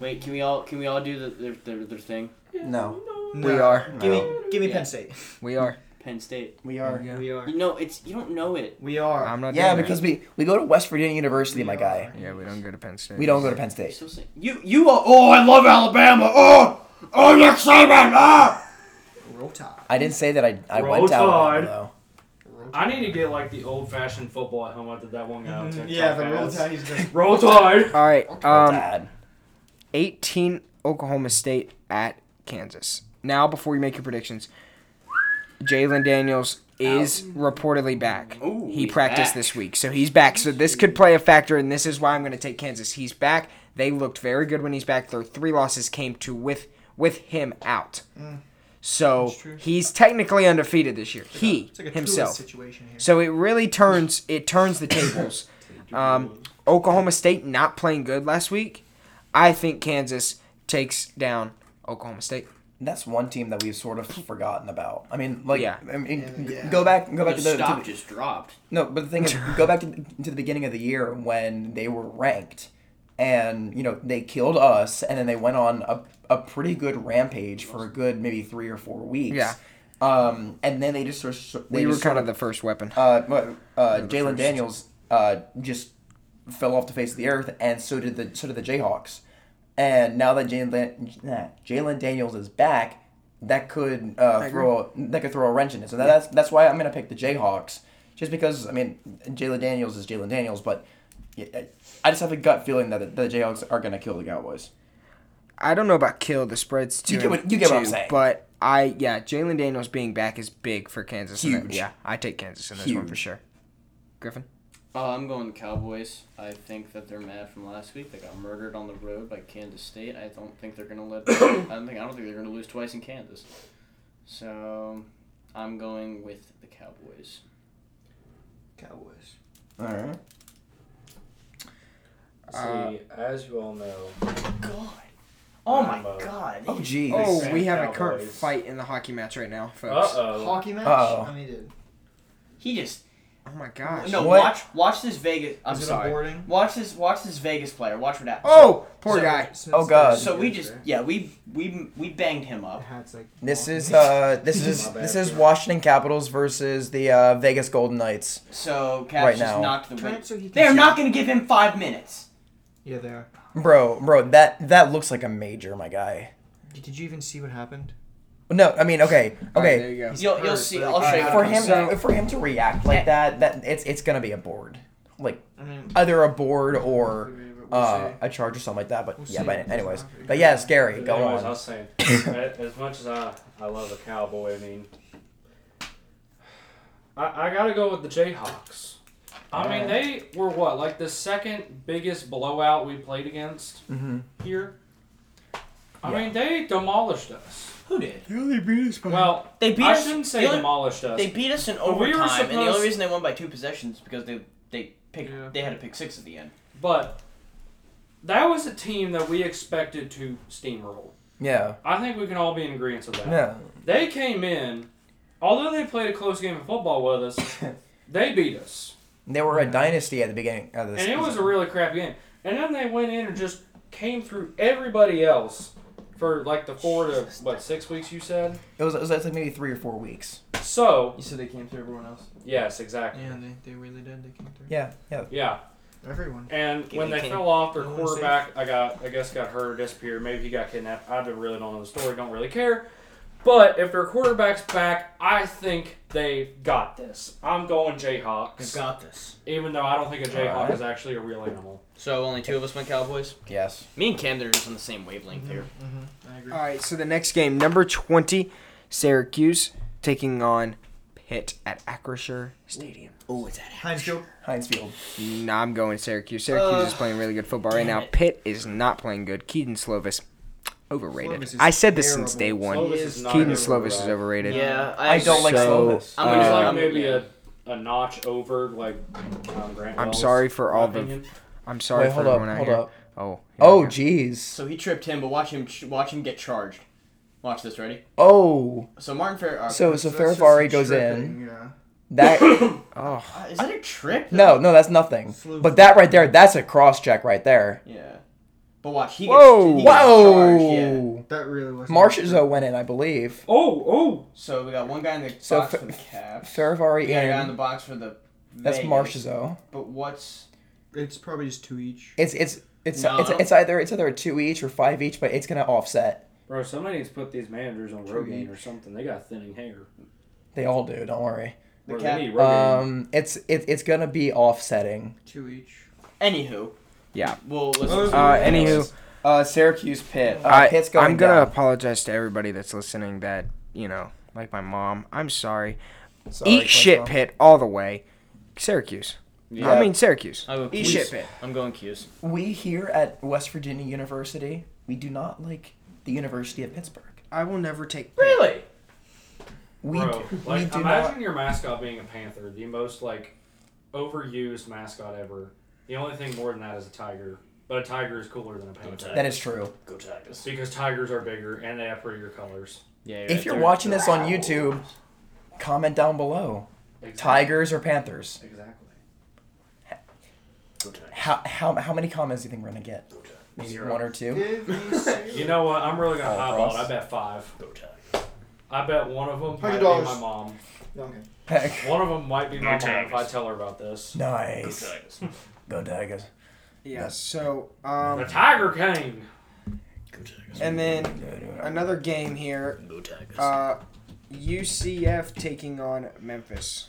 D: Wait, can we all can we all do the their, their, their thing?
E: No.
C: We are.
F: Give
E: No.
F: me, give me
D: Yeah.
F: Penn State.
C: We are.
D: Penn State.
E: We are.
C: Yeah.
F: We are.
D: You know, it's you don't know it.
F: We are.
C: I'm not.
E: Yeah,
C: doing
E: because we, we go to West Virginia University, my guy.
C: that. Yeah, we don't go to Penn State.
E: We don't go to Penn
D: You're
E: State.
D: still saying you you are. Oh, I love Alabama. Oh, oh, Nick Saban. Ah.
F: Roll Tide.
E: I didn't say that I, I
B: Roll
E: went out
B: Tide.
E: though.
B: I need to get like the old fashioned football helmet that that one guy
F: Mm,
B: on TikTok
K: Mm-hmm. Yeah, the roll
B: has.
K: tide is just
B: Roll Tide.
C: All right.
E: Roll
C: Um,
E: Tide.
C: 18, Oklahoma State at Kansas. Now, before you make your predictions, Jalen Daniels is reportedly back.
D: Ooh,
C: he
D: he's
C: practiced
D: back.
C: this week, so he's back. So this could play a factor, and this is why I'm going to take Kansas. He's back. They looked very good when he's back. Their three losses came to with with him out. So
F: Mm. That's true.
C: he's technically undefeated this year. He
F: It's like a
C: himself.
F: himself. situation here.
C: So it really turns it turns the tables. Um, Oklahoma State not playing good last week. I think Kansas takes down Oklahoma State.
E: That's one team that we've sort of forgotten about. I mean, like,
C: Yeah.
E: I mean,
F: Yeah.
E: g- go back, go back to
D: The
E: the, to
D: stock
E: the-
D: just dropped.
E: no. But the thing is, go back to, to the beginning of the year when they were ranked, and you know they killed us, and then they went on a, a pretty good rampage for a good maybe three or four weeks.
C: Yeah.
E: Um, and then they just sort of they
C: We were
E: just sort
C: kind of the first weapon.
E: uh, but, uh,
C: the
E: Jalen
C: first.
E: Daniels uh, just fell off the face of the earth, and so did the so did the Jayhawks. And now that Jalen Dan- nah, Jalen Daniels is back, that could uh, throw a, that could throw a wrench in it. So that, that's that's why I'm gonna pick the Jayhawks, just because I mean Jalen Daniels is Jalen Daniels, but y- I- I just have a gut feeling that the, the Jayhawks are gonna kill the Cowboys.
C: I don't know about kill. The spreads too.
E: You get what- you get what I'm saying.
C: But I yeah, Jalen Daniels being back is big for Kansas. and that-
E: Huge.
C: yeah, I take Kansas in this one for
E: Huge.
C: sure. Griffin.
D: Uh, I'm going Cowboys. I think that they're mad from last week. They got murdered on the road by Kansas State. I don't think they're gonna let. I don't think I don't think they're gonna lose twice in Kansas. So, I'm going with the Cowboys.
F: Cowboys.
E: All right.
C: Uh,
B: See, as you all know,
D: God. Oh my
B: I'm, uh,
D: God.
E: Oh geez.
C: Oh,
B: Big
C: we
B: fan
C: have a current
B: Cowboys.
C: fight in the hockey match right now,
B: uh
C: folks.
B: oh,
F: Hockey match.
E: Uh-oh.
F: I mean, dude.
D: He just
C: Oh my gosh.
D: no.
E: What?
D: Watch watch this Vegas. I'm
F: Is it
D: sorry.
F: a boarding?
D: Watch this. Watch this Vegas player. Watch what happens.
C: Oh, poor
F: So-
C: guy.
F: since
E: Oh, God.
F: there's-
D: So we just yeah we we we banged him
F: The
D: up.
F: hat's like.
E: This
F: walking.
E: is uh this is
B: My bad,
E: this is
B: yeah.
E: Washington Capitals versus the uh, Vegas Golden Knights.
D: So Caps
E: Right
D: just
E: now.
D: knocked the
F: Turn
D: win.
F: it so he can
D: They are
F: see.
D: not going to give him five minutes.
F: Yeah, they are.
E: Bro, bro, that that looks like a major, my guy.
F: Did did you even see what happened?
E: No, I mean, okay,
C: Alright,
E: okay.
C: there you go.
D: You'll you'll
F: hurt,
D: see.
F: but
D: I'll show
F: they-
D: you.
E: for him,
C: So-
E: for him to react like that, that it's it's gonna be a board, like
F: I mean,
E: either a board or
F: We'll
E: uh,
F: see.
E: a charge or something like that. But
F: We'll
E: yeah,
F: see.
E: but anyways, but yeah, it's Gary, go
B: anyways, I
E: on.
B: was saying, a- as much as I, I love a cowboy, I mean, I, I gotta go with the Jayhawks. I mean, they were what like the second biggest blowout we played against
E: Mhm.
B: here. I
E: Yeah. Mm-hmm.
B: mean, they demolished us.
D: Who did?
B: Well,
D: They beat
B: I
D: us.
B: shouldn't say
D: the only-
B: demolished us.
D: They beat us in
B: But
D: overtime,
B: we were
D: and the
B: supposed-
D: only reason they won by two possessions is because they they picked
F: Yeah.
D: they had to pick six at the end.
B: But that was a team that we expected to steamroll.
E: Yeah,
B: I think we can all be in agreement with that.
E: yeah,
B: They came in, although they played a close game of football with us, they beat us.
E: They were a dynasty at the beginning of the
B: and it
E: season.
B: was a really crap game. And then they went in and just came through everybody else for like the four to what six weeks you said.
E: it was it was like maybe three or four weeks.
B: So
D: You said they came through everyone else.
B: yes, exactly.
D: Yeah, they, they really did. They came through.
E: Yeah, yeah.
B: Yeah,
F: Everyone.
B: and
D: Give
B: when
D: me
B: they
D: King.
B: fell off, their
F: No one's
B: quarterback, I got, I guess, got hurt or disappeared. Maybe he got kidnapped. I don't- really don't know the story. Don't really care. But if their quarterback's back, I think they got this. I'm going
D: I've
B: Jayhawks,
D: got this.
B: even though I don't think a Jayhawk
E: Alright.
B: is actually a real animal.
D: So only two of us went Cowboys.
E: Yes.
D: Me and Camden are just on the same wavelength here.
F: I agree.
C: All right, so the next game, number 20, Syracuse taking on Pitt at Acrisure Stadium.
B: Mm-hmm.
D: Oh, it's that.
F: Heinz Field.
E: Heinz Field.
C: No, I'm going Syracuse. Syracuse is
D: Ugh,
C: playing really good football right
D: damn
C: now.
D: it.
C: Pitt is not playing good. Keaton Slovis, overrated.
F: Slovis is
C: I said this since day
F: terrible.
C: one.
B: Slovis
F: is
B: not
C: Keaton
B: a
C: Slovis is
B: quarterback.
C: overrated.
D: Yeah,
E: I don't like
C: So,
E: Slovis.
D: I'm
B: I mean,
D: gonna
B: he's
C: Uh,
B: like maybe a, a notch over like Tom Grant.
C: I'm
B: Wells,
C: sorry for
B: in my
C: all the-
B: opinion.
C: I'm sorry
E: Wait,
C: for
E: hold up,
C: everyone out
E: hold
C: here.
E: up.
C: Oh.
E: Oh
C: yeah.
E: jeez.
D: So he tripped him, but watch him, watch him get charged. Watch this, ready?
E: Oh.
D: So Martin Fair. uh,
E: So so
F: So that's just
E: Ferrari
F: a
E: goes in.
F: tripping, Yeah.
E: That
C: Oh.
D: uh, is that a trip?
E: no, no, that's nothing.
F: Slow.
E: But that right there, that's a cross check right there.
D: Yeah. But watch, he gets,
C: Whoa.
D: he gets charged. Yeah.
E: Whoa.
F: That really was.
E: Marchessault went in, I believe.
B: Oh, oh,
D: So we got one guy in the
E: So
D: box
E: Fa-
D: for the Caps.
E: Ferrari
D: We got a guy in the
E: in.
D: box for the.
E: That's
D: Vegas.
E: Marchessault.
D: But what's
F: It's probably just two each.
E: It's it's it's
D: No, I
E: it's,
D: don't-
E: it's either it's either a two each or five each, but it's gonna offset.
B: bro! Somebody needs to put these managers on Rogaine or something. They got thinning hair.
E: They all do. Don't worry.
D: the
B: Bro,
D: cap?
B: they need Rogaine.
E: Um, it's it, it's gonna be offsetting.
F: Two each.
D: Anywho.
C: Yeah.
D: Well, let's.
C: Uh, anywho,
E: Uh, Syracuse Pitt.
C: I,
E: Uh, Pitt's going
C: I'm gonna
E: down.
C: apologize to everybody that's listening. That you know, like my mom. I'm sorry.
E: Sorry,
C: Eat shit,
E: Clayton.
C: Pitt, all the way. Syracuse. I
E: Yeah.
C: mean Syracuse.
D: I'll go
E: Eat
D: Qs.
E: shit, man.
D: I'm going Q's.
E: We here at West Virginia University, we do not like the University of Pittsburgh.
C: I will never take.
D: Really?
E: We
B: Bro,
E: do,
B: like
E: we do
B: imagine
E: not.
B: your mascot being a panther, the most like overused mascot ever. The only thing more than that is a tiger, but a tiger is cooler than a panther
E: That is true.
D: Go Tigers.
B: because tigers are bigger and they have prettier colors.
D: Yeah.
E: If you're watching this on YouTube, comment down below. Tigers or Panthers?
B: Exactly.
E: How, how, how many comments do you think we're gonna get? Maybe one or two.
F: Give me Syracuse.
B: You know what? I'm really gonna
E: Oh,
B: highball it.
E: Ross.
B: I bet five. I bet one of them might
F: Hundred
B: be my
F: dollars.
B: mom.
F: No, okay.
E: Heck.
B: One of them might be my mom if I tell her about this.
E: Nice. Go Tigers.
C: Yeah. So,
B: The
C: um,
B: tiger came.
C: and then another game here. Uh, UCF taking on Memphis.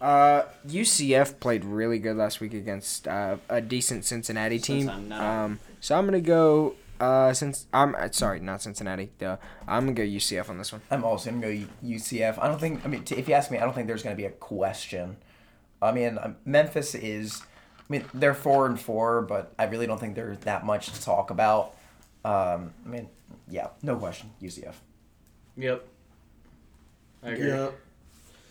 C: Uh, UCF played really good last week against uh, a decent Cincinnati team.
D: Since I'm not-
C: Um, so I'm gonna go. Uh, since I'm uh, sorry, not Cincinnati. Duh. I'm gonna go UCF on this one.
E: I'm also gonna go U- UCF. I don't think. I mean, t- if you ask me, I don't think there's gonna be a question. I mean, um, Memphis is. I mean, they're four and four, but I really don't think there's that much to talk about. Um, I mean, yeah, no question, UCF.
D: Yep.
B: I agree.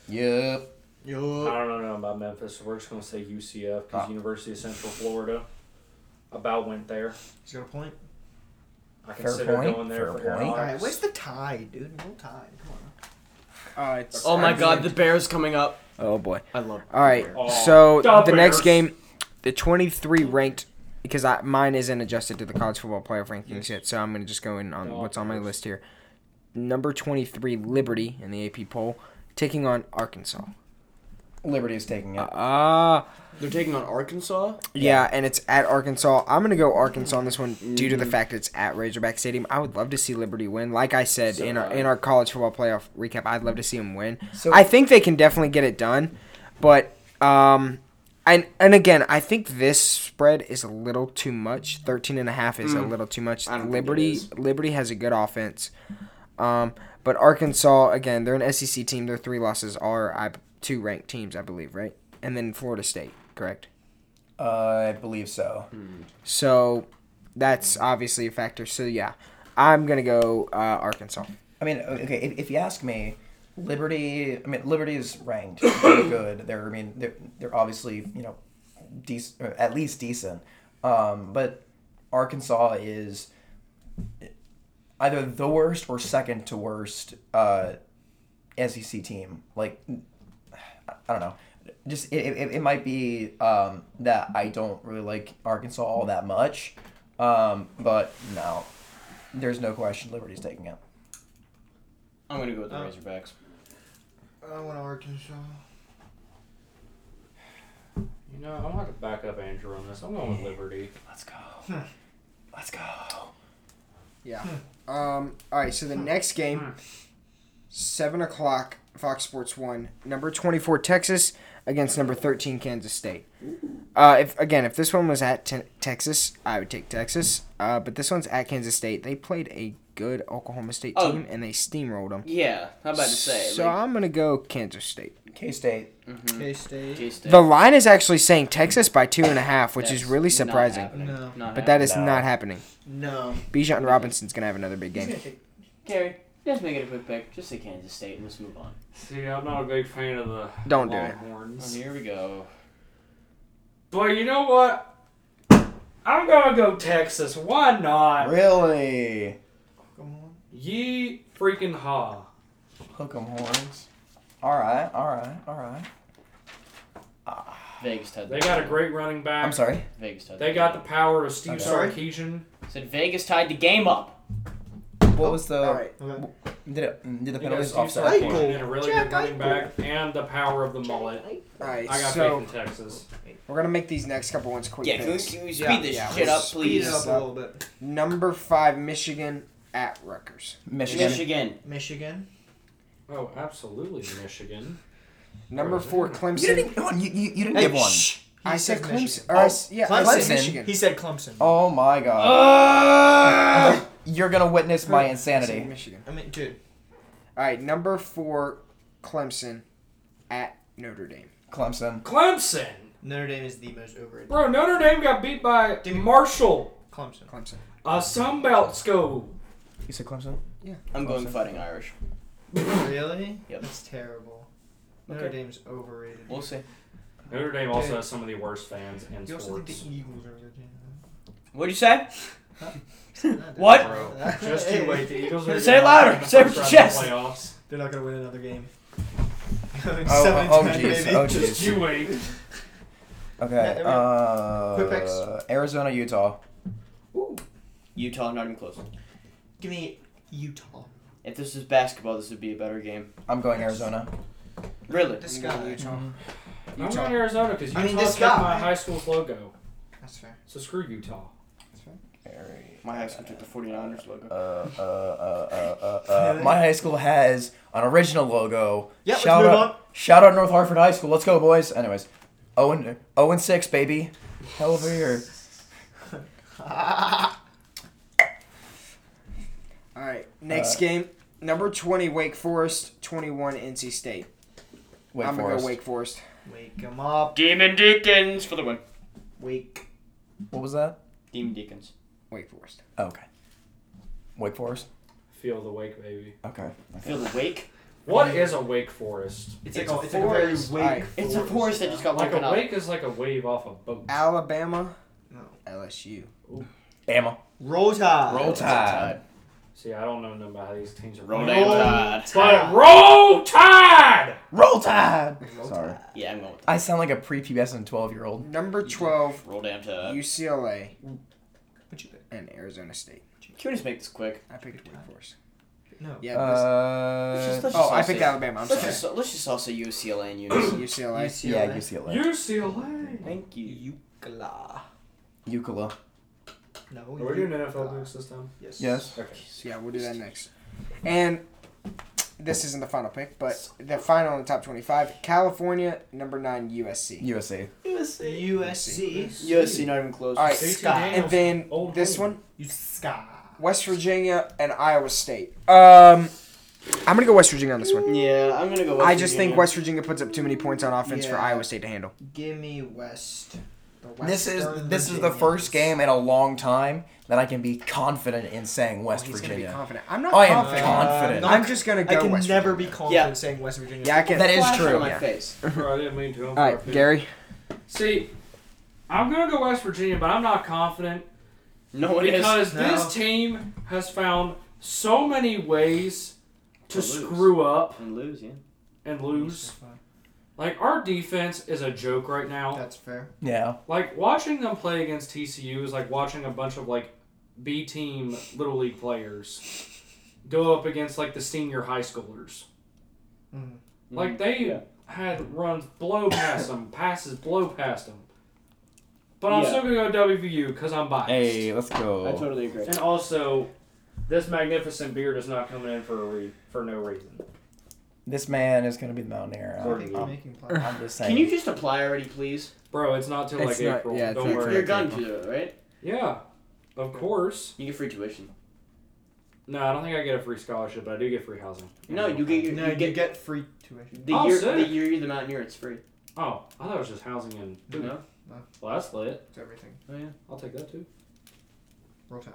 E: Yep.
B: I don't know about Memphis. We're just gonna say UCF because
E: Ah.
B: University of Central Florida about went there.
F: He's got a point.
B: I
E: Fair
B: consider
E: point,
B: going there
E: fair
B: for
E: point.
F: All right,
B: aeronautics.
F: where's the tie, dude? No tie. Come
C: Uh,
F: on.
C: it's,
D: Oh my
C: I
D: God, the
C: mean-
D: Bears coming up.
C: oh boy.
D: I love.
C: All right.
B: Oh,
C: so
B: the
C: the next
B: Bears.
C: game, the 23 ranked because I, mine isn't adjusted to the college football playoff rankings yet. So I'm gonna just go in on
B: Oh,
C: what's on my
B: Bears.
C: list here. Number 23 Liberty in the AP poll taking on Arkansas.
E: Liberty is taking it.
C: Ah,
D: They're taking on Arkansas.
C: yeah. and it's at Arkansas. I'm gonna go Arkansas on this one due
D: Mm-hmm.
C: to the fact it's at Razorback Stadium. I would love to see Liberty win. Like I said
D: So
C: in our
D: would I.
C: in our college football playoff recap, I'd love to see them win.
E: So
C: I think they can definitely get it done, but um and and again, I think this spread is a little too much. 13 and a half is a little too much.
D: Mm. I don't think it
C: Liberty
D: is.
C: Liberty has a good offense. Um but Arkansas again, they're an SEC team. Their three losses are I, two ranked teams, I believe, right? And then Florida State, correct?
E: uh, I believe so.
C: So that's obviously a factor. So yeah, I'm going to go uh, Arkansas.
E: I mean, o- okay, if, if you ask me, Liberty. I mean, Liberty is ranked pretty good. They're, I mean, they're, they're obviously you know, decent, or at least decent. Um, but Arkansas is eh, either the worst or second to E worst uh, SEC team. Like, I don't know. just it, it, it might be um, that I don't really like Arkansas all that much, um, but no, there's no question Liberty's taking it.
D: I'm gonna go with the
F: Oh.
D: Razorbacks.
F: I want Arkansas.
B: You know, I'm gonna have to back up Andrew on this. I'm going with Liberty.
E: Let's go. Let's go.
C: Um. All right. So the next game, seven o'clock, Fox Sports One, number twenty-four Texas against number thirteen Kansas State. Uh, if again, if this one was at te- Texas, I would take Texas. Uh, but this one's at Kansas State. They played a good Oklahoma State
D: Oh.
C: team and they steamrolled them.
D: Yeah, I'm about to say.
C: So
D: like,
C: I'm gonna go Kansas State.
E: K State.
D: mhm.
F: K State.
D: K-State.
C: The line is actually saying Texas by two and a half, which is
D: That's
C: really
D: not
C: surprising.
D: happening.
F: No.
D: Not
C: But that is
E: No.
C: not happening.
F: No.
C: Bijan Robinson's gonna have another big game.
D: Gary, just make it a quick pick. Just say Kansas State and let's move on.
B: See, I'm not a big fan of the
C: Don't do it.
B: Longhorns.
D: Oh, here we go.
B: But you know what? I'm gonna go Texas. Why not?
E: Really?
B: Ye freaking ha.
E: Hook 'em horns. All right. All right. All right.
D: Vegas tied.
B: They
D: the
B: got a
D: game.
B: great running back.
E: I'm sorry.
D: Vegas tied.
B: They got the power of Steve
E: I'm
F: sorry?
B: Sarkisian.
D: game. said Vegas tied the game up.
E: What was the?
C: All right.
F: Okay.
E: Did it? Did the
B: They got
E: penalties
B: Steve
E: offset?
B: Sarkisian and a really
F: Jack
B: good running
F: Eichel.
B: back and the power of the mullet.
C: All right.
B: I got
C: so
B: faith in Texas.
C: we're gonna make these next couple ones quick.
D: Yeah, can we,
C: picks.
D: can we speed
F: Yeah,
D: this
C: yeah,
D: shit
C: we'll
D: up,
C: speed
F: Speed
D: please?
F: it up a little bit.
C: Number five, Michigan at Rutgers.
E: Michigan.
D: Michigan.
F: Michigan.
B: Oh, absolutely, Michigan.
C: Number four, Clemson.
E: You didn't. Hold on, you, you, you didn't give one.
C: I said
F: said
C: Clemson.
F: Michigan. Oh.
C: Or I s- yeah, I
E: Oh, Clemson.
C: said Michigan.
F: He said Clemson.
E: Oh my god. You're gonna witness my
C: I said
E: insanity.
C: Michigan.
F: I mean, dude.
C: All right, number four, Clemson at Notre Dame.
E: Clemson.
B: Clemson!
F: Notre Dame is the most overrated.
B: Bro, Notre Dame got beat by
F: Dude.
B: Marshall,
F: Clemson.
C: Clemson.
B: a Sunbelt school.
E: You said Clemson.
D: I'm going fighting Irish.
F: Really?
D: Yep.
F: That's terrible. Notre
D: Okay.
F: Dame's overrated.
D: We'll see.
B: Notre Dame also has some of the worst fans in
F: You also think
B: sports.
F: the Eagles are your team?
D: What'd you say? What?
B: Bro, just you wait. The Eagles are
D: Say it
B: gonna
D: louder.
B: win the
D: Say it
B: first
D: with
B: round of
D: your
B: playoffs.
F: They're not gonna win another game. Seven
E: oh, oh,
F: times,
E: jeez.
F: maybe.
E: Oh, jeez.
B: Just you wait.
E: Okay.
F: Quick picks.
E: Uh, Arizona, Utah.
D: Utah, not even close.
F: Give me Utah.
D: If this was basketball, this would be a better game.
E: I'm going Arizona.
D: Really?
F: This guy.
E: Mm-hmm.
B: I'm going Arizona because Utah
F: I mean, this
B: kept my
F: guy-
B: high school's logo.
F: That's fair.
B: So screw Utah.
E: Ari-
D: My high school took the 49ers logo.
E: Uh, uh, uh, uh, uh, uh, my high school has an original logo.
F: Yeah, let's
E: shout
F: move
E: out,
F: on.
E: Shout out North Hartford High School. Let's go, boys. Anyways, 0 and, 0 and 6, baby. Hell of a year.
C: All right, next
E: Uh,
C: game, number twenty, Wake Forest. Twenty-one, NC State.
E: Wake
C: I'm gonna
E: Forest.
C: go Wake Forest.
F: Wake 'em up.
D: Demon Deacons for the win.
F: Wake.
E: What was that?
D: Demon Deacons.
C: Wake Forest.
E: Oh, okay. Wake Forest?
B: Feel the wake, baby.
E: Okay.
D: Feel the wake.
B: What is a wake forest?
F: It's,
D: It's
F: like
D: a
F: a, it's like a very
D: forest.
F: wake.
C: Alright.
D: It's a forest that just got
B: Like
D: woken
B: a
D: up.
B: wake is like a wave off a boat.
C: Alabama.
F: No.
C: LSU.
E: Bama.
F: Roll Tide.
E: Roll Tide.
B: See, I don't know nothing about how these teams are
D: Roll
B: running.
D: Tide.
B: But roll tide.
E: Roll Tide!
F: Roll
E: Sorry.
F: Tide.
D: Yeah, I'm going with
E: I sound like a prepubescent 12 year old.
C: Number twelve,
D: Roll damn Tide.
C: UCLA
F: What you pick?
C: and Arizona State.
D: Can we just make this quick?
C: I picked Wake Forest.
F: No.
C: Yeah. this-
D: Let's just-
E: Uh,
C: oh,
D: let's just all
C: I picked
D: say-
C: Alabama. I'm
D: Let's
C: sorry.
D: just, let's just all say UCLA and unison.
C: UCLA.
E: yeah, UCLA.
F: UCLA.
B: UCLA.
D: Thank you.
F: Eucla.
E: Euclid.
F: No.
B: We're doing NFL picks this time.
F: Yes.
E: Yes.
B: Okay.
C: Yeah, we'll do that next. And this isn't the final pick, but the final in the top 25 California, number nine, USC.
E: USA.
D: USC.
F: USC.
D: USC, not even close.
C: All right.
B: JT
F: Scott.
B: Daniels,
C: And then
B: old
C: this
B: home.
C: one
F: USC.
C: West Virginia and Iowa State. Um, I'm going to go West Virginia on this one.
D: Yeah, I'm gonna go. West
C: I just
D: Virginia.
C: think West Virginia puts up too many points on offense for
F: Yeah. Oh,
C: Iowa State to handle.
F: Give me West. The
E: This is
F: Western
E: this is the first game
F: Virginians.
E: in a long time that I can be confident in saying West
C: He's going to be
E: Virginia.
C: confident. I'm not
E: I am
C: confident.
E: confident.
F: Uh,
C: I'm just going to
F: I
C: go
F: can
C: West
F: never
C: Virginia.
F: be confident
D: Yeah.
F: saying West Virginia.
C: Yeah, I can.
E: That is
D: Flash
E: true.
D: On my
E: Yeah.
D: face.
B: Bro, I didn't mean to.
C: All right, Gary.
B: See, I'm gonna go West Virginia, but I'm not confident
D: No one is.
B: because
F: No.
B: this team has found so many ways to
D: To lose.
B: screw up
D: And lose, yeah.
B: and lose Like our defense is a joke right now.
F: That's fair.
E: Yeah.
B: Like watching them play against TCU is like watching a bunch of like B team little league players go up against like the senior high schoolers. Mm-hmm.
F: Mhm.
B: Like they
D: Yeah.
B: had runs blow past them, passes blow past them. But I'm
D: Yeah.
B: still gonna go WVU because I'm biased.
E: Hey, let's
D: I
E: go.
D: totally agree.
B: And also, this magnificent beard is not coming in for a re- for no reason.
E: This man is gonna be the Mountaineer.
F: I think
E: I'm,
F: he's
E: I'm,
F: making plans.
E: I'm just saying.
D: Can you just apply already, please?
B: Bro, it's not till like
C: It's not-
B: April.
C: yeah, it's
B: Don't
C: not
B: worry.
D: You're going to do it, right?
B: Yeah, of course.
D: You get free tuition.
B: No, I don't think I get a free scholarship, but I do get free housing.
D: No, you get your
F: No,
D: you
F: you
D: get
F: get free tuition.
D: the
B: Oh,
D: year
B: sick.
D: the year you're the Mountaineer. It's free.
B: Oh, I thought it was just housing and
D: You
B: food.
D: know?
B: Well, that's lit.
F: It's everything.
B: I'll take that too.
F: Roll tide.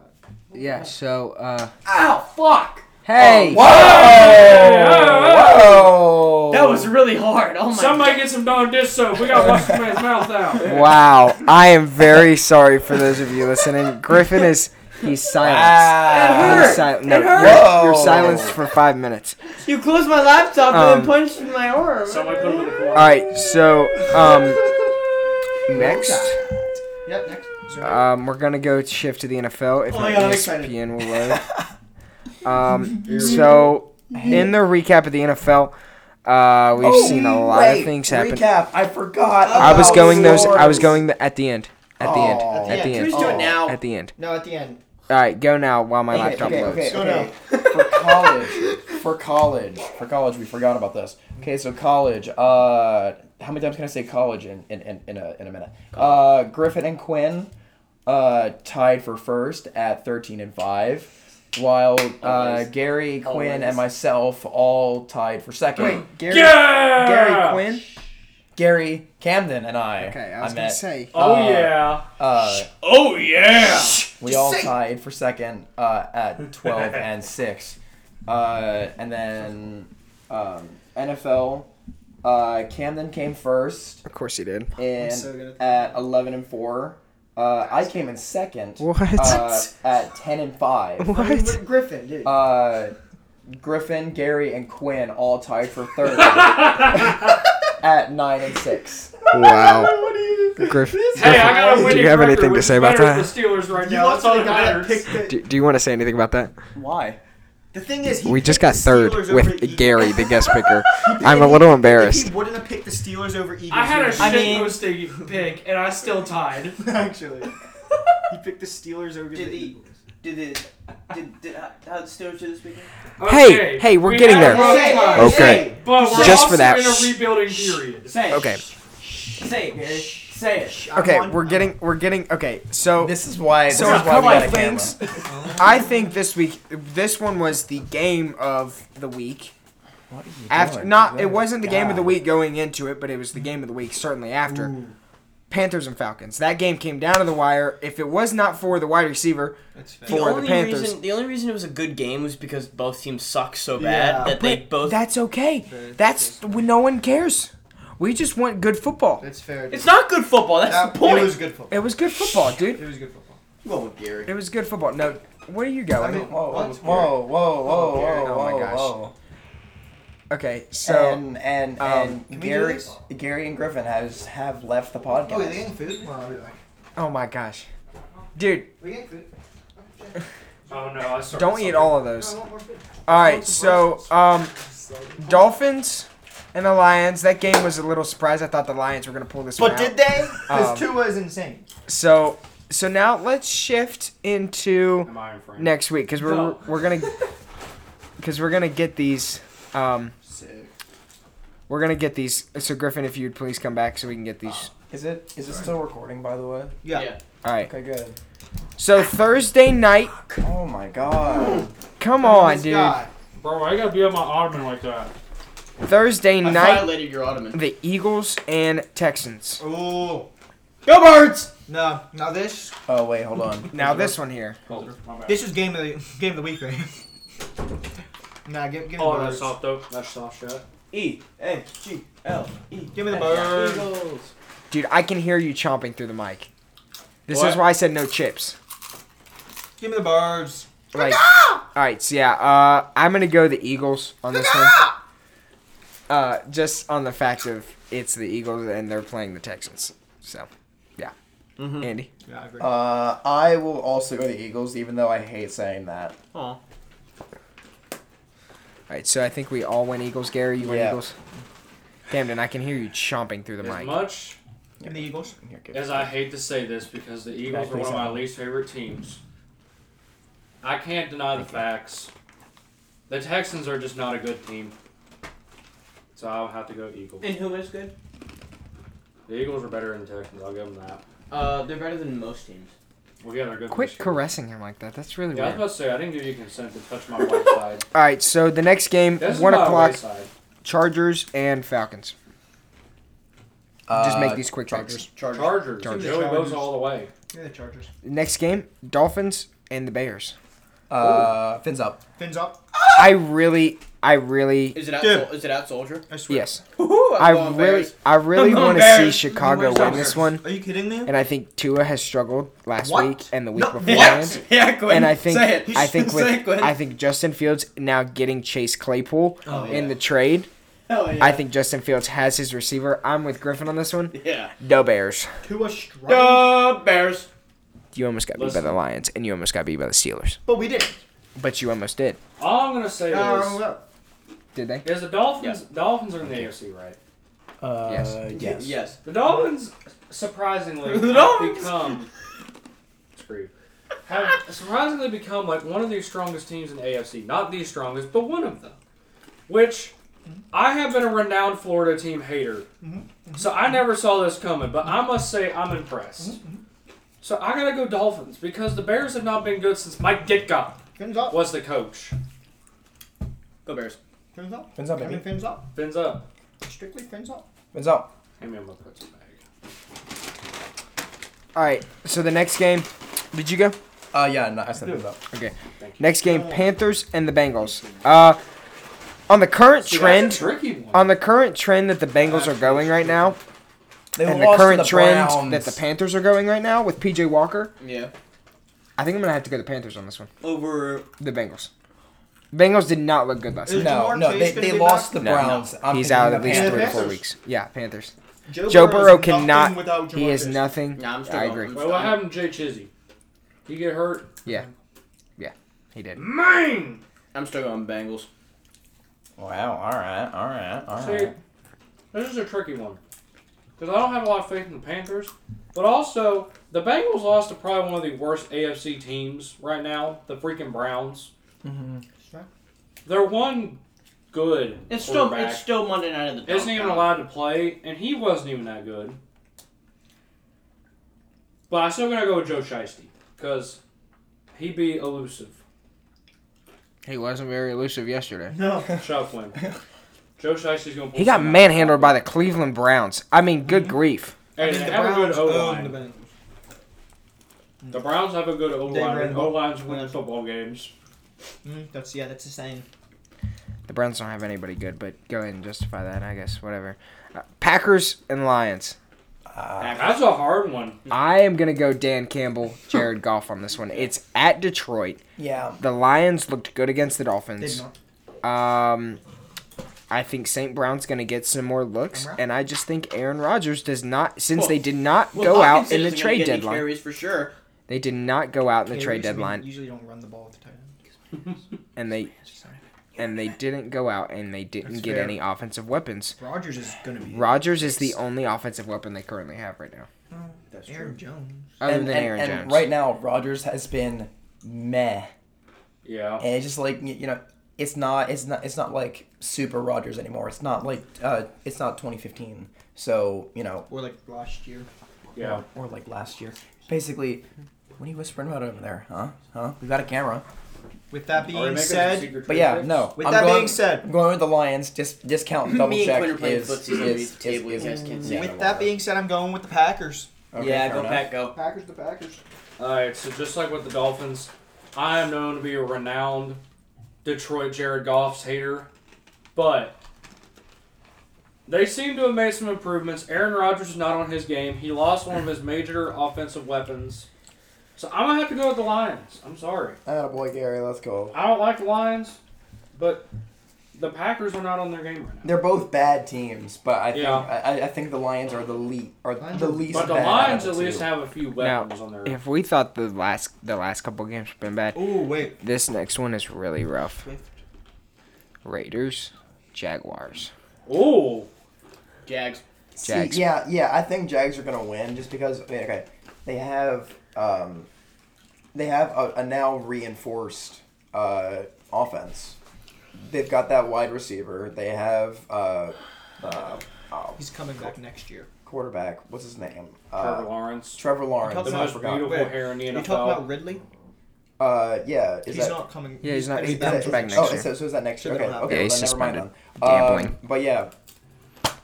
C: Yeah. So. uh
D: Ow! Fuck!
C: Hey.
E: Whoa! Oh, Whoa!
D: That was really hard. Oh my.
B: Somebody get some Dawn dish soap. We got to wash this man's mouth out.
C: Wow. I am very sorry for those of you listening. Griffin is he's silenced.
E: Wow.
C: He's sil- no,
E: hurt.
C: You're, you're
E: Whoa.
C: silenced for five minutes.
D: God. You closed my
C: Um,
D: laptop and then punched my arm.
B: Somebody put him in the
C: All
B: corner.
C: right. So um next.
F: Yep, next. So,
E: Uh,
C: Um, we're gonna go shift to the NFL if
D: Oh
C: not E
D: my God, I'm excited.
C: ESPN will load. um, so in the recap of the NFL, uh, we've
E: Oh,
C: seen a lot
E: wait,
C: of things happen.
E: Recap. I forgot.
C: I was
E: about
C: going those. I was
E: yours.
C: going the, at the end. At the
E: Oh.
C: end. At the
F: Yeah,
C: end.
D: Just do
E: Oh.
D: it now.
C: At the end.
F: no, at the end.
C: All right, go now while my
E: Okay,
C: laptop
E: okay,
C: loads.
E: okay,
F: So
E: okay. for college, for college, for college, we forgot about this. Okay, so college. Uh, how many times can I say college in in, in, in a in a minute? Uh, Griffin and Quinn, uh, tied for first at thirteen and five, while uh,
D: Always.
E: Gary Quinn and
D: Always.
E: myself all tied for second.
L: Wait, Gary,
B: Yeah!
L: Gary Quinn.
E: Gary Camden and I.
C: Okay, I was gonna
E: meant,
C: say.
B: Oh,
E: Uh,
B: yeah.
E: Uh,
B: Oh, yeah.
E: we all tied for second uh, at 12 and 6. Uh, and then um, NFL, uh, Camden came first
C: Of course he did.
E: in,
F: so good
E: at 11 and 4. Uh, I came in second
C: What?
E: uh, at 10 and 5.
C: what?
F: But Griffin, dude.
E: Uh, Griffin, Gary, and Quinn all tied for third at 9 and 6.
C: Wow. Griff,
B: Hey, I got a
C: do
B: winning
C: you have
B: record,
C: anything to
B: which
C: say about
B: matters
C: that?
B: to The Steelers right
F: you
B: now.
F: lost
B: That's
F: to
B: all
F: the
B: that
F: guy that
B: matters.
F: picked the.
C: Do, do you want to say anything about that?
E: Why?
F: The thing is, he
C: We just
F: picked
C: got
F: the
C: third
F: Steelers over the
C: with
F: Eagles.
C: Gary, the guest picker.
F: If
C: I'm a
F: he-
C: little
F: If
C: embarrassed.
F: he wouldn't have picked the Steelers over Eagles,
B: I had a
F: he would've-
B: shit posting pick, and I still tied.
F: actually. He picked the Steelers over the
M: Did he-
F: Eagles.
M: Did it? Did, did how did Steelers do this weekend?
B: Okay,
C: hey, we're
B: we
C: getting
B: had
C: there.
B: a rough time,
C: Okay.
B: But we're
C: Just
B: also
C: for that.
B: in a rebuilding period.
M: Say it.
C: Okay.
M: Say it, Gary. Say it.
C: Okay, we're getting we're getting okay. So
E: This is why. This
C: so
E: is
C: a
E: why we
C: couple
E: got a
C: of
E: camera.
C: things. I think this week this one was the game of the week.
E: What are you
C: After
E: doing?
C: not it
E: Good
C: wasn't the game of the
E: God.
C: week going into it, but it was the game of the week certainly after. Panthers and Falcons. That game came down to the wire. If it was not for the wide receiver,
F: That's fair.
C: For
M: The
C: the
M: only
C: Panthers.
M: reason the only reason it was a good game was because both teams suck so
F: Yeah.
M: bad that they
C: but
M: both.
C: that's okay.
F: Fair.
C: That's when no one cares. We just want good football.
F: That's fair.
M: it's not good football. That's
F: That-
M: the point.
F: It was good football.
C: It was good football, dude.
F: It was good football.
D: Well, with Gary.
C: It was good football. No, where are you going?
F: I mean-
E: Whoa, whoa,
F: What?
E: whoa, Oh, whoa, whoa,
C: Gary,
E: whoa,
C: oh my
E: whoa,
C: gosh.
E: whoa.
C: okay,
E: So,
C: so
E: and and,
C: um,
F: Can
E: and
F: we do
E: Gary,
F: this?
E: Gary and Griffin has have left the podcast.
F: Oh, wait, they getting food? Well, I'll be like,
C: oh my gosh, dude,
F: we getting food?
B: Oh no, I started
C: don't eat
B: something.
C: all of
F: No, I
C: those.
F: want more food.
C: All right, so um, Dolphins and the Lions. That game was a little surprise. I thought the Lions were gonna pull this one out.
F: they? Because
C: Um,
F: two was insane.
C: So so now let's shift into
B: Am I in frame?
C: next week because we're
B: No.
C: we're gonna because we're gonna get these um
F: Sick.
C: we're gonna get these. So Griffin, if you'd please come back so we can get these.
E: Is it is it still recording? By the way.
F: Yeah.
C: All right.
E: Okay, good.
C: So Thursday night.
E: Oh my God.
C: Come on,
F: This
C: dude.
F: guy.
B: Bro, I gotta be on my ottoman like that.
C: Thursday
D: I
C: night.
D: violated your ottoman.
C: The Eagles and Texans.
F: Ooh.
D: Go birds!
F: Oh, No. Now this.
E: Oh wait, hold on.
C: Now this one here.
B: My bad.
F: This is game of the game of the week, right? nah, give, give me
B: Oh,
F: the
B: that's
F: birds.
B: soft though. That's soft shut.
D: E A G L E.
F: Give me the birds.
D: Eagles.
C: Dude, I can hear you chomping through the mic. This is
B: What?
C: why I said no chips.
F: Give me the birds.
C: Like, all right, so yeah, uh, I'm gonna go the Eagles on this one. uh, just on the fact of it's the Eagles and they're playing the Texans. So, yeah.
B: Mm-hmm.
C: Andy,
F: Yeah, I agree.
E: Uh, I will also go the Eagles, even though I hate saying that.
N: Aw.
C: all right. So I think we all went Eagles. Gary, you went
E: Yeah.
C: Eagles. Camden, I can hear you chomping through the
B: As
C: mic.
B: much
F: and the Eagles.
E: Here, give
B: as I hate to say this, because the Eagles are one of my least favorite teams, I can't deny the facts. The Texans are just not a good team. So I'll have to go Eagles.
N: And who is good?
B: The Eagles are better than the Texans. I'll give them that.
N: Uh, they're better than most teams.
B: Well, yeah, they're good.
C: Quit
B: this year.
C: caressing him like that. That's really
B: Yeah, I was
C: weird.
B: about to say I didn't give you consent to touch my white side.
C: All right. So the next game,
B: This is
C: one
B: my
C: o'clock.
B: white side.
C: Chargers and Falcons. Just
E: Uh,
C: make these quick
E: Chargers. Chargers.
C: Chargers.
B: Uh, Chargers.
C: Chargers.
B: Joey
F: Chargers.
B: goes all the way.
F: Yeah, the Chargers.
C: Next game, Dolphins and the Bears.
E: Uh, fins up.
F: Fins up.
C: I really, I really,
D: Is it out?
F: Dude.
D: Sol- is it out, soldier?
F: I swear.
C: yes.
D: Woohoo, I'm
C: I
D: going
C: really,
D: Bears.
C: I really
D: I'm going
C: want to see
D: Bears.
C: Chicago win this one.
F: Are you kidding me?
C: And I think Tua has struggled last
F: What?
C: week and the week
F: No,
C: before.
D: What? Yeah, Quinn.
C: And I think
D: Say it.
C: I think
D: Say it,
C: with
D: Quinn.
C: I think Justin Fields now getting Chase Claypool
D: Oh,
C: in
D: yeah.
C: the trade.
D: Hell yeah.
C: I think Justin Fields has his receiver. I'm with Griffin on this one.
D: Yeah.
C: No Bears.
F: Tua struggling.
D: The Bears.
C: You almost got beat by
B: Listen.
C: the Lions and you almost got beat by the Steelers.
F: But we did.
C: But you almost did.
B: All I'm gonna say
F: Um,
B: is,
F: well,
C: Did they?
B: is the Dolphins. Dolphins are in the AFC, right?
E: Uh,
C: Yes.
E: Yes.
D: Yes.
B: The Dolphins, surprisingly,
D: The
B: have
D: Dolphins.
B: become. Screw you. Have surprisingly become like one of the strongest teams in the AFC. Not the strongest, but one of them. Which I have been a renowned Florida team hater,
D: Mm-hmm.
B: so I never saw this coming. But I must say I'm impressed.
D: Mm-hmm.
B: So I gotta go Dolphins because the Bears have not been good since Mike Ditka
F: Fins up.
B: was the coach.
D: Go Bears.
F: Fins up.
E: Fins up,
F: I mean,
E: baby.
F: fins up.
B: Fins up.
F: Strictly fins up.
E: Fins up.
B: Hand me my pretzel bag.
C: All right. So the next game, did you go?
E: Uh, yeah, no, I said fins up.
C: Next
D: Uh,
C: game, Panthers and the Bengals. Uh, on the current
B: That's a
C: trend,
B: tricky one.
C: on the current trend that the Bengals are going right now,
E: They
C: and the
E: lost to
C: current
E: the
C: trend
E: Browns.
C: that the Panthers are going right now with PJ Walker,
D: Yeah.
C: I think I'm gonna have to go the Panthers on this one.
D: Over.
C: The Bengals. Bengals did not look good last
F: Is
C: night.
E: No,
F: Jamar
E: no,
F: Chase
E: they,
F: gonna
E: they
F: be
E: lost
F: back?
E: the Browns. I'm
C: He's
E: picking
C: out
E: the
C: at least
E: Panthers.
C: three to four
F: Panthers?
C: weeks. Yeah, Panthers.
F: Joe,
C: Joe Burrow
F: is nothing
C: cannot-
F: Without Jamar
C: He is
F: Chase.
C: nothing.
D: Nah, I'm still
C: I
D: going.
C: agree.
B: Wait, what happened to Jay Chizzy? He get hurt.
C: Yeah, yeah, he did.
B: Man.
D: I'm still going Bengals.
E: Wow. All right. All right. All
B: See,
E: right.
B: this is a tricky one because I don't have a lot of faith in the Panthers, but also the Bengals lost to probably one of the worst AFC teams right now, the freaking Browns. Mm-hmm. They're one good
D: It's still
B: quarterback
D: it's still Monday night in the.
B: isn't even
D: doghouse.
B: allowed to play, and he wasn't even that good. But I'm still gonna go with Joe Shiesty because he be elusive.
C: He wasn't very elusive yesterday.
F: No.
B: Shove win. Joe Shiesty's gonna. pull
C: He got
B: some out.
C: manhandled by the Cleveland Browns. I mean, good grief.
B: Hey,
F: I mean,
B: they
F: the
B: have a good
F: Browns
B: O-line.
F: own the Bengals.
B: The Browns have a good O
F: They
B: line.
F: ran
B: and
F: ball.
B: O lines win football games.
F: Mm, that's yeah, that's the same.
C: The Browns don't have anybody good, but go ahead and justify that, I guess. Whatever. Uh, Packers and Lions.
E: Ah.
B: That's a hard one.
C: I am going to go Dan Campbell, Jared Goff on this one. It's at Detroit.
E: Yeah.
C: The Lions looked good against the
F: Did
C: Dolphins.
F: not.
C: Um, I think St. Brown's going to get some more looks,
F: Brown?
C: and I just think Aaron Rodgers does not, since
D: Well-
C: they did not
D: Well,
C: go out
D: Hawkins
C: in the
D: isn't gonna
C: trade
D: get any
C: deadline.
D: Carries for sure.
C: They did not go out in the
F: Carries,
C: trade
F: I mean,
C: deadline,
F: Usually don't run the ball with the tight end.
C: and they and they didn't go out and they didn't
F: That's
C: get
F: fair.
C: any offensive weapons.
F: Rodgers is gonna be
C: Rodgers is the only offensive weapon they currently have right now,
D: That's
F: Aaron Jones.
C: other
E: and,
C: than
E: and-
C: Aaron
E: and
C: Jones.
E: right now, Rogers has been meh,
B: Yeah.
E: and it's just like y- you know, it's not, it's not, it's not like super Rogers anymore. It's not like, uh, it's not 2015. So you know,
F: Or like last year.
B: Yeah.
E: or like last year. Basically, what are you whispering about over there, huh? Huh? We've got a camera.
F: With that
B: Are we
F: being
B: making some
F: said,
B: secret
E: But
B: trade
E: yeah,
B: picks?
E: no.
F: with
E: I'm
F: that
E: going,
F: being said,
E: I'm going with the Lions. Just discount and double
D: Me and
E: check.
D: Quinn are playing
E: is,
D: footsies
E: is,
D: underneath
E: is,
D: the table, you
E: is-
D: guys can't see.
E: yeah.
D: Yeah.
F: with that being said, I'm going with the Packers.
E: Okay,
D: yeah,
E: fair
D: go
E: enough.
D: Pack, go.
F: Packers, the Packers.
B: All right. So just like with the Dolphins, I am known to be a renowned Detroit Jared Goff's hater, but they seem to have made some improvements. Aaron Rodgers is not on his game. He lost one of his major offensive weapons. So I'm gonna have to go with the Lions. I'm sorry.
E: Attaboy, Gary. Let's go.
B: I don't like the Lions, but the Packers are not on their game right now.
E: They're both bad teams, but I think
B: Yeah.
E: I, I think the Lions are the le- are
F: Lions
E: the
F: are-
E: least.
B: But the
E: bad
B: Lions
E: out
B: at
E: of the
B: least
E: two.
B: have a few weapons on their.
C: If we thought the last the last couple games have been bad,
F: Oh wait,
C: this next one is really rough. Raiders, Jaguars.
B: Oh,
O: Jags.
E: See,
C: Jags.
E: yeah, yeah, I think Jags are gonna win just because. I mean, okay, they have um, they have a, a now reinforced uh, offense. They've got that wide receiver. They have uh, uh, oh,
F: he's coming back next year.
E: quarterback. What's his name?
B: Trevor
E: Uh,
B: Lawrence,
E: Trevor Lawrence.
B: the
F: Trevor-
E: I
B: most beautiful
E: forgot.
F: Wait,
B: hair in the
F: Are
B: NFL.
F: you talking about Ridley?
E: Uh, yeah, is
F: he's
E: that
F: not coming.
C: Yeah, he's not-
E: is
C: he
E: that-
C: comes
E: is-
C: back next
E: oh,
C: year.
E: so, so is that next year?
F: So
E: Okay,
F: they don't have-
E: okay,
C: Yeah,
E: well,
C: he's
E: never mind.
C: suspended.
E: then.
C: Gambling.
E: Um, but yeah,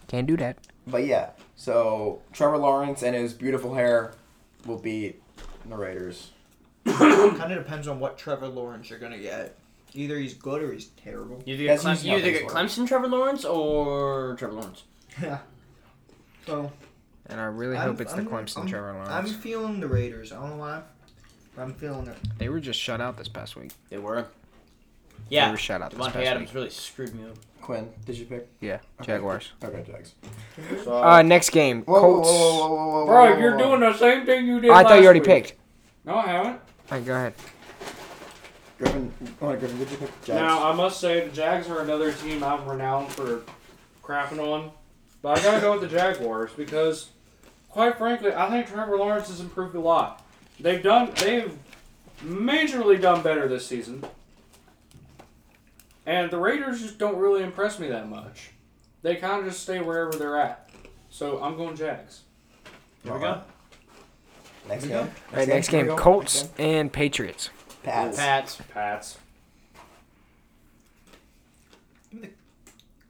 C: Can't do that.
E: But yeah, so Trevor Lawrence and his beautiful hair will beat the Raiders.
F: kind of Oh. depends on what Trevor Lawrence you're gonna get. Either he's good or he's terrible.
D: You think
E: That's
D: Clem-
E: usually
D: you
E: how
D: either
E: things
D: get Clemson Trevor Lawrence or Trevor Lawrence?
F: Yeah. So
C: And I really
F: I'm-
C: hope it's the
F: I'm-
C: Clemson
F: I'm-
C: Trevor
F: I'm
C: Lawrence.
F: feeling the Raiders. I don't know why. but I'm feeling it.
C: they were just shut out this past week.
D: They were.
C: They
D: Yeah.
C: were shut out this
D: Devontae
C: past
D: Adams
C: week.
D: really screwed me up.
E: Quinn, did you pick?
C: Yeah,
E: Okay.
C: Jaguars.
E: Okay, Jags.
C: Uh, next game,
E: Whoa, whoa,
C: Colts.
E: whoa, whoa, whoa, whoa,
B: Bro,
E: whoa, whoa,
B: you're
E: whoa.
B: doing the same thing you did.
C: Oh, I thought
B: last
C: you already
B: week.
C: picked.
B: No, I haven't.
C: All right, go ahead.
E: Griffin. Oh, Griffin, did you pick Jags?
B: Now I must say the Jags are another team I'm renowned for crapping on, but I gotta go with the Jaguars because, quite frankly, I think Trevor Lawrence has improved a lot. They've done they've majorly done better this season, and the Raiders just don't really impress me that much. They kind of just stay wherever they're at. So I'm going Jags.
E: Here we go. Uh-huh. Next
F: Here we
E: game.
C: All right, next
E: Here we
C: game,
E: go.
C: Colts
E: Next game.
C: and Patriots.
E: Pats.
D: Pats.
B: Pats.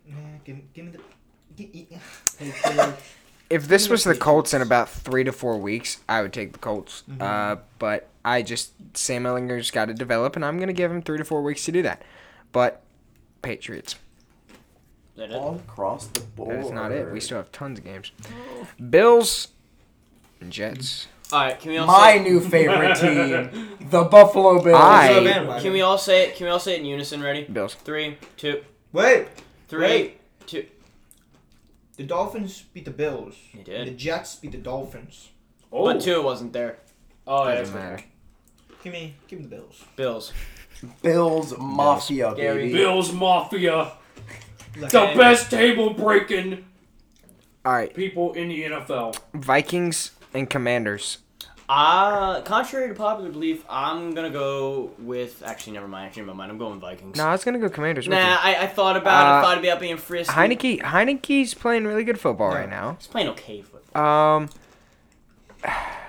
F: Nah, give, give me the. gi- gi-
C: If this was the Colts in about three to four weeks, I would take the Colts.
E: Mm-hmm.
F: Mhm.
C: Uh, but I just Sam Ellinger's got to develop, and I'm going to give him three to four weeks to do that. But Patriots.
D: Is that it?
E: All across the board.
C: That is not it. We still have tons of games.
E: Oh.
C: Bills and Jets.
D: All right. Can we all
E: My
D: say,
E: new favorite team, the Buffalo Bills.
C: I-
F: Go bandwagon.
D: Can we all say it? Can we all say it in unison? Ready?
C: Bills.
D: Three, two,
F: Wait,
D: three.
F: Wait.
D: two.
F: the Dolphins beat the Bills.
D: You
F: The
D: did.
F: Jets beat the Dolphins.
B: Oh,
D: But two wasn't there.
B: oh yeah,
C: Doesn't
B: that's-
C: matter.
F: Give me, give me the Bills.
D: Bills.
E: Bills Mafia,
D: Gary
E: baby.
B: Bills Mafia,
F: Like,
B: the best table breaking
C: All right,
B: people in the NFL.
C: Vikings and Commanders.
D: Uh, contrary to popular belief, I'm gonna go with. Actually, never mind. Actually, never mind. I'm going Vikings.
C: No, I was gonna go Commanders. with
D: Nah,
C: you.
D: I, I thought about it.
C: Uh,
D: I thought about being frisky.
C: Heineke. Heineke's playing really good football right now.
D: He's playing okay football.
C: Um,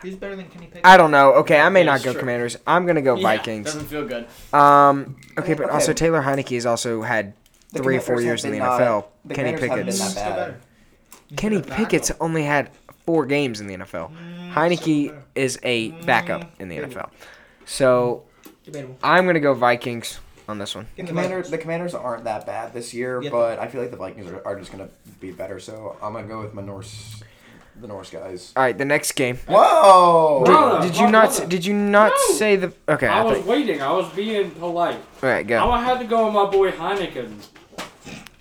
F: Who's better than Kenny Pickett?
C: I don't know. Okay, I may
D: Yeah,
C: not go
D: sure.
C: Commanders. I'm gonna go
D: Yeah,
C: Oh, Vikings.
D: doesn't feel good.
C: Um. Okay, but
E: Okay.
C: also Taylor Heineke has also had
E: The
C: three or four
E: Commanders
C: years in
E: have been
C: the
E: not-
C: NFL.
E: the
C: Kenny
E: Commanders haven't been
C: Pickett's.
E: that
F: Still
E: bad.
F: better. He's
C: Kenny
F: still a backup.
C: Pickett's only had four games in the NFL.
F: Mm, still
C: Heineke
F: better.
C: is a backup in the
F: Mm.
C: NFL. So
F: Debatable.
C: I'm gonna go Vikings on this one.
F: Give me the
E: Commander,
F: Vikings.
E: the Commanders aren't that bad this year,
F: Yeah.
E: but I feel like the Vikings are, are just gonna be better. So I'm gonna go with my Norse, the Norse guys.
C: All right, the next game.
E: Whoa!
B: Bro,
C: Did you
B: fuck
C: not?
B: with
C: s-
B: it.
C: Did you not
B: No.
C: say the? Okay, I,
B: I was
C: think.
B: waiting. I was being polite.
C: All right, go.
B: I had to go with my boy Heineken.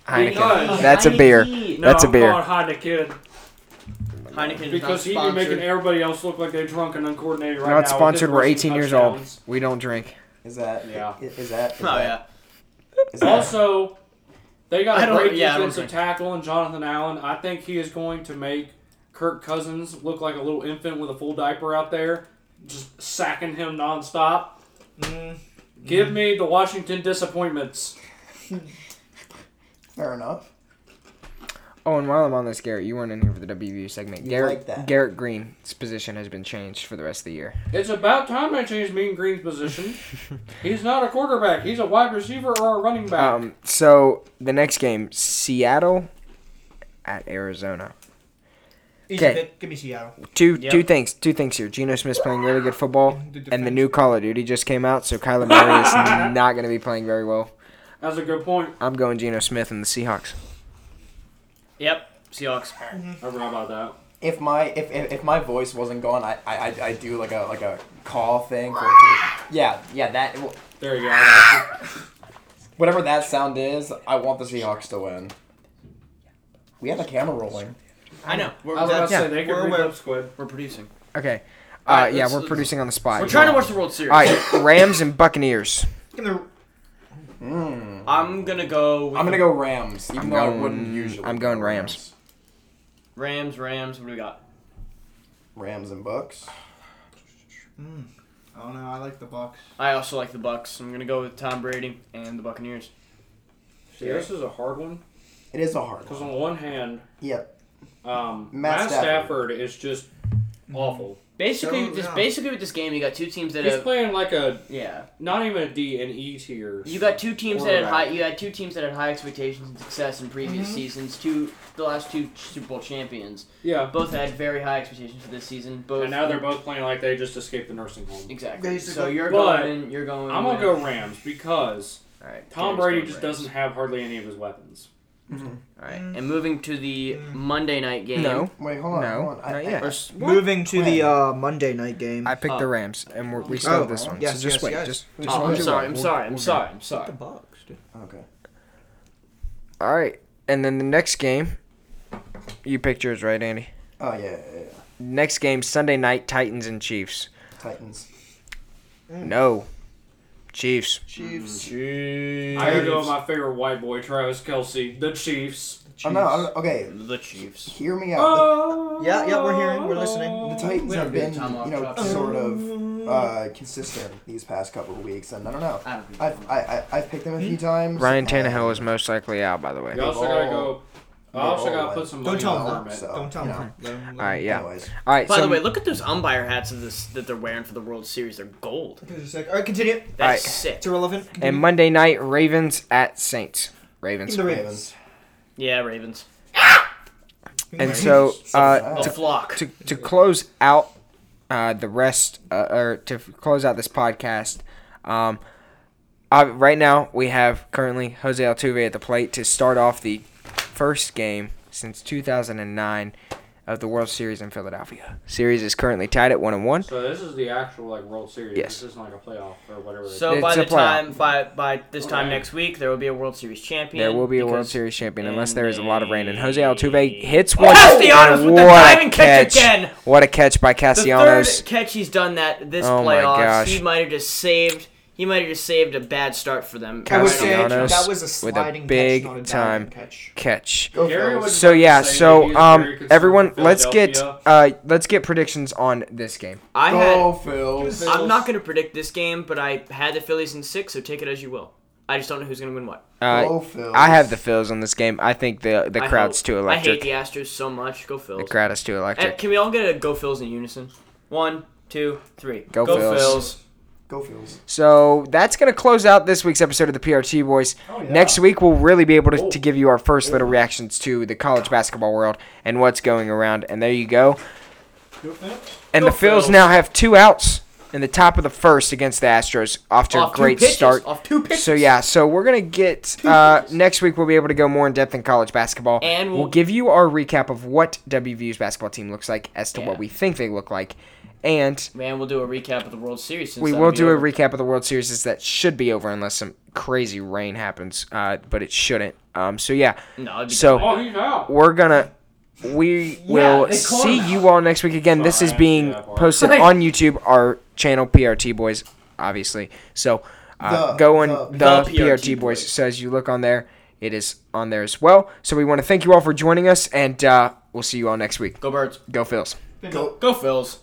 C: Heineken.
B: because-
C: That's a beer.
D: Heineke.
B: No,
C: That's a
B: I'm
C: beer.
B: calling Heineken
D: Heineken is
B: because he
D: not
B: be
D: sponsored.
B: making everybody else look like they're drunk and uncoordinated right
C: We're
B: now. with
C: not
B: his
C: sponsored. We're
B: rushing
C: 18 years old.
B: touchdowns.
C: We don't drink.
E: Is that?
B: Yeah.
E: i- Is that? Is
D: Oh
E: that-
D: yeah.
E: is that-
B: Also, they
D: I
B: got a
D: don't-
B: great
D: yeah, I don't
B: defensive tackle in Jonathan Allen. I think he is going to make Kirk Cousins look like a little infant with a full diaper out there, just sacking him nonstop.
F: Mm,
D: Mm-hmm.
B: Give me the Washington disappointments.
E: fair enough.
C: Oh, and while I'm on this, Garrett, you weren't in here for the WVU segment.
E: You
C: Garrett,
E: like that.
C: Garrett Green's position has been changed for the rest of the year.
B: It's about time I changed Mean Green's position. he's not a quarterback. He's a wide receiver or a running back.
C: Um, so the next game, Seattle at Arizona.
F: easy
C: Okay.
F: pick. Give me Seattle.
C: Two
D: Yep.
C: two things, two things here. Geno Smith's playing really good football,
F: The
C: and the
F: defense.
C: new Call of Duty just came out, so Kyler Murray is not going to be playing very well.
B: That's a good point.
C: I'm going Geno Smith and the Seahawks.
D: Yep. Seahawks.
B: I forgot about that.
E: If my if, if, if my voice wasn't gone, I, I I- I do like a like a call thing. For, for- yeah, yeah. That. Well,
B: There you go.
E: Whatever that sound is, I want the Seahawks to win. We have a camera rolling.
D: I know. We're,
B: I was about to
P: Yeah.
B: say they could
Q: We're
B: read
Q: aware.
B: up Squid.
Q: We're producing.
C: Okay. Uh,
Q: Alright,
C: yeah,
Q: let's-
C: we're
Q: let's-
C: producing on the spot.
Q: We're trying to watch the World Series.
C: All right, Rams and Buccaneers.
F: Give me the
E: Mm.
D: I'm gonna go. With
E: I'm gonna go Rams, even
C: I'm
E: though
C: going-
E: I wouldn't usually.
C: I'm going Rams.
D: Rams. Rams. What do we got?
E: Rams and Bucks.
F: Mm. I don't know. I like the Bucks.
D: I also like the Bucks. I'm gonna go with Tom Brady and the Buccaneers.
B: See, this is a hard one
E: It is a hard
B: because
E: one.
B: on the one hand,
E: Yep.
B: um,
E: Matt
B: Matt,
E: Stafford.
B: Stafford. is just awful.
D: Basically,
F: So,
D: with this
F: yeah.
D: basically with this game, you got two teams that
B: He's
D: have
B: playing like a
D: yeah.
B: not even a D and E tier.
D: You got two teams that had high.
B: Quarterback.
D: You had two teams that had high expectations and success in previous
B: Mm-hmm.
D: seasons. Two the last two Super Bowl champions
B: yeah,
D: both had very high expectations for this season. Both
B: and now they're both playing like they just escaped the nursing home.
D: exactly. So
F: Basically.
D: you're
B: But-
D: going. You're going.
B: I'm gonna
D: with-
B: go Rams because
D: All right,
B: Tom
D: Jared's
B: Brady
D: going
B: just
D: Rams.
B: doesn't have hardly any of his weapons.
D: All right, and moving to the Monday night game.
C: No,
E: Wait, hold on.
C: No,
E: hold on. I-
C: not
E: I-
C: yet.
D: Or s-
F: Moving to the uh, Monday night game.
C: I picked
D: Oh.
C: the Rams, and we're, we still
F: Oh,
C: have this one.
F: yes,
C: so just
F: yes,
C: wait.
F: yes.
C: Just, just
D: Oh,
C: hold
D: I'm
C: your
D: sorry.
C: line.
D: I'm
C: We'll-
D: sorry. I'm
C: we'll-
D: sorry. I'm sorry.
F: Bucks, dude.
E: Okay.
C: All right, and then the next game, you picked yours right, Andy.
E: Oh yeah, yeah, yeah.
C: Next game, Sunday night, Titans and Chiefs.
E: Titans.
C: No, Chiefs.
F: Chiefs.
B: I gotta go with my favorite white boy, Travis Kelsey, the Chiefs.
E: Oh, no, I'm- okay.
D: The Chiefs.
E: Hear me out. The-
B: Oh,
F: Yeah, yeah, we're hearing, we're listening.
E: The Titans
D: We had a
E: have
D: good
E: been,
D: time off
E: you know,
D: track.
E: sort of uh, consistent these past couple of weeks, and I don't know.
D: I don't think
E: I've, I, I, I've picked them
D: Hmm?
E: a few times.
C: Ryan
E: Uh,
C: Tannehill is most likely out, by the way.
B: You also gotta go. I also
E: They've all
B: gotta
E: won.
B: put some
F: Don't
B: money
F: tell
B: on
F: him
B: Hermit.
F: that.
E: so,
F: Don't tell
E: you
F: him.
E: know.
F: Let him- let him-
C: All right, yeah. All
E: Anyways,
C: right.
D: By
C: so
D: the way, look at those umpire hats of this that they're wearing for the World Series. They're gold.
F: Give us a sec. All right, continue.
D: That's
C: Alright.
D: sick.
F: It's irrelevant.
C: and Monday night, Ravens at Saints. Ravens.
F: Give me the
E: Ravens.
D: Yeah, Ravens.
C: And so uh,
E: Oh.
D: The flock.
C: to to close out uh, the rest uh, or to f- close out this podcast, um, uh, right now we have currently Jose Altuve at the plate to start off the first game since 2009 of the World Series in Philadelphia. Series is currently tied at one and one.
B: So this is the actual like World Series.
C: Yes.
B: This isn't like a playoff or whatever. they
D: So
C: It's
D: by
C: a
D: the
C: playoff.
D: time by by this time
B: Alright.
D: next week, there will be a World Series champion.
C: There will be a World
D: because-
C: Series champion
D: and
C: unless there is a lot of rain. And Jose
D: they-
C: Altuve hits
D: Oh,
C: one.
D: Castellanos with the
C: What a
D: diving catch again.
C: What a catch by
D: The
C: Castellanos.
D: third catch he's done that this
C: Oh my
D: playoffs.
C: gosh.
D: He might have just saved. He might have just saved a bad start for them.
F: I would say
C: Castellanos
F: that was a
C: with a
F: sliding
C: big
F: catch, not a
C: time
F: diving catch.
C: Catch.
E: Go
B: Gary
E: Phils.
B: was-
C: So yeah,
B: Say maybe
C: so
B: it's very
C: um,
B: concerned
C: everyone,
B: for
C: let's get
B: Philadelphia.
C: uh, let's get predictions on this game.
D: I had.
E: Go Phils.
D: I'm not going to predict this game, but I had the Phillies in six, so take it as you will. I just don't know who's going to win what.
C: Uh,
E: Go Phils.
C: I have the fills on this game. I think the the
D: I
C: crowd's
D: hope-
C: too
D: I hate
C: electric.
D: the Astros so much. Go Phils.
C: The crowd is too
D: Eh,
C: electric.
D: can we all get a go Phils in unison? One, two, three.
C: Go Phils.
E: Go Phils.
C: So that's gonna close out this week's episode of the PRT Boys. Next week we'll really be able to,
D: Oh.
C: to give you our first little reactions to the college basketball world and what's going around. And there you go. And
D: Go
C: the Phils
D: Phils.
C: now have two outs in the top of the first against the Astros after
D: Off
C: a great
D: two pitches.
C: start.
D: Off two pitches.
C: So yeah, so we're gonna get uh, next week. We'll be able to go more in depth in college basketball,
D: And
C: we'll,
D: we'll-
C: give you our recap of what WVU's basketball team looks like as to
D: Yeah.
C: what we think they look like, and
D: Man, we'll do a recap of the World Series. Since
C: we
D: that'll
C: will
D: be
C: do
D: over.
C: a recap of the World Series as that should be over unless some crazy rain happens, uh, but it shouldn't. Um, so yeah,
D: No, it'd be
C: so
B: Oh, he's out.
C: we're gonna we will see you all next week again this is
B: Sorry, I
C: being
B: forgot that part.
C: posted on youtube our channel prt boys obviously so uh,
E: The-
C: go on
E: the-
C: the,
D: the
C: prt,
D: PRT
C: boys.
D: Boys.
C: so as you look on there it is on there as well so we want to thank you all for joining us and uh, we'll see you all next week
D: go Birds.
C: go phils
D: Go Phils.